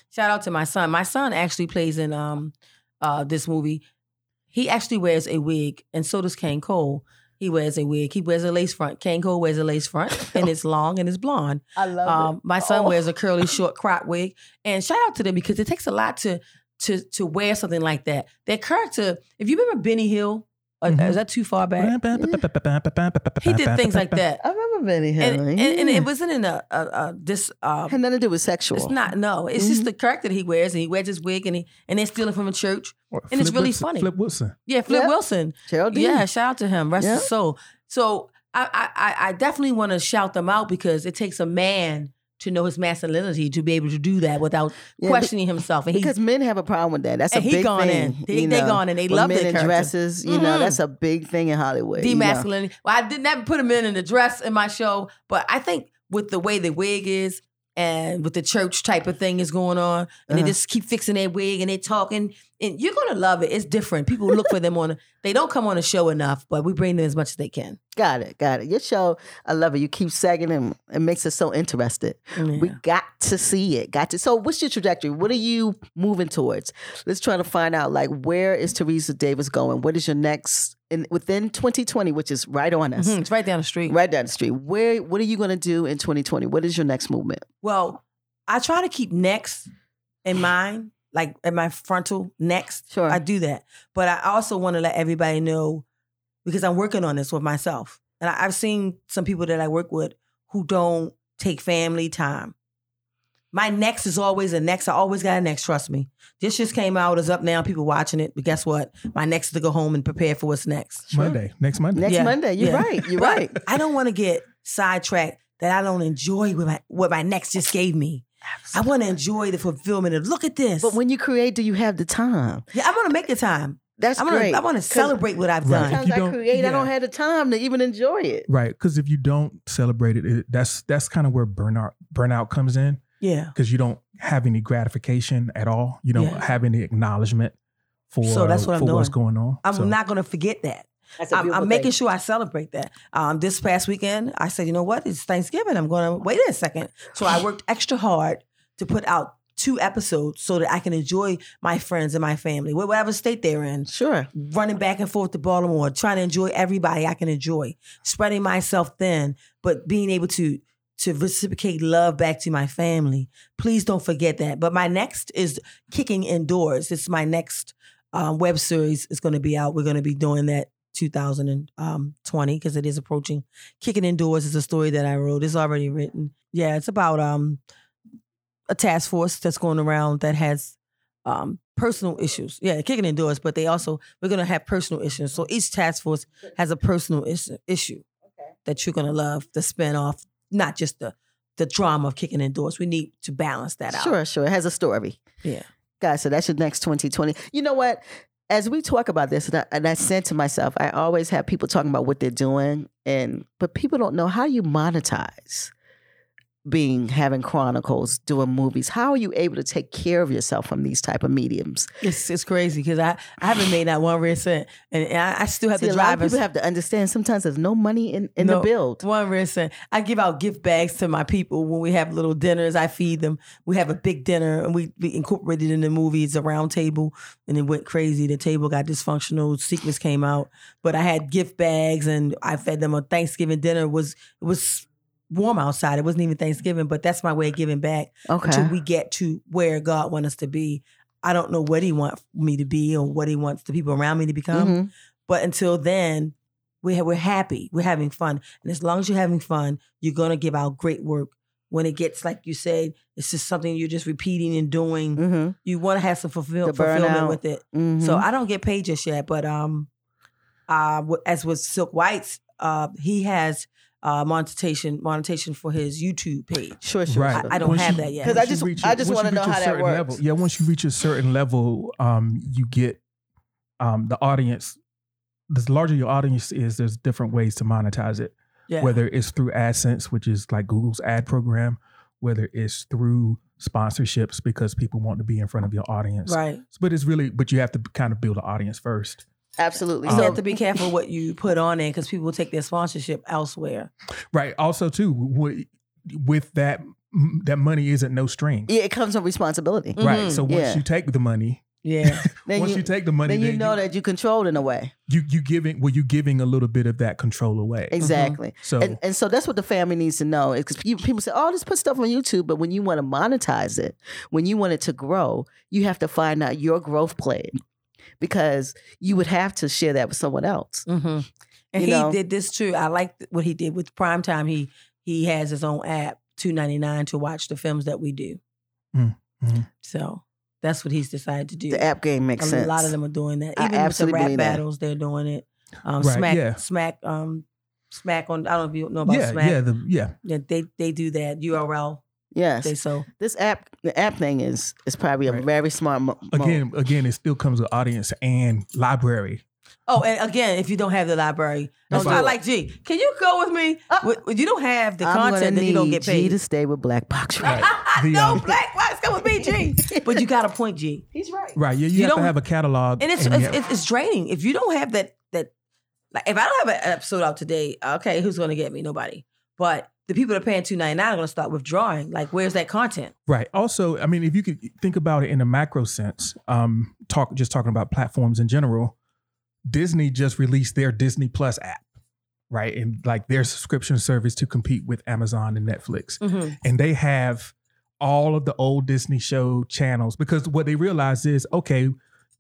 [SPEAKER 4] Shout out to my son. My son actually plays in um uh this movie. He actually wears a wig, and so does Kane Cole. He wears a wig. He wears a lace front. Kane Cole wears a lace front, and it's long and it's blonde.
[SPEAKER 6] I love
[SPEAKER 4] Um, my son
[SPEAKER 6] Oh.
[SPEAKER 4] wears a curly short crop wig, and shout out to them because it takes a lot to to to wear something like that. Their character. If you remember Benny Hill, uh,
[SPEAKER 6] Mm-hmm.
[SPEAKER 5] Mhm.
[SPEAKER 4] is that too far back? He did things like that,
[SPEAKER 6] I remember Benny Hill.
[SPEAKER 4] and, and, and
[SPEAKER 6] yeah.
[SPEAKER 4] it wasn't in a, a, a this um,
[SPEAKER 6] had nothing to do with sexual.
[SPEAKER 4] It's not. No, it's
[SPEAKER 6] Mm-hmm.
[SPEAKER 4] just the character that he wears, and he wears his wig, and he and they steal it from a church.
[SPEAKER 5] Or
[SPEAKER 4] And it's
[SPEAKER 5] Flip
[SPEAKER 4] really
[SPEAKER 5] Wilson-
[SPEAKER 4] funny.
[SPEAKER 5] Flip Wilson.
[SPEAKER 4] Yeah, Flip
[SPEAKER 6] Yep. Oh,
[SPEAKER 4] Wilson.
[SPEAKER 6] Geraldine.
[SPEAKER 4] Yeah, shout out to him. Rest
[SPEAKER 6] Yeah.
[SPEAKER 4] his soul. So I I I- I definitely want to shout them out because it takes a man to know his masculinity to be able to do that without
[SPEAKER 6] Yeah, be-
[SPEAKER 4] questioning himself. And he
[SPEAKER 6] because men have a problem with that. That's
[SPEAKER 4] and
[SPEAKER 6] a
[SPEAKER 4] he
[SPEAKER 6] big
[SPEAKER 4] gone
[SPEAKER 6] thing.
[SPEAKER 4] in. They,
[SPEAKER 6] you
[SPEAKER 4] they
[SPEAKER 6] know,
[SPEAKER 4] gone in. They
[SPEAKER 6] with
[SPEAKER 4] love
[SPEAKER 6] men
[SPEAKER 4] their
[SPEAKER 6] in
[SPEAKER 4] character.
[SPEAKER 6] dresses. You know,
[SPEAKER 4] Mhm.
[SPEAKER 6] that's a big thing in Hollywood. you know.
[SPEAKER 4] demasculinity. Well, I didn't ever put him in in the dress in my show, but I think with the way the wig is and with the church type of thing is going on, and they
[SPEAKER 6] Uh-huh.
[SPEAKER 4] just keep fixing their wig and they talking, and you're gonna love it. It's different. People look for them on. They don't come on a show enough, but we bring them as much as they can.
[SPEAKER 6] Got it. Got it. Your show, I love it. You keep sagging and it makes us so interested. We
[SPEAKER 4] Yeah.
[SPEAKER 6] got to see it. Got to. So, what's your trajectory? What are you moving towards? Let's try to find out. Like, where is Teresa Davis going? What is your next in within 2020, which is right on us,
[SPEAKER 4] Mhm, It's right down the street.
[SPEAKER 6] right down the street? Where? What are you going to do in 2020? What is your next movement?
[SPEAKER 4] Well, I try to keep next in mind, like in my frontal next.
[SPEAKER 6] Sure.
[SPEAKER 4] I do that. But I also want to let everybody know because I'm working on this with myself. And I, I've seen some people that I work with who don't take family time. My next is always a next. I always got a next, trust me. This just came out, it's up now, people watching it. But guess what? My next is to go home and prepare for what's next.
[SPEAKER 5] Monday, next Monday.
[SPEAKER 6] Next
[SPEAKER 4] Yeah.
[SPEAKER 6] Monday. You're
[SPEAKER 4] Yeah.
[SPEAKER 6] right. You're
[SPEAKER 4] But
[SPEAKER 6] right.
[SPEAKER 4] I don't want to get sidetracked that I don't enjoy what my what my next just gave me. I want to enjoy the fulfillment of look at this.
[SPEAKER 6] But when you create, do you have the time?
[SPEAKER 4] yeah, I want to make the time.
[SPEAKER 6] That's
[SPEAKER 4] I want
[SPEAKER 6] great.
[SPEAKER 4] to I want to
[SPEAKER 6] 'Cause
[SPEAKER 4] celebrate what I've
[SPEAKER 5] Right.
[SPEAKER 4] done.
[SPEAKER 6] Sometimes
[SPEAKER 5] If
[SPEAKER 6] I
[SPEAKER 5] you don't-
[SPEAKER 6] create, I
[SPEAKER 5] yeah.
[SPEAKER 6] don't have the time to even enjoy it.
[SPEAKER 5] Right, because if you don't celebrate it, it that's that's kind of where burnout burnout comes in.
[SPEAKER 4] Yeah.
[SPEAKER 5] because you don't have any gratification at all. You don't
[SPEAKER 4] Yeah.
[SPEAKER 5] have any acknowledgement for
[SPEAKER 4] So that's what I'm
[SPEAKER 5] for what's
[SPEAKER 4] doing.
[SPEAKER 5] going on.
[SPEAKER 4] I'm
[SPEAKER 5] So,
[SPEAKER 4] not going to forget that.
[SPEAKER 6] That's a
[SPEAKER 4] I'm,
[SPEAKER 6] beautiful
[SPEAKER 4] I'm making
[SPEAKER 6] thing.
[SPEAKER 4] sure I celebrate that. Um, this past weekend, I said, you know what? It's Thanksgiving. I'm going to wait a second. So I worked extra hard to put out two episodes so that I can enjoy my friends and my family, wh- whatever state they're in.
[SPEAKER 6] Sure.
[SPEAKER 4] running back and forth to Baltimore, trying to enjoy everybody I can enjoy, spreading myself thin, but being able to to reciprocate love back to my family. Please don't forget that. But my next is kicking indoors. It's my next um, web series is going to be out. We're going to be doing that 2020 because um, it is approaching. Kicking indoors is a story that I wrote. It's already written. Yeah, it's about um a task force that's going around that has um, personal issues. Yeah, kicking in doors, but they also we're gonna have personal issues. So each task force has a personal issue, issue that you're gonna love the spin off, not just the the drama of kicking in doors. We need to balance that out.
[SPEAKER 6] Sure, sure. It has a story.
[SPEAKER 4] Yeah.
[SPEAKER 6] Guys, so that's your next 2020. You know what? As we talk about this, and I, and I said to myself, I always have people talking about what they're doing, and but people don't know how you monetize being having chronicles, doing movies. How are you able to take care of yourself from these type of mediums?
[SPEAKER 4] It's it's crazy because I, I haven't made that one red cent, and, and I, I still have
[SPEAKER 6] See,
[SPEAKER 4] to
[SPEAKER 6] a lot
[SPEAKER 4] drive
[SPEAKER 6] of
[SPEAKER 4] and
[SPEAKER 6] people have to understand. Sometimes there's no money in, in
[SPEAKER 4] No.
[SPEAKER 6] the build.
[SPEAKER 4] One reason I give out gift bags to my people when we have little dinners. I feed them. We have a big dinner and we, we incorporated in the movie. It's a round table and it went crazy. The table got dysfunctional. Secrets came out, but I had gift bags and I fed them a Thanksgiving dinner. It was it was warm outside. It wasn't even Thanksgiving, but that's my way of giving back
[SPEAKER 6] Okay.
[SPEAKER 4] until we get to where God wants us to be. I don't know what He wants me to be or what He wants the people around me to become.
[SPEAKER 6] Mhm.
[SPEAKER 4] But until then, we ha- we're happy. We're having fun. And as long as you're having fun, you're going to give out great work. When it gets, like you said, it's just something you're just repeating and doing.
[SPEAKER 6] Mhm.
[SPEAKER 4] You want to have some fulfill-
[SPEAKER 6] The
[SPEAKER 4] fulfillment
[SPEAKER 6] burnout.
[SPEAKER 4] with it.
[SPEAKER 6] Mhm.
[SPEAKER 4] So I don't get paid just yet, but um, uh, w- as with Silk White's uh, he has uh, monetization monetization for his YouTube page.
[SPEAKER 6] Sure, sure.
[SPEAKER 5] Right.
[SPEAKER 6] sure.
[SPEAKER 4] I don't
[SPEAKER 5] Once
[SPEAKER 4] have
[SPEAKER 5] you-
[SPEAKER 4] that yet.
[SPEAKER 6] 'Cause I
[SPEAKER 5] once you
[SPEAKER 6] just-
[SPEAKER 5] reach
[SPEAKER 6] I
[SPEAKER 5] once
[SPEAKER 6] just
[SPEAKER 5] you
[SPEAKER 6] wanna know
[SPEAKER 5] reach a
[SPEAKER 6] how that
[SPEAKER 5] certain
[SPEAKER 6] works.
[SPEAKER 5] Level, yeah, once you reach a certain level, um, you get um, the audience. The larger your audience is, there's different ways to monetize it.
[SPEAKER 4] yeah.
[SPEAKER 5] Whether it's through AdSense, which is like Google's ad program, whether it's through sponsorships because people want to be in front of your audience.
[SPEAKER 4] right.
[SPEAKER 5] But it's really, but you have to kind of build an audience first.
[SPEAKER 6] Absolutely.
[SPEAKER 5] Um,
[SPEAKER 4] you
[SPEAKER 6] so
[SPEAKER 4] have to be careful what you put on it because people will take their sponsorship elsewhere.
[SPEAKER 5] Right. Also, too, w- with that, m- that money isn't no string.
[SPEAKER 6] yeah, it comes with responsibility.
[SPEAKER 4] Mm.
[SPEAKER 5] Right. So once
[SPEAKER 6] Yeah.
[SPEAKER 5] you take the money,
[SPEAKER 4] Yeah.
[SPEAKER 6] Then
[SPEAKER 5] once
[SPEAKER 6] you,
[SPEAKER 5] you, take the money,
[SPEAKER 6] then you know that you controlled in a way.
[SPEAKER 5] you you giving well you giving a little bit of that control away
[SPEAKER 6] Exactly.
[SPEAKER 5] Uh-huh. so
[SPEAKER 6] And, and so that's what the family needs to know. Because people say, oh, just put stuff on YouTube. But when you want to monetize it, when you want it to grow, you have to find out your growth plan because you would have to share that with someone else.
[SPEAKER 4] Mm-hmm. And
[SPEAKER 6] You
[SPEAKER 4] he
[SPEAKER 6] know?
[SPEAKER 4] did this too. I like th- what he did with Primetime. He he has his own app, two ninety nine, to watch the films that we do.
[SPEAKER 5] Mm, mhm.
[SPEAKER 4] So that's what he's decided to do.
[SPEAKER 6] Mm-hmm. The app game makes
[SPEAKER 4] a
[SPEAKER 6] sense.
[SPEAKER 4] lot of them are doing that. Even
[SPEAKER 6] I
[SPEAKER 4] with the
[SPEAKER 6] absolutely
[SPEAKER 4] rap
[SPEAKER 6] believe that.
[SPEAKER 4] battles, they're doing it. Um,
[SPEAKER 5] Right,
[SPEAKER 4] smack,
[SPEAKER 5] yeah.
[SPEAKER 4] smack, um, smack on. I don't know if you know about
[SPEAKER 5] yeah
[SPEAKER 4] smack.
[SPEAKER 5] yeah the, yeah
[SPEAKER 4] Yeah, they they do that URL.
[SPEAKER 6] Yes.
[SPEAKER 4] They so
[SPEAKER 6] this app, the app thing is is probably a
[SPEAKER 5] Right.
[SPEAKER 6] very smart mo- mo-
[SPEAKER 5] again again it still comes with audience and library
[SPEAKER 4] Oh, and again, if you don't have the library,
[SPEAKER 5] That's
[SPEAKER 4] Oh, I
[SPEAKER 5] right.
[SPEAKER 4] like G. Can you go with me?
[SPEAKER 6] Uh,
[SPEAKER 4] Wh- you don't have the
[SPEAKER 6] I'm
[SPEAKER 4] content,
[SPEAKER 6] gonna
[SPEAKER 4] then you don't
[SPEAKER 6] need
[SPEAKER 4] get
[SPEAKER 6] G
[SPEAKER 4] paid.
[SPEAKER 6] to stay with Black Box.
[SPEAKER 5] right The,
[SPEAKER 4] no
[SPEAKER 5] um,
[SPEAKER 4] black box, come with me, G. But you got a point, G.
[SPEAKER 6] He's right.
[SPEAKER 5] right yeah you,
[SPEAKER 4] You
[SPEAKER 5] have to
[SPEAKER 4] don't-
[SPEAKER 5] have a catalog
[SPEAKER 4] And it's
[SPEAKER 5] you
[SPEAKER 4] it's,
[SPEAKER 5] have-
[SPEAKER 4] it's it's draining if you don't have that that. Like if I don't have an episode out today, okay, who's gonna get me? Nobody. But the people that are paying two ninety nine are gonna start withdrawing. Like, where's that content?
[SPEAKER 5] right also i mean if you could think about it in a macro sense um talk just talking about platforms in general disney just released their disney plus app right and like their subscription service to compete with amazon and netflix
[SPEAKER 6] Mm-hmm.
[SPEAKER 5] and they have all of the old Disney show channels because what they realize is okay,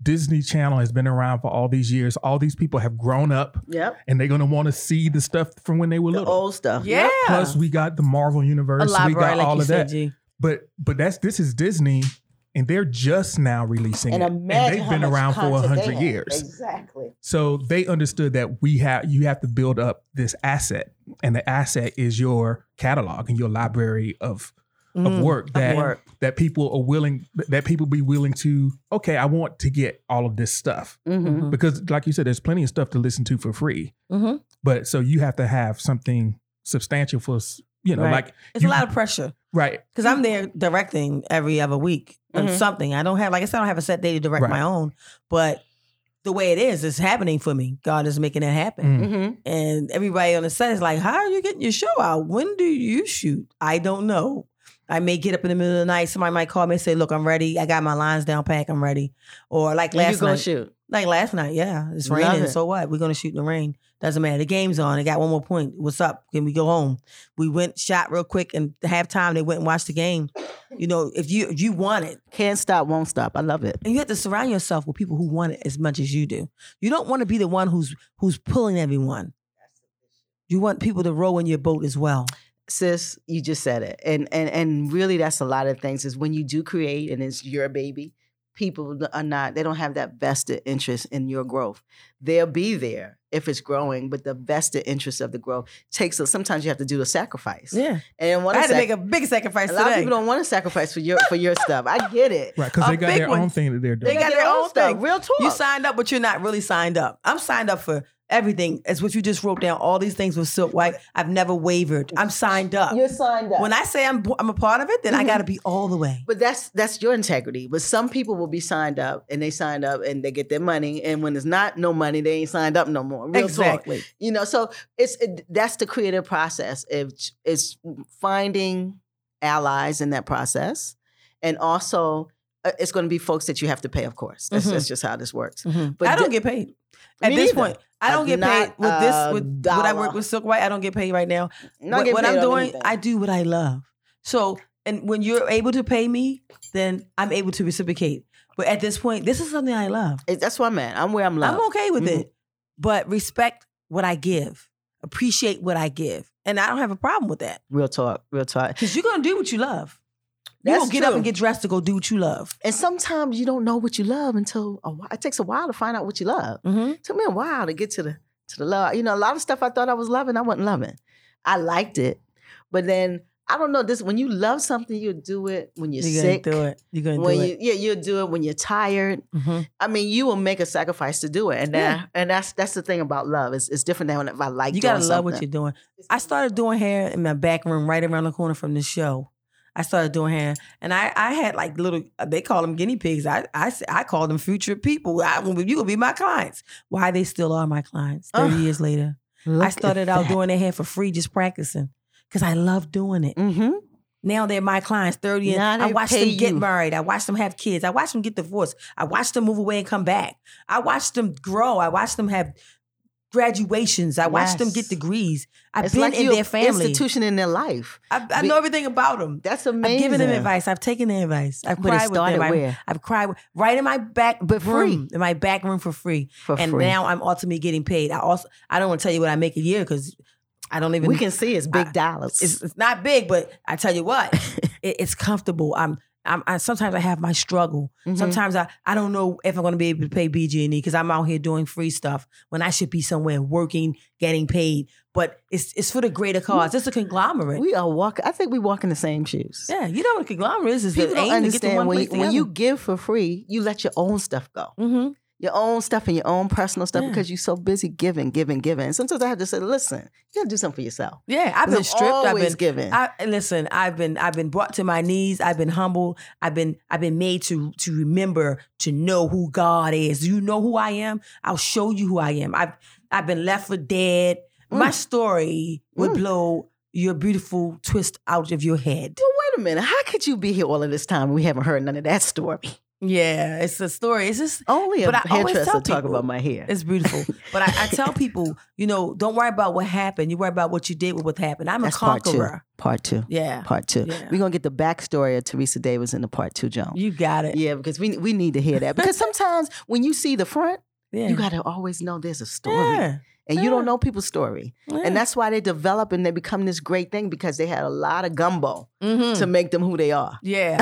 [SPEAKER 5] Disney Channel has been around for all these years. All these people have grown up
[SPEAKER 6] Yep.
[SPEAKER 5] and they're going to want to see the stuff from when they were
[SPEAKER 6] The
[SPEAKER 5] little.
[SPEAKER 6] old stuff.
[SPEAKER 4] Yeah.
[SPEAKER 5] Plus we got the Marvel universe,
[SPEAKER 4] a
[SPEAKER 5] we
[SPEAKER 4] library,
[SPEAKER 5] got
[SPEAKER 4] like
[SPEAKER 5] all
[SPEAKER 4] you
[SPEAKER 5] of
[SPEAKER 4] said,
[SPEAKER 5] that.
[SPEAKER 4] G.
[SPEAKER 5] But but that's this is Disney and they're just now releasing
[SPEAKER 6] And
[SPEAKER 5] it.
[SPEAKER 6] imagine
[SPEAKER 5] and
[SPEAKER 6] how
[SPEAKER 5] they've been
[SPEAKER 6] much
[SPEAKER 5] around for
[SPEAKER 6] content they
[SPEAKER 5] 100
[SPEAKER 6] have.
[SPEAKER 5] years.
[SPEAKER 6] Exactly.
[SPEAKER 5] So they understood that we have you have to build up this asset, and the asset is your catalog and your library of
[SPEAKER 6] Mm-hmm.
[SPEAKER 4] Mm,
[SPEAKER 5] of work that
[SPEAKER 4] work.
[SPEAKER 5] that people are willing that people be willing to okay, I want to get all of this stuff
[SPEAKER 6] Mm-hmm.
[SPEAKER 4] Mhm.
[SPEAKER 5] because like you said, there's plenty of stuff to listen to for free,
[SPEAKER 4] Mhm.
[SPEAKER 5] but so you have to have something substantial for s- you know
[SPEAKER 4] Right.
[SPEAKER 5] like
[SPEAKER 4] It's a
[SPEAKER 5] you-
[SPEAKER 4] lot of pressure.
[SPEAKER 5] right
[SPEAKER 4] Because I'm there directing every other week on
[SPEAKER 6] Mhm.
[SPEAKER 4] something. I don't have, like I said, I don't have a set day to direct
[SPEAKER 5] Right.
[SPEAKER 4] my own, but the way it is, it's happening for me. God is making that happen.
[SPEAKER 6] Mm-hmm.
[SPEAKER 5] Mm.
[SPEAKER 4] And everybody on the set is like, How are you getting your show out? When do you shoot? I don't know. I may get up in the middle of the night. Somebody might call me and say, Look, I'm ready. I got my lines down packed. I'm ready. Or like
[SPEAKER 6] Last
[SPEAKER 4] last
[SPEAKER 6] you go
[SPEAKER 4] night.
[SPEAKER 6] shoot.
[SPEAKER 4] Like last night, yeah. It's
[SPEAKER 6] Love
[SPEAKER 4] raining.
[SPEAKER 6] it.
[SPEAKER 4] So what? We're gonna shoot in the rain. Doesn't matter. The game's on. It got one more point. What's up? Can we go home? We went shot real quick and to have time. They went and watched the game. You know, if you if you want it,
[SPEAKER 6] Can't stop, won't stop. I love it.
[SPEAKER 4] and you have to surround yourself with people who want it as much as you do. You don't want to be the one who's who's pulling everyone. You want people to row in your boat as well.
[SPEAKER 6] sis you just said it and and and really that's a lot of things is when you do create and it's your baby people are not they don't have that vested interest in your growth they'll be there if it's growing but the vested interest of the growth takes a, sometimes you have to do a sacrifice
[SPEAKER 4] Yeah,
[SPEAKER 6] and what
[SPEAKER 4] I had to
[SPEAKER 6] sac-
[SPEAKER 4] make a big sacrifice
[SPEAKER 6] a lot of
[SPEAKER 4] today.
[SPEAKER 6] people don't want to sacrifice for your for your stuff i get it
[SPEAKER 5] right because
[SPEAKER 4] A
[SPEAKER 5] they got
[SPEAKER 4] big
[SPEAKER 5] their
[SPEAKER 4] one.
[SPEAKER 5] own thing that they're doing.
[SPEAKER 4] They got their own thing.
[SPEAKER 6] real talk
[SPEAKER 4] You signed up, but you're not really signed up. I'm signed up for everything. It's what you just wrote down. All these things with Silk White. I've never wavered. I'm signed up.
[SPEAKER 6] you're signed up
[SPEAKER 4] When I say I'm I'm a part of it, then I
[SPEAKER 6] Mhm.
[SPEAKER 4] got to be all the way.
[SPEAKER 6] But that's that's your integrity. But some people will be signed up and they signed up and they get their money. And when there's not no money, they ain't signed up no more. Real talk.
[SPEAKER 4] exactly.
[SPEAKER 6] You know, so it's it, that's the creative process. It's it's finding allies in that process, and also uh, it's going to be folks that you have to pay. Of course, that's,
[SPEAKER 4] Mhm.
[SPEAKER 6] that's just how this works.
[SPEAKER 4] But
[SPEAKER 6] Mm-hmm. But
[SPEAKER 4] I don't
[SPEAKER 6] di-
[SPEAKER 4] get paid at
[SPEAKER 6] Me
[SPEAKER 4] this
[SPEAKER 6] neither.
[SPEAKER 4] point. I don't
[SPEAKER 6] Like
[SPEAKER 4] get paid
[SPEAKER 6] not
[SPEAKER 4] with
[SPEAKER 6] a
[SPEAKER 4] this with what I
[SPEAKER 6] dollar.
[SPEAKER 4] work with Silk White. I don't get paid right now.
[SPEAKER 6] Not
[SPEAKER 4] what
[SPEAKER 6] getting
[SPEAKER 4] what
[SPEAKER 6] paid
[SPEAKER 4] I'm
[SPEAKER 6] on
[SPEAKER 4] doing,
[SPEAKER 6] anything.
[SPEAKER 4] I do what I love. So, and when you're able to pay me, then I'm able to reciprocate. But at this point, this is something I love.
[SPEAKER 6] It- that's where I'm at. I'm where I'm loved.
[SPEAKER 4] I'm okay with
[SPEAKER 6] Mhm.
[SPEAKER 4] it. But respect what I give. Appreciate what I give. And I don't have a problem with that.
[SPEAKER 6] Real talk. Real talk.
[SPEAKER 4] Because you're gonna do what you love. You
[SPEAKER 6] That's
[SPEAKER 4] gonna get up
[SPEAKER 6] true.
[SPEAKER 4] and get dressed to go do what you love.
[SPEAKER 6] And sometimes you don't know what you love until a while. it takes a while to find out what you love.
[SPEAKER 4] Mm-hmm.
[SPEAKER 6] took me a while to get to the to the love. You know, a lot of stuff I thought I was loving, I wasn't loving. I liked it, but then I don't know this. When you love something, you do it when you're,
[SPEAKER 4] You're
[SPEAKER 6] sick.
[SPEAKER 4] gonna do it. You're gonna
[SPEAKER 6] When
[SPEAKER 4] do
[SPEAKER 6] you
[SPEAKER 4] it.
[SPEAKER 6] yeah, you'll do it when you're tired.
[SPEAKER 4] Mhm.
[SPEAKER 6] I mean, you will make a sacrifice to do it, and that
[SPEAKER 4] Yeah.
[SPEAKER 6] and that's that's the thing about love. It's, it's different than when- if I like.
[SPEAKER 4] You gotta
[SPEAKER 6] doing
[SPEAKER 4] love what
[SPEAKER 6] something.
[SPEAKER 4] you're doing. I started doing hair in my back room right around the corner from the show. I started doing hair, and I, I had like little uh, they call them guinea pigs. I I, s- I call them future people. I, you gonna be my clients. Why they still are my clients thirty
[SPEAKER 6] Ugh.
[SPEAKER 4] years later. I started out doing their hair for free, just practicing because I love doing it.
[SPEAKER 6] Mm-hmm.
[SPEAKER 4] Now they're my clients, 30 and
[SPEAKER 6] Now they
[SPEAKER 4] I watched
[SPEAKER 6] pay
[SPEAKER 4] them get
[SPEAKER 6] you.
[SPEAKER 4] married. I watched them have kids. I watched them get divorced. I watched them move away and come back. I watched them grow. I watched them have graduations. I watched them get
[SPEAKER 6] Yes.
[SPEAKER 4] degrees. I've
[SPEAKER 6] It's
[SPEAKER 4] been
[SPEAKER 6] like
[SPEAKER 4] in
[SPEAKER 6] you're
[SPEAKER 4] their family.
[SPEAKER 6] institution in their life.
[SPEAKER 4] I, I
[SPEAKER 6] Be-
[SPEAKER 4] know everything about them.
[SPEAKER 6] That's amazing.
[SPEAKER 4] I've given them advice. I've taken their advice. I've
[SPEAKER 6] But it
[SPEAKER 4] cried with
[SPEAKER 6] started
[SPEAKER 4] them. I've-
[SPEAKER 6] where?
[SPEAKER 4] I've cried with- right in my back
[SPEAKER 6] But
[SPEAKER 4] room,
[SPEAKER 6] free.
[SPEAKER 4] in my back room for free.
[SPEAKER 6] for
[SPEAKER 4] and
[SPEAKER 6] free.
[SPEAKER 4] now I'm ultimately getting paid. I also I don't want to tell you what I make a year because I don't even
[SPEAKER 6] we can see it's big
[SPEAKER 4] I-
[SPEAKER 6] dollars.
[SPEAKER 4] it's, it's not big, but I tell you what, it, it's comfortable. I'm, I'm I, sometimes I have my struggle.
[SPEAKER 6] Mhm.
[SPEAKER 4] Sometimes I, I don't know if I'm going to be able to pay BG&E because E I'm out here doing free stuff when I should be somewhere working, getting paid. But it's it's for the greater cause. It's a conglomerate.
[SPEAKER 6] we are walking. I think we walk in the same shoes.
[SPEAKER 4] yeah, you know what a conglomerate is. Is
[SPEAKER 6] People
[SPEAKER 4] the
[SPEAKER 6] don't
[SPEAKER 4] aim to get to
[SPEAKER 6] understand
[SPEAKER 4] one
[SPEAKER 6] when you,
[SPEAKER 4] place
[SPEAKER 6] when you give for free, you let your own stuff go.
[SPEAKER 4] hmm
[SPEAKER 6] Your own stuff and your own personal stuff
[SPEAKER 4] Yeah.
[SPEAKER 6] because you're so busy giving, giving, giving. And sometimes I have to say, listen, you gotta do something for yourself.
[SPEAKER 4] Yeah, I've been
[SPEAKER 6] I'm
[SPEAKER 4] stripped. I've
[SPEAKER 6] always
[SPEAKER 4] been
[SPEAKER 6] giving.
[SPEAKER 4] I, and listen, I've been I've been brought to my knees. I've been humbled. I've been I've been made to to remember to know who God is. You know who I am. I'll show you who I am. I've I've been left for dead. My story would
[SPEAKER 6] Mm.
[SPEAKER 4] blow your beautiful twist out of your head.
[SPEAKER 6] Well, wait a minute. How could you be here all of this time and we haven't heard none of that story?
[SPEAKER 4] Yeah, it's a story. It's just
[SPEAKER 6] Only a
[SPEAKER 4] But I always
[SPEAKER 6] hairdresser
[SPEAKER 4] tell
[SPEAKER 6] talk
[SPEAKER 4] people-
[SPEAKER 6] about my hair.
[SPEAKER 4] it's beautiful. but I, I tell people, you know, don't worry about what happened. You worry about what you did with what happened. I'm
[SPEAKER 6] That's
[SPEAKER 4] a
[SPEAKER 6] part two.
[SPEAKER 4] conqueror.
[SPEAKER 6] Part two.
[SPEAKER 4] Yeah,
[SPEAKER 6] Part two.
[SPEAKER 4] Yeah.
[SPEAKER 6] We're gonna get the backstory of Teresa Davis in the part two, Joan.
[SPEAKER 4] you got it.
[SPEAKER 6] Yeah, because we we need to hear that. Because sometimes when you see the front,
[SPEAKER 4] Yeah,
[SPEAKER 6] you gotta always know there's a story.
[SPEAKER 4] Yeah.
[SPEAKER 6] And you
[SPEAKER 4] yeah.
[SPEAKER 6] don't know people's story.
[SPEAKER 4] Yeah.
[SPEAKER 6] And that's why they develop and they become this great thing because they had a lot of gumbo
[SPEAKER 4] Mhm.
[SPEAKER 6] to make them who they are.
[SPEAKER 4] Yeah.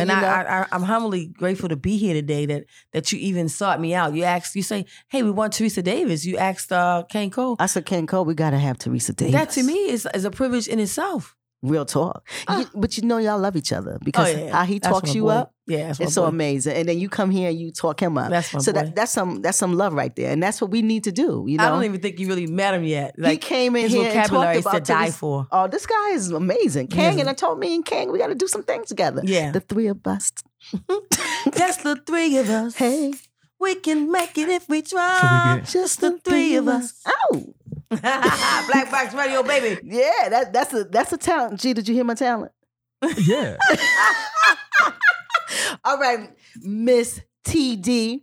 [SPEAKER 4] And
[SPEAKER 6] You
[SPEAKER 4] I,
[SPEAKER 6] know?
[SPEAKER 4] I, I, I'm humbly grateful to be here today that that you even sought me out. You asked, you say, hey, we want Teresa Davis. You asked uh, Kane Cole.
[SPEAKER 6] I said, Ken Cole, we gotta have Teresa Davis.
[SPEAKER 4] That to me is, is a privilege in itself.
[SPEAKER 6] Real talk.
[SPEAKER 4] Ah. Oh,
[SPEAKER 6] You- but you know y'all love each other because
[SPEAKER 4] yeah.
[SPEAKER 6] how he
[SPEAKER 4] That's
[SPEAKER 6] talks
[SPEAKER 4] my
[SPEAKER 6] you
[SPEAKER 4] boy.
[SPEAKER 6] up.
[SPEAKER 4] Yeah, that's my
[SPEAKER 6] It's so
[SPEAKER 4] boy.
[SPEAKER 6] amazing. And then you come here and you talk him up.
[SPEAKER 4] That's my
[SPEAKER 6] so
[SPEAKER 4] boy.
[SPEAKER 6] that, that's some that's some love right there. And that's what we need to do. You know,
[SPEAKER 4] I don't even think you really met him yet.
[SPEAKER 6] he
[SPEAKER 4] Like
[SPEAKER 6] came in
[SPEAKER 4] his
[SPEAKER 6] here and
[SPEAKER 4] vocabulary
[SPEAKER 6] talked
[SPEAKER 4] is to
[SPEAKER 6] about
[SPEAKER 4] die
[SPEAKER 6] Teresa-
[SPEAKER 4] for.
[SPEAKER 6] Oh, this guy is amazing. Kang
[SPEAKER 4] Yeah.
[SPEAKER 6] and I told me and Kang, we gotta do some things together.
[SPEAKER 4] Yeah.
[SPEAKER 6] The three of us.
[SPEAKER 4] That's the three of us.
[SPEAKER 6] Hey,
[SPEAKER 4] We can make it if we
[SPEAKER 5] So we
[SPEAKER 4] try.
[SPEAKER 5] get
[SPEAKER 6] just
[SPEAKER 4] the three of us.
[SPEAKER 6] Oh.
[SPEAKER 4] Black Box Radio, baby.
[SPEAKER 6] Yeah, that, that's a that's a talent. G, did you hear my talent?
[SPEAKER 5] yeah.
[SPEAKER 6] All right, Miss TD,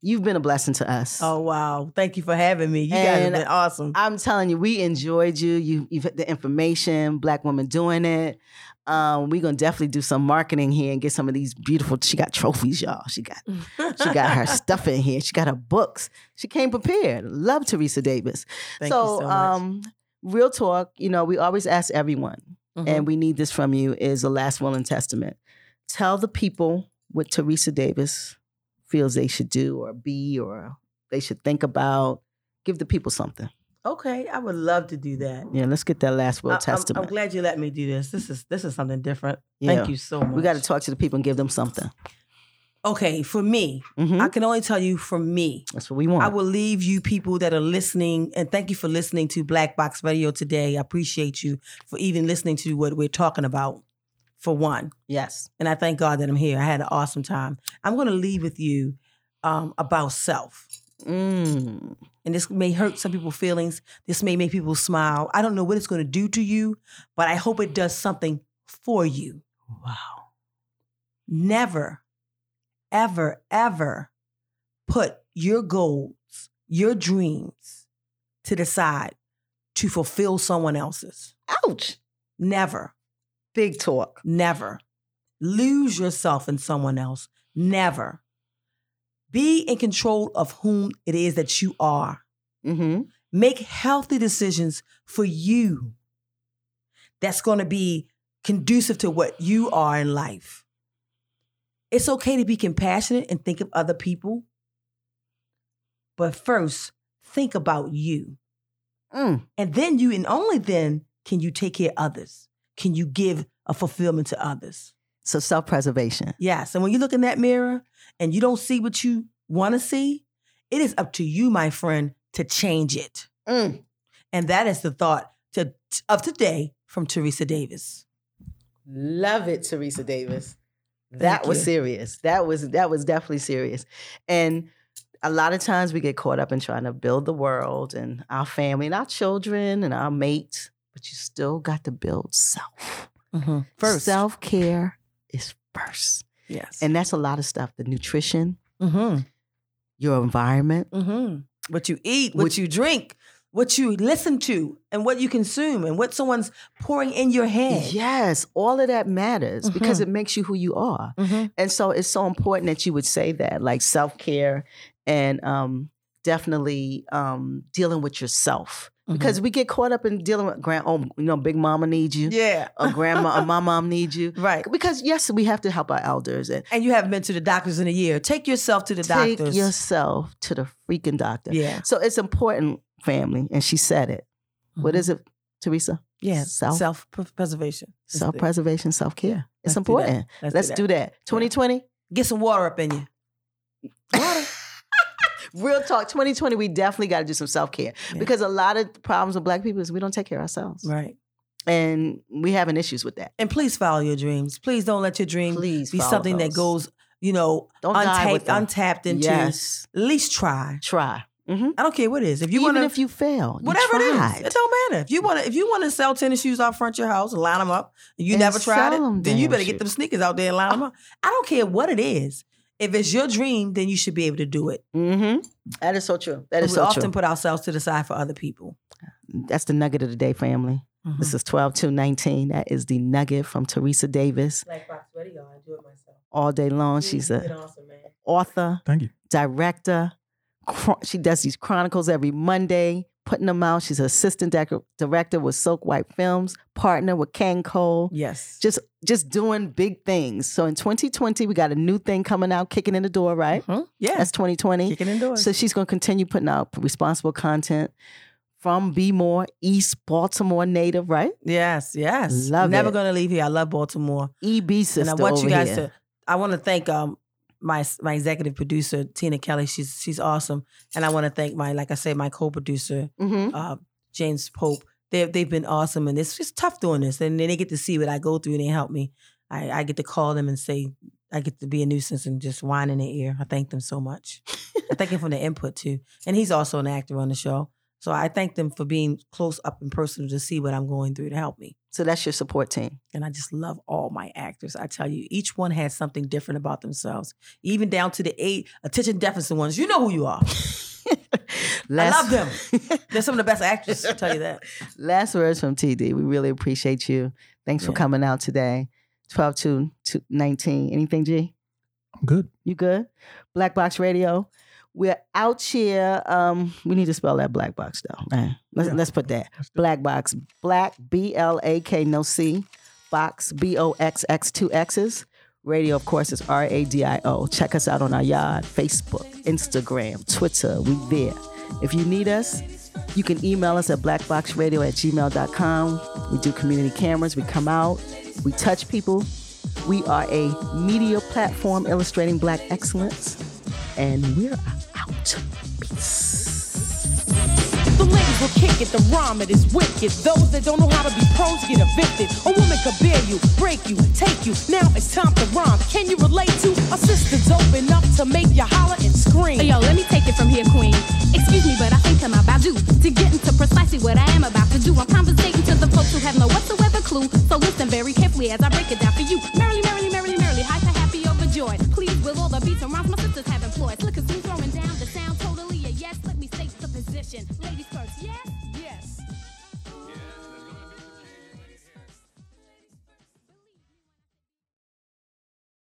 [SPEAKER 6] you've been a blessing to us.
[SPEAKER 4] Oh, wow. Thank you for having me. You guys have
[SPEAKER 6] And-
[SPEAKER 4] been awesome.
[SPEAKER 6] I'm telling you, we enjoyed you. You you've had the information, black woman doing it. Um, we're gonna definitely do some marketing here and get some of these beautiful. She got trophies, y'all. She got she got her stuff in here. She got her books. She came prepared. Love Teresa Davis.
[SPEAKER 4] Thank you so much.
[SPEAKER 6] um, real talk. You know, we always ask everyone,
[SPEAKER 4] Mhm.
[SPEAKER 6] and we need this from you is a last will and testament. Tell the people what Teresa Davis feels they should do or be or they should think about. Give the people something.
[SPEAKER 4] okay, I would love to do that.
[SPEAKER 6] Yeah, let's get that last will
[SPEAKER 4] I- I'm-
[SPEAKER 6] testament.
[SPEAKER 4] I'm, glad you let me do this. This is this is something different.
[SPEAKER 6] Yeah.
[SPEAKER 4] Thank you so much.
[SPEAKER 6] We got to talk to the people and give them something.
[SPEAKER 4] Okay, for me,
[SPEAKER 6] Mhm.
[SPEAKER 4] I can only tell you for me.
[SPEAKER 6] That's what we want.
[SPEAKER 4] I will leave you people that are listening, and thank you for listening to Black Box Radio today. I appreciate you for even listening to what we're talking about. For one,
[SPEAKER 6] yes.
[SPEAKER 4] and I thank God that I'm here. I had an awesome time. I'm going to leave with you um, about self.
[SPEAKER 6] Mm.
[SPEAKER 4] and this may hurt some people's feelings. This may make people smile. I don't know what it's going to do to you, but I hope it does something for you. Wow. Never, ever, ever put your goals, your dreams to the side to fulfill someone else's.
[SPEAKER 6] Ouch.
[SPEAKER 4] Never,
[SPEAKER 6] Big talk.
[SPEAKER 4] never. Lose yourself in someone else. Never. Be in control of whom it is that you are.
[SPEAKER 6] Mm-hmm.
[SPEAKER 4] Make healthy decisions for you that's going to be conducive to what you are in life. It's okay to be compassionate and think of other people. But first, think about you.
[SPEAKER 6] Mm.
[SPEAKER 4] And then you, and only then can you take care of others. Can you give a fulfillment to others?
[SPEAKER 6] So self preservation.
[SPEAKER 4] Yes. And when you look in that mirror and you don't see what you want to see, it is up to you, my friend, to change it.
[SPEAKER 6] Mm.
[SPEAKER 4] And that is the thought to, of today from Teresa Davis.
[SPEAKER 6] Love it, Teresa Davis. That
[SPEAKER 4] Thank
[SPEAKER 6] was
[SPEAKER 4] you.
[SPEAKER 6] serious. That was that was definitely serious. And a lot of times we get caught up in trying to build the world and our family and our children and our mates, but you still got to build self.
[SPEAKER 4] First.
[SPEAKER 6] Self care is first.
[SPEAKER 4] Yes.
[SPEAKER 6] And that's a lot of stuff. The nutrition,
[SPEAKER 4] mm-hmm.
[SPEAKER 6] your environment.
[SPEAKER 4] Mm-hmm. what you eat, what, you drink, what you listen to, and what you consume, and what someone's pouring in your head.
[SPEAKER 6] Yes, all of that matters because
[SPEAKER 4] Mhm.
[SPEAKER 6] it makes you who you are.
[SPEAKER 4] Mhm.
[SPEAKER 6] And so it's so important that you would say that, like self care and um, definitely um, dealing with yourself.
[SPEAKER 4] Mm-hmm.
[SPEAKER 6] Because we get caught up in dealing with grand, oh, you know, big mama needs you,
[SPEAKER 4] yeah,
[SPEAKER 6] or grandma, or my mom needs you.
[SPEAKER 4] right.
[SPEAKER 6] Because yes, we have to help our elders and
[SPEAKER 4] And you haven't been to the doctors in a year. Take yourself to the
[SPEAKER 6] take
[SPEAKER 4] doctors.
[SPEAKER 6] yourself to the freaking doctor.
[SPEAKER 4] Yeah.
[SPEAKER 6] So it's important, family. And she said it. What is it, Teresa?
[SPEAKER 4] Mm-hmm. Yeah.
[SPEAKER 6] Self-
[SPEAKER 4] Self preservation.
[SPEAKER 6] Self preservation, self care.
[SPEAKER 4] Let's
[SPEAKER 6] It's
[SPEAKER 4] do
[SPEAKER 6] important.
[SPEAKER 4] Let's,
[SPEAKER 6] Let's, do that. 2020,
[SPEAKER 4] Get some water up in you.
[SPEAKER 6] real talk. 2020, we definitely got to do some self care
[SPEAKER 4] Yeah.
[SPEAKER 6] because a lot of problems with Black people is we don't take care of ourselves,
[SPEAKER 4] Right.
[SPEAKER 6] and we having issues with that.
[SPEAKER 4] And please follow your dreams. Please don't let your dream
[SPEAKER 6] Please
[SPEAKER 4] be
[SPEAKER 6] follow
[SPEAKER 4] something that
[SPEAKER 6] those.
[SPEAKER 4] goes, you know,
[SPEAKER 6] Don't die with
[SPEAKER 4] untapped,
[SPEAKER 6] them.
[SPEAKER 4] untapped into.
[SPEAKER 6] Yes,
[SPEAKER 4] At least try.
[SPEAKER 6] try. hmm
[SPEAKER 4] I don't care what it is. If you
[SPEAKER 6] Even
[SPEAKER 4] want to,
[SPEAKER 6] if you fail,
[SPEAKER 4] whatever
[SPEAKER 6] you
[SPEAKER 4] it
[SPEAKER 6] tried.
[SPEAKER 4] is, it don't matter. If you want to, if you want to sell tennis shoes out front of your house and line them up, and you
[SPEAKER 6] And
[SPEAKER 4] never tried
[SPEAKER 6] sell 'em
[SPEAKER 4] it, then you
[SPEAKER 6] damn
[SPEAKER 4] better
[SPEAKER 6] shoes.
[SPEAKER 4] get them sneakers out there and line them up. I don't care what it is. If it's your dream, then you should be able to do it.
[SPEAKER 6] Mhm. That is so true. That is
[SPEAKER 4] we
[SPEAKER 6] so
[SPEAKER 4] often
[SPEAKER 6] true.
[SPEAKER 4] put ourselves to the side for other people. Mm-hmm.
[SPEAKER 6] That's the nugget of the day, family. This is 12 to 19. That is the nugget from Teresa Davis.
[SPEAKER 4] Black Box Radio. I do it myself.
[SPEAKER 6] All day long, she's a
[SPEAKER 4] awesome, man.
[SPEAKER 6] author.
[SPEAKER 5] Thank you.
[SPEAKER 6] director. Chro- She does these chronicles every Monday, putting them out. She's assistant dec- director with Silk White Films, partner with Kang Cole.
[SPEAKER 4] Yes.
[SPEAKER 6] Just just doing big things. So in 2020, we got a new thing coming out, kicking in the door, right?
[SPEAKER 4] Yeah.
[SPEAKER 6] That's 2020.
[SPEAKER 4] Kicking indoors.
[SPEAKER 6] So she's going to continue putting out responsible content from Be More, East Baltimore native, right?
[SPEAKER 4] Yes, yes.
[SPEAKER 6] Love
[SPEAKER 4] Never
[SPEAKER 6] it.
[SPEAKER 4] gonna leave here. I love Baltimore,
[SPEAKER 6] EB E
[SPEAKER 4] and
[SPEAKER 6] sister
[SPEAKER 4] I want
[SPEAKER 6] over
[SPEAKER 4] you guys
[SPEAKER 6] here.
[SPEAKER 4] to. I want to thank um my my executive producer Tina Kelly. She's she's awesome, and I want to thank my like I say my co-producer
[SPEAKER 6] Mhm.
[SPEAKER 4] uh, James Pope. They they've been awesome, and it's just tough doing this, and then they get to see what I go through, and they help me. I, I get to call them and say I get to be a nuisance and just whine in their ear. I thank them so much. I thank him for the input too, and he's also an actor on the show. So I thank them for being close up and personal to see what I'm going through to help me.
[SPEAKER 6] So that's your support team.
[SPEAKER 4] And I just love all my actors. I tell you, each one has something different about themselves, even down to the eight attention deficit ones. You know who you are. I love them. They're some of the best actors. I tell you that.
[SPEAKER 6] Last words from TD. We really appreciate you. Thanks for
[SPEAKER 4] Yeah.
[SPEAKER 6] coming out today. 12 to to 19. Anything, G?
[SPEAKER 5] I'm good.
[SPEAKER 6] You good? Black Box Radio. We're out here. Um, we need to spell that black box though. man. Let's,
[SPEAKER 5] Yeah.
[SPEAKER 6] let's put that. Black box. Black B L A K no C. Box B O X X two X's. Radio, of course, is R A D I O. Check us out on our yard, Facebook, Instagram, Twitter. We there. If you need us, you can email us at blackboxradio at gmail.com. We do community cameras. We come out. We touch people. We are a media platform illustrating black excellence. And we're out. Peace.
[SPEAKER 7] The ladies will kick it, the rhyme it is wicked. Those that don't know how to be pros get evicted. A woman could bear you, break you, take you. Now it's time to rhyme. Can you relate to a sister's open up to make you holler and scream?
[SPEAKER 8] Yo, let me take it from here, queen. Excuse me, but I think I'm about due to get into precisely what I am about to do. I'm conversating to the folks who have no whatsoever clue. So listen very carefully as I break it down for you.